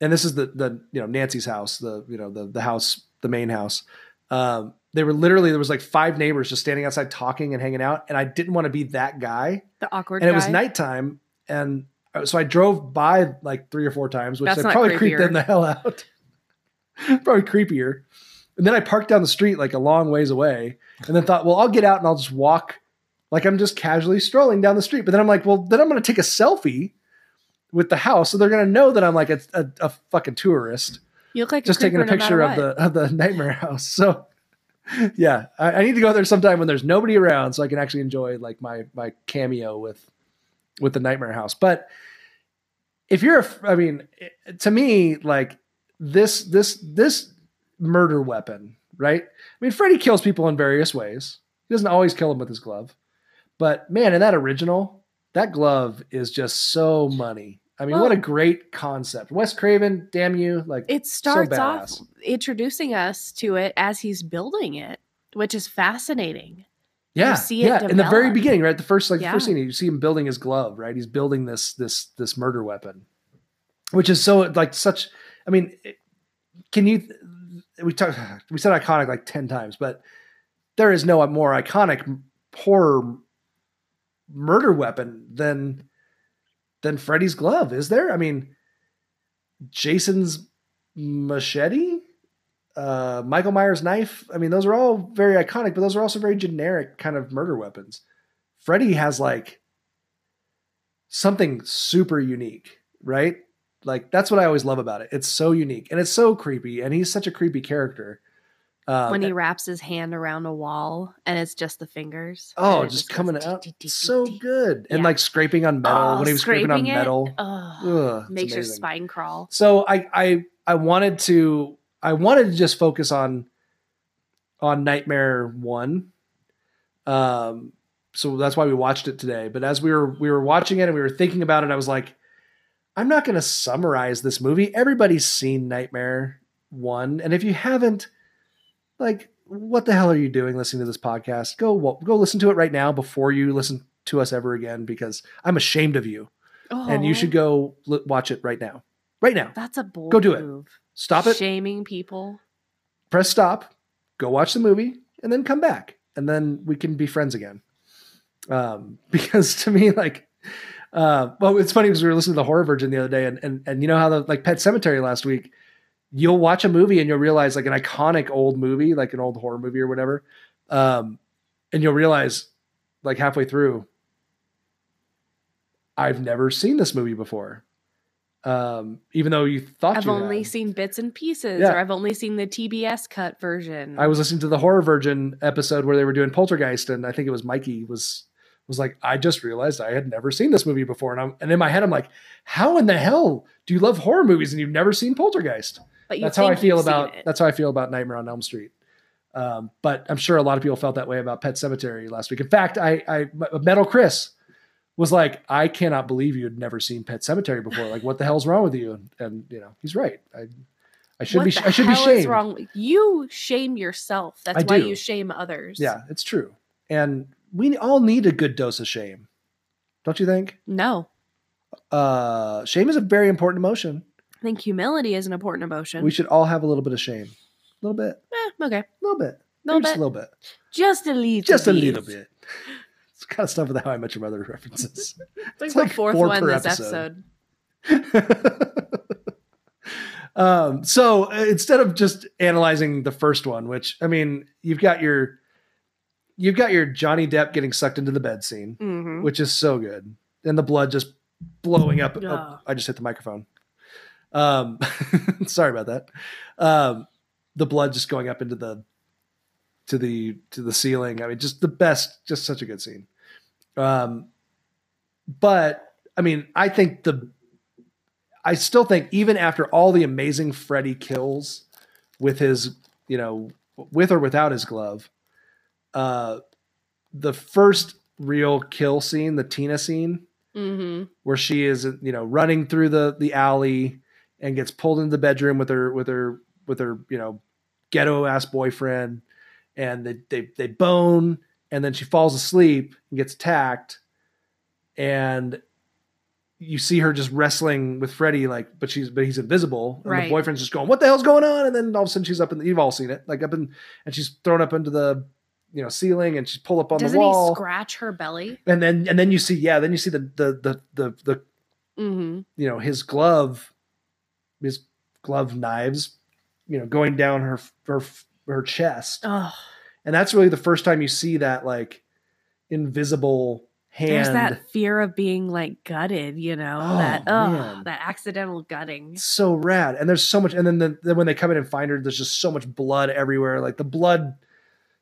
[SPEAKER 3] and this is the the you know Nancy's house, the you know the the house, the main house. Um, they were literally there was like five neighbors just standing outside talking and hanging out, and I didn't want to be that guy.
[SPEAKER 5] The awkward.
[SPEAKER 3] and it was
[SPEAKER 5] guy.
[SPEAKER 3] nighttime and uh, so i drove by like three or four times which
[SPEAKER 5] That's
[SPEAKER 3] that
[SPEAKER 5] not
[SPEAKER 3] probably creeped them
[SPEAKER 5] creepier.
[SPEAKER 3] the hell out [laughs] probably creepier and then i parked down the street like a long ways away and then thought well i'll get out and i'll just walk like i'm just casually strolling down the street but then i'm like well then i'm going to take a selfie with the house so they're going to know that i'm like a, a, a fucking tourist
[SPEAKER 5] You look like
[SPEAKER 3] just taking a picture of the of the nightmare [laughs] house so yeah I, I need to go there sometime when there's nobody around so i can actually enjoy like my my cameo with with the nightmare house but if you're a f- i mean it- to me like this this this murder weapon right i mean freddy kills people in various ways he doesn't always kill them with his glove but man in that original that glove is just so money i I mean, what a great concept. Wes Craven, damn you. Like
[SPEAKER 5] It
[SPEAKER 3] so
[SPEAKER 5] starts off
[SPEAKER 3] badass.
[SPEAKER 5] introducing us to it as he's building it, which is fascinating.
[SPEAKER 3] Yeah,
[SPEAKER 5] see it
[SPEAKER 3] yeah. In the very
[SPEAKER 5] develop.
[SPEAKER 3] beginning, right? The first like the first
[SPEAKER 5] Yeah.
[SPEAKER 3] scene, you see him building his glove, right? He's building this this this murder weapon, which is so like such. I mean, it- can you? We talked. We said iconic like ten times, but there is no more iconic horror murder weapon than than Freddy's glove, is there? I mean, Jason's machete uh, Michael Myers' knife. I mean, those are all very iconic, but those are also very generic kind of murder weapons. Freddy has like something super unique, right? Like that's what I always love about it. It's so unique and it's so creepy, and he's such a creepy character. Um,
[SPEAKER 5] when he wraps his hand around a wall and it's just the fingers.
[SPEAKER 3] oh,
[SPEAKER 5] and it
[SPEAKER 3] just
[SPEAKER 5] goes
[SPEAKER 3] coming
[SPEAKER 5] tick,
[SPEAKER 3] out
[SPEAKER 5] tick, tick,
[SPEAKER 3] so
[SPEAKER 5] tick, tick.
[SPEAKER 3] good, and
[SPEAKER 5] Yeah.
[SPEAKER 3] like scraping on metal
[SPEAKER 5] Oh,
[SPEAKER 3] when he was scraping on
[SPEAKER 5] scraping it?
[SPEAKER 3] metal.
[SPEAKER 5] Ugh,
[SPEAKER 3] Ugh, it's
[SPEAKER 5] makes your
[SPEAKER 3] amazing.
[SPEAKER 5] spine crawl.
[SPEAKER 3] So I I I wanted to I wanted to just focus on on Nightmare One. Um, so that's why we watched it today. But as we were we were watching it and we were thinking about it, I was like, I'm not going to summarize this movie. Everybody's seen Nightmare One, and if you haven't, like, what the hell are you doing listening to this podcast? Go wa- go listen to it right now before you listen to us ever again because I'm ashamed of you, and you
[SPEAKER 5] Oh,
[SPEAKER 3] should go l- watch it right now, right now.
[SPEAKER 5] That's a bold
[SPEAKER 3] do it.
[SPEAKER 5] move.
[SPEAKER 3] Stop it.
[SPEAKER 5] Shaming people.
[SPEAKER 3] press stop, go watch the movie, and then come back, and then we can be friends again. Um, [laughs] because to me, like, uh, well, it's funny because we were listening to the Horror Virgin the other day, and and and you know how the like Pet Cemetery last week, you'll watch a movie and you'll realize like an iconic old movie, like an old horror movie or whatever, um, and you'll realize like halfway through, I've never seen this movie before. Um, even though you thought
[SPEAKER 5] I've
[SPEAKER 3] you
[SPEAKER 5] only
[SPEAKER 3] had.
[SPEAKER 5] seen bits and pieces,
[SPEAKER 3] Yeah.
[SPEAKER 5] or I've only seen the TBS cut version.
[SPEAKER 3] I was listening to the Horror Virgin episode where they were doing Poltergeist, and I think it was Mikey was was like, I just realized I had never seen this movie before, and I'm and in my head I'm like, how in the hell do you love horror movies and you've never seen Poltergeist?
[SPEAKER 5] But you
[SPEAKER 3] That's how I
[SPEAKER 5] think
[SPEAKER 3] feel
[SPEAKER 5] you've seen
[SPEAKER 3] about
[SPEAKER 5] it.
[SPEAKER 3] that's how I feel about Nightmare on Elm Street. Um, but I'm sure a lot of people felt that way about Pet Cemetery last week. In fact, I I Metal Chris was like, I cannot believe you had never seen Pet Cemetery before. Like, what the hell's wrong with you? And, and you know, he's right. I I should
[SPEAKER 5] What
[SPEAKER 3] be
[SPEAKER 5] the
[SPEAKER 3] I should be
[SPEAKER 5] hell
[SPEAKER 3] shamed.
[SPEAKER 5] Is wrong? with- You shame yourself. That's
[SPEAKER 3] I
[SPEAKER 5] why
[SPEAKER 3] do.
[SPEAKER 5] you shame others.
[SPEAKER 3] Yeah, it's true. And we all need a good dose of shame, don't you think?
[SPEAKER 5] No,
[SPEAKER 3] Uh, shame is a very important emotion.
[SPEAKER 5] I think humility is an important emotion.
[SPEAKER 3] We should all have a little bit of shame. A little bit,
[SPEAKER 5] Eh, okay,
[SPEAKER 3] a little bit,
[SPEAKER 5] Little
[SPEAKER 3] just
[SPEAKER 5] bit.
[SPEAKER 3] a little bit,
[SPEAKER 5] just a little.
[SPEAKER 3] just a little
[SPEAKER 5] bit.
[SPEAKER 3] bit. It's kind of stuff with How I Met Your Mother references.
[SPEAKER 5] [laughs] It's like
[SPEAKER 3] It's
[SPEAKER 5] the
[SPEAKER 3] like
[SPEAKER 5] fourth
[SPEAKER 3] four
[SPEAKER 5] one
[SPEAKER 3] per
[SPEAKER 5] this
[SPEAKER 3] episode.
[SPEAKER 5] episode.
[SPEAKER 3] [laughs] um, so uh, instead of just analyzing the first one, which I mean, you've got your you've got your Johnny Depp getting sucked into the bed scene.
[SPEAKER 5] Mhm.
[SPEAKER 3] which is so good. And the blood just blowing up. Oh,
[SPEAKER 5] Yeah.
[SPEAKER 3] I just hit the microphone. Um, [laughs] sorry about that. Um, the blood just going up into the to the to the ceiling. I mean, just the best. Just such a good scene. Um, but I mean, I think the I still think even after all the amazing Freddy kills with his, you know, with or without his glove, uh, the first real kill scene, the Tina scene,
[SPEAKER 5] Mhm.
[SPEAKER 3] where she is, you know, running through the the alley and gets pulled into the bedroom with her with her with her, you know, ghetto ass boyfriend, and they they they bone, and then she falls asleep and gets attacked, and you see her just wrestling with Freddy, like, but she's but he's invisible, and the
[SPEAKER 5] Right.
[SPEAKER 3] boyfriend's just going, "What the hell's going on?" And then all of a sudden she's up in the, you've all seen it, like up in, and she's thrown up into the, you know, ceiling, and she's pulled up on
[SPEAKER 5] Doesn't
[SPEAKER 3] the wall,
[SPEAKER 5] he scratch her belly?
[SPEAKER 3] and then and then you see, yeah, then you see the the the the, the
[SPEAKER 5] Mm-hmm.
[SPEAKER 3] you know his glove, his glove knives, you know, going down her her her chest,
[SPEAKER 5] Oh,
[SPEAKER 3] and that's really the first time you see that like invisible hand.
[SPEAKER 5] there's that fear of being like gutted. You know
[SPEAKER 3] Oh,
[SPEAKER 5] that oh,
[SPEAKER 3] man.
[SPEAKER 5] that accidental gutting.
[SPEAKER 3] It's so rad. And there's so much. And then, the, then when they come in and find her, there's just so much blood everywhere. Like the blood,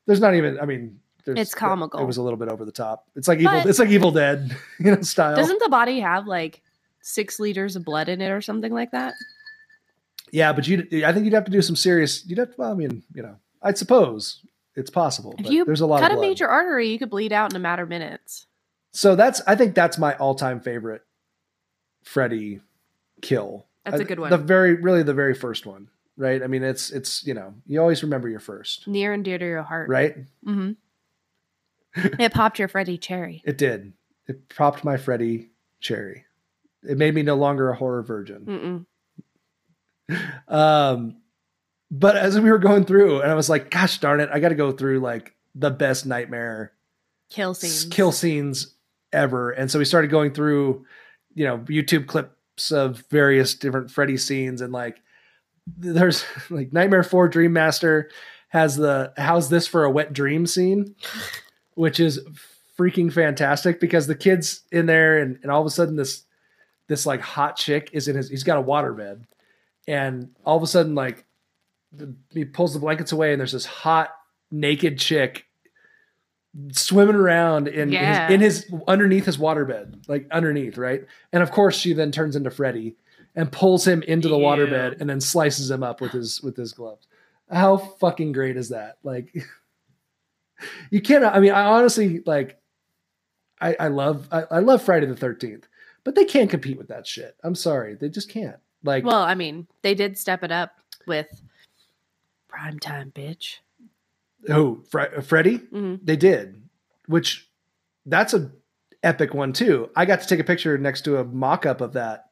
[SPEAKER 3] there's not even. I mean, there's,
[SPEAKER 5] It's comical.
[SPEAKER 3] It, was a little bit over the top. It's like evil.
[SPEAKER 5] But-
[SPEAKER 3] it's like Evil Dead, [laughs] you know, style.
[SPEAKER 5] Doesn't the body have like six liters of blood in it or something like that?
[SPEAKER 3] yeah, but you. I think you'd have to do some serious. You'd have to. Well, I mean, you know, I suppose it's possible.
[SPEAKER 5] If
[SPEAKER 3] but
[SPEAKER 5] you
[SPEAKER 3] there's a lot
[SPEAKER 5] Cut
[SPEAKER 3] of
[SPEAKER 5] a
[SPEAKER 3] blood.
[SPEAKER 5] major artery, you could bleed out in a matter of minutes.
[SPEAKER 3] So that's. I think that's my all-time favorite Freddy kill.
[SPEAKER 5] That's a
[SPEAKER 3] I-
[SPEAKER 5] good one.
[SPEAKER 3] The very, really, the very first one, right? I mean, it's it's you know, you always remember your first,
[SPEAKER 5] Near and dear to your heart.
[SPEAKER 3] right? [laughs]
[SPEAKER 5] Mm-hmm. it popped your Freddie Cherry.
[SPEAKER 3] It did. It propped my Freddy cherry. It made me no longer a horror virgin.
[SPEAKER 5] Mm-mm. Mm.
[SPEAKER 3] Um, but as we were going through, and I was like, gosh darn it, I got to go through like the best nightmare
[SPEAKER 5] Kill
[SPEAKER 3] s-
[SPEAKER 5] scene.
[SPEAKER 3] kill scenes ever. And so we started going through, you know, YouTube clips of various different Freddy scenes and like there's [laughs] like Nightmare 4 Dream Master has the how's this for a wet dream scene, which is freaking fantastic because the kid's in there and, and all of a sudden this this like hot chick is in his he's got a waterbed and all of a sudden like the, he pulls the blankets away and there's this hot naked chick swimming around in
[SPEAKER 5] Yeah.
[SPEAKER 3] his, in his underneath his waterbed like underneath right and of course she then turns into freddy and pulls him into the waterbed and then slices him up with his with his gloves how fucking great is that like you cannot i mean i honestly like i i love i, I love friday the 13th but they can't compete with that shit i'm sorry they just can't like
[SPEAKER 5] Well, I mean, they did step it up with prime time, bitch.
[SPEAKER 3] who Fre- freddy
[SPEAKER 5] Mhm.
[SPEAKER 3] they did which that's a epic one too i got to take a picture next to a mock-up of that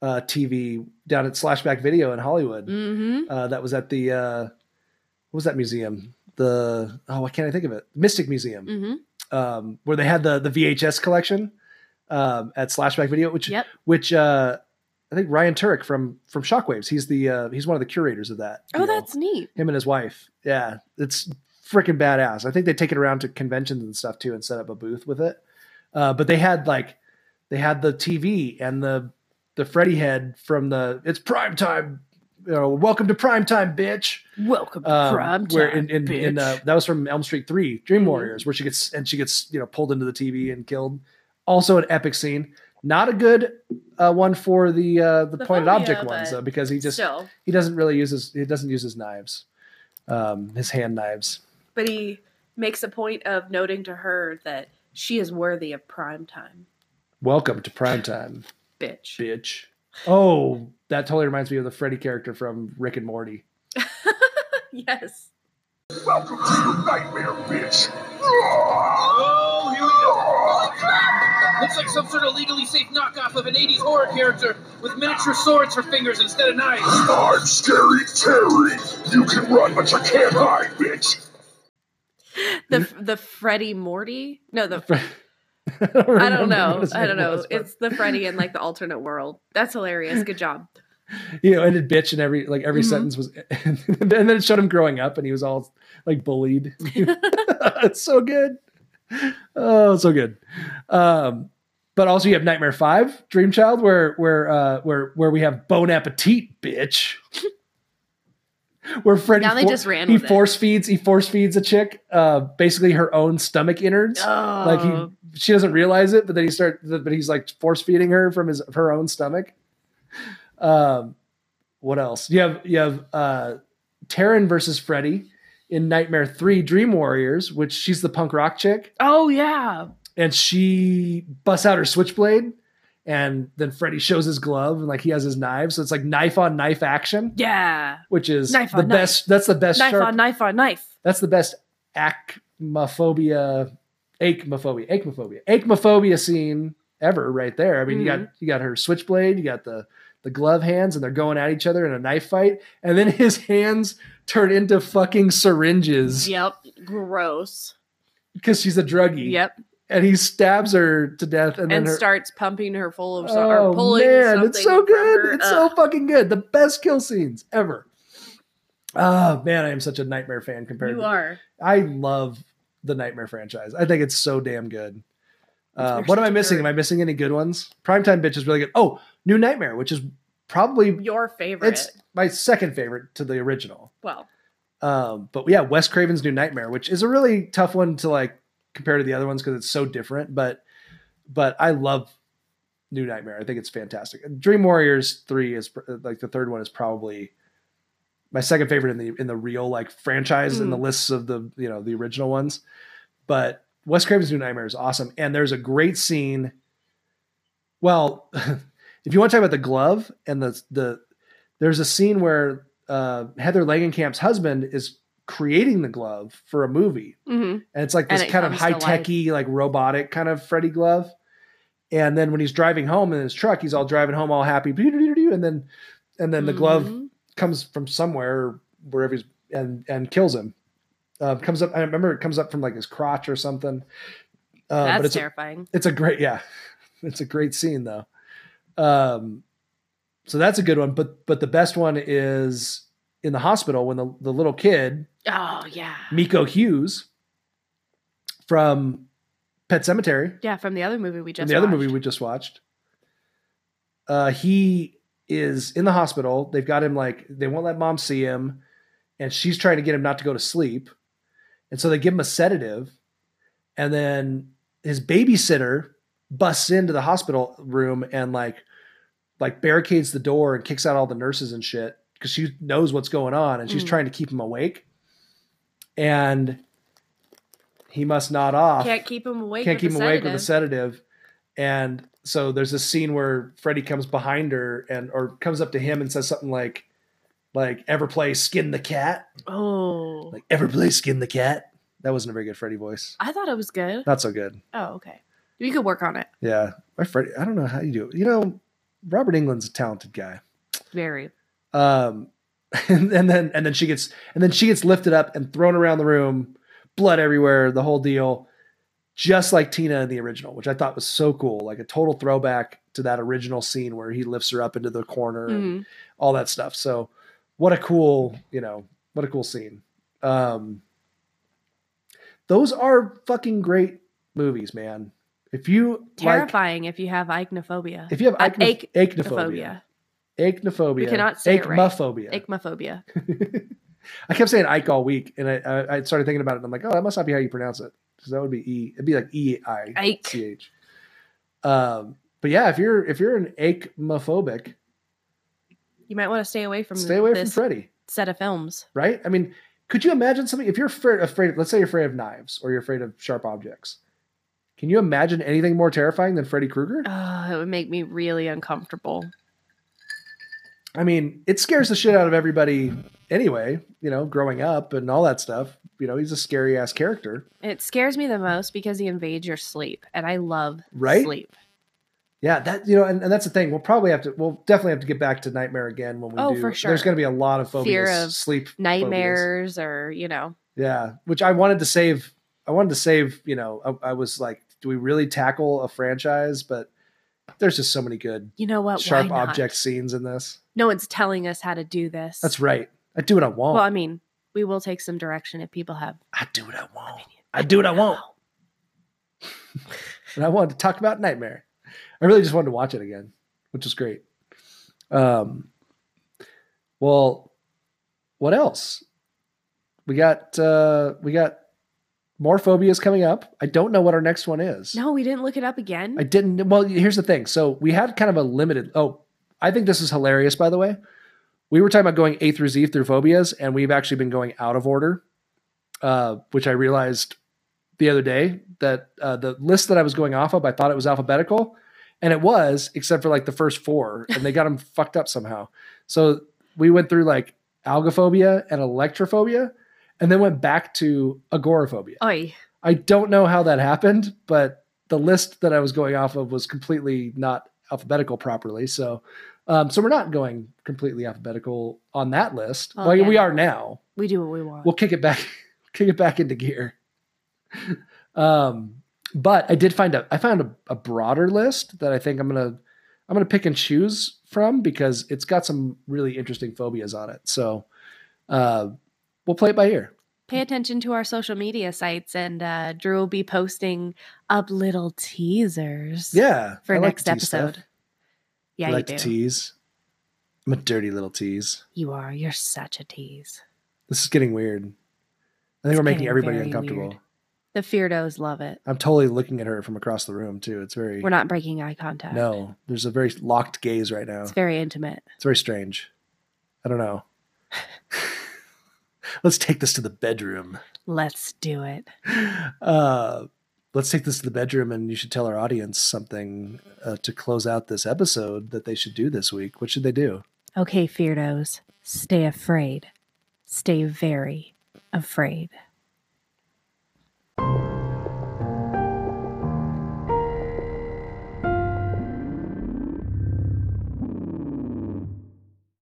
[SPEAKER 3] uh tv down at slashback video in hollywood
[SPEAKER 5] Mm-hmm.
[SPEAKER 3] uh, that was at the uh what was that museum the oh why can't i think of it mystic museum
[SPEAKER 5] Mm-hmm.
[SPEAKER 3] um, where they had the the VHS collection um, at Slashback Video, which
[SPEAKER 5] Yep.
[SPEAKER 3] which uh, I think Ryan Turek from from Shockwaves. He's the uh, he's one of the curators of that.
[SPEAKER 5] Oh,
[SPEAKER 3] deal.
[SPEAKER 5] that's neat.
[SPEAKER 3] him and his wife. Yeah, it's freaking badass. I think they take it around to conventions and stuff too, and set up a booth with it. Uh, but they had like they had the TV and the the Freddy head from the it's prime time. You know, welcome to prime time, bitch
[SPEAKER 6] Welcome to
[SPEAKER 3] um,
[SPEAKER 6] prime
[SPEAKER 3] where
[SPEAKER 6] time,
[SPEAKER 3] in, in, in uh, that was from Elm Street Three, Dream
[SPEAKER 5] Mm-hmm.
[SPEAKER 3] Warriors, where she gets and she gets you know pulled into the TV and killed. Also an epic scene. Not a good uh, one for the uh, the,
[SPEAKER 5] The
[SPEAKER 3] pointed
[SPEAKER 5] phobia,
[SPEAKER 3] object ones
[SPEAKER 5] but
[SPEAKER 3] though, because he just
[SPEAKER 5] Still,
[SPEAKER 3] he doesn't really use his he doesn't use his knives, um, his hand knives.
[SPEAKER 5] but he makes a point of noting to her that she is worthy of prime time,
[SPEAKER 3] Welcome to prime time,
[SPEAKER 5] bitch.
[SPEAKER 3] bitch. Oh, that totally reminds me of the Freddy character from Rick and Morty. [laughs]
[SPEAKER 5] [laughs] yes.
[SPEAKER 10] Welcome to your nightmare, bitch.
[SPEAKER 8] Oh, here we go. Looks like some sort of legally safe knockoff of an 80s horror character with miniature swords for fingers instead of knives.
[SPEAKER 10] I'm Scary Terry. You can run, but you can't hide, bitch.
[SPEAKER 5] The
[SPEAKER 3] Mm-hmm.
[SPEAKER 5] the Freddy Morty? No, the
[SPEAKER 3] I don't,
[SPEAKER 5] I
[SPEAKER 3] remember
[SPEAKER 5] don't know.
[SPEAKER 3] what his
[SPEAKER 5] I don't
[SPEAKER 3] name
[SPEAKER 5] know.
[SPEAKER 3] was, but-
[SPEAKER 5] It's the Freddy in like the alternate world. That's hilarious. Good
[SPEAKER 3] [laughs]
[SPEAKER 5] job.
[SPEAKER 3] you know, ended bitch and every like every
[SPEAKER 5] Mhm.
[SPEAKER 3] sentence was, [laughs] and then it showed him growing up and he was all like
[SPEAKER 5] [laughs]
[SPEAKER 3] bullied. [laughs] it's so good. Oh, it's so good. Um, but also you have Nightmare Five, Dream Child, where where uh, where where we have Bon Appetit, bitch. Where Freddy
[SPEAKER 5] Now they
[SPEAKER 3] for-
[SPEAKER 5] just ran
[SPEAKER 3] he
[SPEAKER 5] with it.
[SPEAKER 3] force feeds he force feeds a chick uh, basically her own stomach innards.
[SPEAKER 5] Oh,
[SPEAKER 3] Like he she doesn't realize it, but then he start but he's like force feeding her from his her own stomach. Um, what else? You have you have uh, Taryn versus Freddy in Nightmare Three: Dream Warriors, which she's the punk rock chick,
[SPEAKER 5] oh yeah.
[SPEAKER 3] and she busts out her switchblade, and then Freddy shows his glove and like he has his knife, so it's like knife on knife action,
[SPEAKER 5] Yeah.
[SPEAKER 3] which is
[SPEAKER 5] Knife
[SPEAKER 3] the
[SPEAKER 5] on knife.
[SPEAKER 3] best. That's the best
[SPEAKER 5] Knife
[SPEAKER 3] sharp.
[SPEAKER 5] on knife on knife.
[SPEAKER 3] That's the best acmophobia, acmophobia, acmophobia, acmophobia scene ever, right there. I mean, you got
[SPEAKER 5] Mm-hmm.
[SPEAKER 3] you got her switchblade, you got the the glove hands, and they're going at each other in a knife fight, and then [laughs] his hands turn into fucking syringes [laughs]
[SPEAKER 5] Yep. Gross.
[SPEAKER 3] because she's a druggie.
[SPEAKER 5] Yep.
[SPEAKER 3] and he stabs her to death, and, then
[SPEAKER 5] And
[SPEAKER 3] her.
[SPEAKER 5] starts pumping her full of so- or
[SPEAKER 3] Oh
[SPEAKER 5] pulling
[SPEAKER 3] man,
[SPEAKER 5] something
[SPEAKER 3] it's so
[SPEAKER 5] from
[SPEAKER 3] good!
[SPEAKER 5] her.
[SPEAKER 3] It's [laughs]
[SPEAKER 5] Ugh.
[SPEAKER 3] so fucking good. The best kill scenes ever. Oh man, I am such a nightmare fan compared
[SPEAKER 5] You
[SPEAKER 3] to
[SPEAKER 5] are.
[SPEAKER 3] I love the Nightmare franchise. I think it's so damn good. Uh,
[SPEAKER 5] You're
[SPEAKER 3] what am
[SPEAKER 5] such
[SPEAKER 3] I
[SPEAKER 5] a
[SPEAKER 3] missing?
[SPEAKER 5] nerd.
[SPEAKER 3] Am I missing any good ones? Primetime Bitch is really good. Oh, New Nightmare, which is probably
[SPEAKER 5] Your favorite.
[SPEAKER 3] it's my second favorite to the original.
[SPEAKER 5] well,
[SPEAKER 3] Um, but yeah, Wes Craven's New Nightmare, which is a really tough one to like compare to the other ones because it's so different. But but I love New Nightmare. I think it's fantastic. And Dream Warriors three is pr- uh, like the third one is probably my second favorite in the in the real like franchise in the lists of the you know the original ones. But Wes Craven's New Nightmare is awesome, and there's a great scene. Well, [laughs] If you want to talk about the glove and the the there's a scene where uh, Heather Langenkamp's husband is creating the glove for a movie,
[SPEAKER 5] Mm-hmm.
[SPEAKER 3] and it's like
[SPEAKER 5] And
[SPEAKER 3] this
[SPEAKER 5] it
[SPEAKER 3] kind of
[SPEAKER 5] comes to
[SPEAKER 3] high
[SPEAKER 5] life.
[SPEAKER 3] techy, like robotic kind of Freddy glove. And then when he's driving home in his truck, he's all driving home, all happy, and then and
[SPEAKER 5] mm-hmm.
[SPEAKER 3] then the glove uh, comes from somewhere wherever he's and and kills him. Uh, comes up. I remember it comes up from like his crotch or something. Uh, but
[SPEAKER 5] That's
[SPEAKER 3] it's a-
[SPEAKER 5] terrifying.
[SPEAKER 3] it's a great yeah [laughs] it's a great scene though um so that's a good one but but the best one is in the hospital when the, the little kid
[SPEAKER 5] Oh yeah,
[SPEAKER 3] miko hughes from pet cemetery
[SPEAKER 5] yeah. From the other movie we just
[SPEAKER 3] from the other
[SPEAKER 5] watched.
[SPEAKER 3] movie we just watched uh he is in the hospital they've got him like they won't let mom see him and she's trying to get him not to go to sleep and so they give him a sedative and then his babysitter busts into the hospital room and like like barricades the door and kicks out all the nurses and shit because she knows what's going on and she's
[SPEAKER 5] Mm.
[SPEAKER 3] trying to keep him awake and he must nod off
[SPEAKER 5] Can't keep him awake.
[SPEAKER 3] can't
[SPEAKER 5] with
[SPEAKER 3] keep
[SPEAKER 5] the
[SPEAKER 3] him awake with a
[SPEAKER 5] sedative.
[SPEAKER 3] sedative. And so there's this scene where Freddy comes behind her and or comes up to him and says something like, like ever play skin the cat?
[SPEAKER 5] Oh,
[SPEAKER 3] Like ever play skin the cat? That wasn't a very good Freddy voice.
[SPEAKER 5] I thought it was good.
[SPEAKER 3] Not so good.
[SPEAKER 5] Oh, okay. You could work on it.
[SPEAKER 3] Yeah. My Freddy, I don't know how you do it. You know, Robert England's a talented guy.
[SPEAKER 5] Very.
[SPEAKER 3] Um [laughs] and, and then and then she gets and then she gets lifted up and thrown around the room, blood everywhere, the whole deal. Just like Tina in the original, which I thought was so cool, like a total throwback to that original scene where he lifts her up into the corner and
[SPEAKER 5] Mhm.
[SPEAKER 3] all that stuff. So what a cool, you know, what a cool scene. Um those are fucking great movies, man. If you like
[SPEAKER 5] Terrifying if you have ichnophobia.
[SPEAKER 3] if you have
[SPEAKER 5] Uh,
[SPEAKER 3] acnof-
[SPEAKER 5] ach-
[SPEAKER 3] acnophobia, acnophobia,
[SPEAKER 5] We cannot say it right.
[SPEAKER 3] acmophobia.
[SPEAKER 5] Ichmophobia.
[SPEAKER 3] [laughs] I kept saying Ike all week, and I, I, I started thinking about it. And I'm like, oh, that must not be how you pronounce it, because that would be e. It'd be like e i
[SPEAKER 5] Ike.
[SPEAKER 3] c h. Um, but yeah, if you're if you're an acmophobic,
[SPEAKER 5] You might want to stay away from
[SPEAKER 3] stay away from
[SPEAKER 5] this
[SPEAKER 3] Freddy,
[SPEAKER 5] set of films.
[SPEAKER 3] right? I mean, could you imagine something if you're afraid, afraid? Let's say you're afraid of knives or you're afraid of sharp objects. Can you imagine anything more terrifying than Freddy Krueger?
[SPEAKER 5] Oh, it would make me really uncomfortable.
[SPEAKER 3] I mean, it scares the shit out of everybody anyway, you know, growing up and all that stuff. You know, he's a scary ass character.
[SPEAKER 5] It scares me the most because he invades your sleep, and I love
[SPEAKER 3] Right?
[SPEAKER 5] sleep.
[SPEAKER 3] Yeah, that you know, and, and that's the thing. We'll probably have to we'll definitely have to get back to nightmare again when we
[SPEAKER 5] Oh,
[SPEAKER 3] do.
[SPEAKER 5] for sure.
[SPEAKER 3] There's gonna be a lot of phobias,
[SPEAKER 5] Fear of
[SPEAKER 3] sleep phobias.
[SPEAKER 5] Nightmares, or you know,
[SPEAKER 3] Yeah. Which I wanted to save I wanted to save, you know, I, I was like, do we really tackle a franchise? But there's just so many good
[SPEAKER 5] you know what?
[SPEAKER 3] sharp
[SPEAKER 5] Why not?
[SPEAKER 3] object scenes in this.
[SPEAKER 5] No one's telling us how to do this.
[SPEAKER 3] That's right. I do what I want.
[SPEAKER 5] Well, I mean, we will take some direction if people have.
[SPEAKER 3] I do what I want. I do what I want. [laughs] and I wanted to talk about Nightmare. I really just wanted to watch it again, which was great. Um, well, what else? We got uh, we got more phobias coming up. I don't know what our next one is.
[SPEAKER 5] No, we didn't look it up again.
[SPEAKER 3] I didn't. Well, here's the thing. So we had kind of a limited. Oh, I think this is hilarious. By the way, we were talking about going A through Z through phobias, and we've actually been going out of order, uh, which I realized the other day that uh, the list that I was going off of, I thought it was alphabetical, and it was, except for like the first four, and they got them [laughs] fucked up somehow. So we went through like algophobia and electrophobia, and then went back to agoraphobia.
[SPEAKER 5] Oi.
[SPEAKER 3] I don't know how that happened, but the list that I was going off of was completely not alphabetical properly. So, um, so we're not going completely alphabetical on that list.
[SPEAKER 5] Well,
[SPEAKER 3] Well, we
[SPEAKER 5] Oh, yeah.
[SPEAKER 3] are now.
[SPEAKER 5] We do what we want.
[SPEAKER 3] We'll kick it back, [laughs] kick it back into gear. Um, but I did find a, I found a, a broader list that I think I'm gonna, I'm gonna pick and choose from because it's got some really interesting phobias on it. So, uh, we'll play it by ear.
[SPEAKER 5] Pay attention to our social media sites, and uh, Drew will be posting up little teasers.
[SPEAKER 3] Yeah,
[SPEAKER 5] For
[SPEAKER 3] I like
[SPEAKER 5] next
[SPEAKER 3] to tease stuff.
[SPEAKER 5] episode. Yeah,
[SPEAKER 3] I
[SPEAKER 5] you
[SPEAKER 3] like
[SPEAKER 5] do.
[SPEAKER 3] to tease. I'm a dirty little tease.
[SPEAKER 5] You are. You're such a tease.
[SPEAKER 3] This is getting weird. I think
[SPEAKER 5] It's
[SPEAKER 3] we're making
[SPEAKER 5] getting
[SPEAKER 3] everybody
[SPEAKER 5] very
[SPEAKER 3] uncomfortable.
[SPEAKER 5] weird. The Feardos love it.
[SPEAKER 3] I'm totally looking at her from across the room too. It's very
[SPEAKER 5] We're not breaking eye contact.
[SPEAKER 3] no. There's a very locked gaze right now.
[SPEAKER 5] It's very intimate.
[SPEAKER 3] It's very strange. I don't know. [laughs] Let's take this to the bedroom.
[SPEAKER 5] Let's do it.
[SPEAKER 3] Uh, let's take this to the bedroom and you should tell our audience something uh, to close out this episode that they should do this week. What should they do?
[SPEAKER 5] Okay, Feardos, stay afraid. Stay very afraid.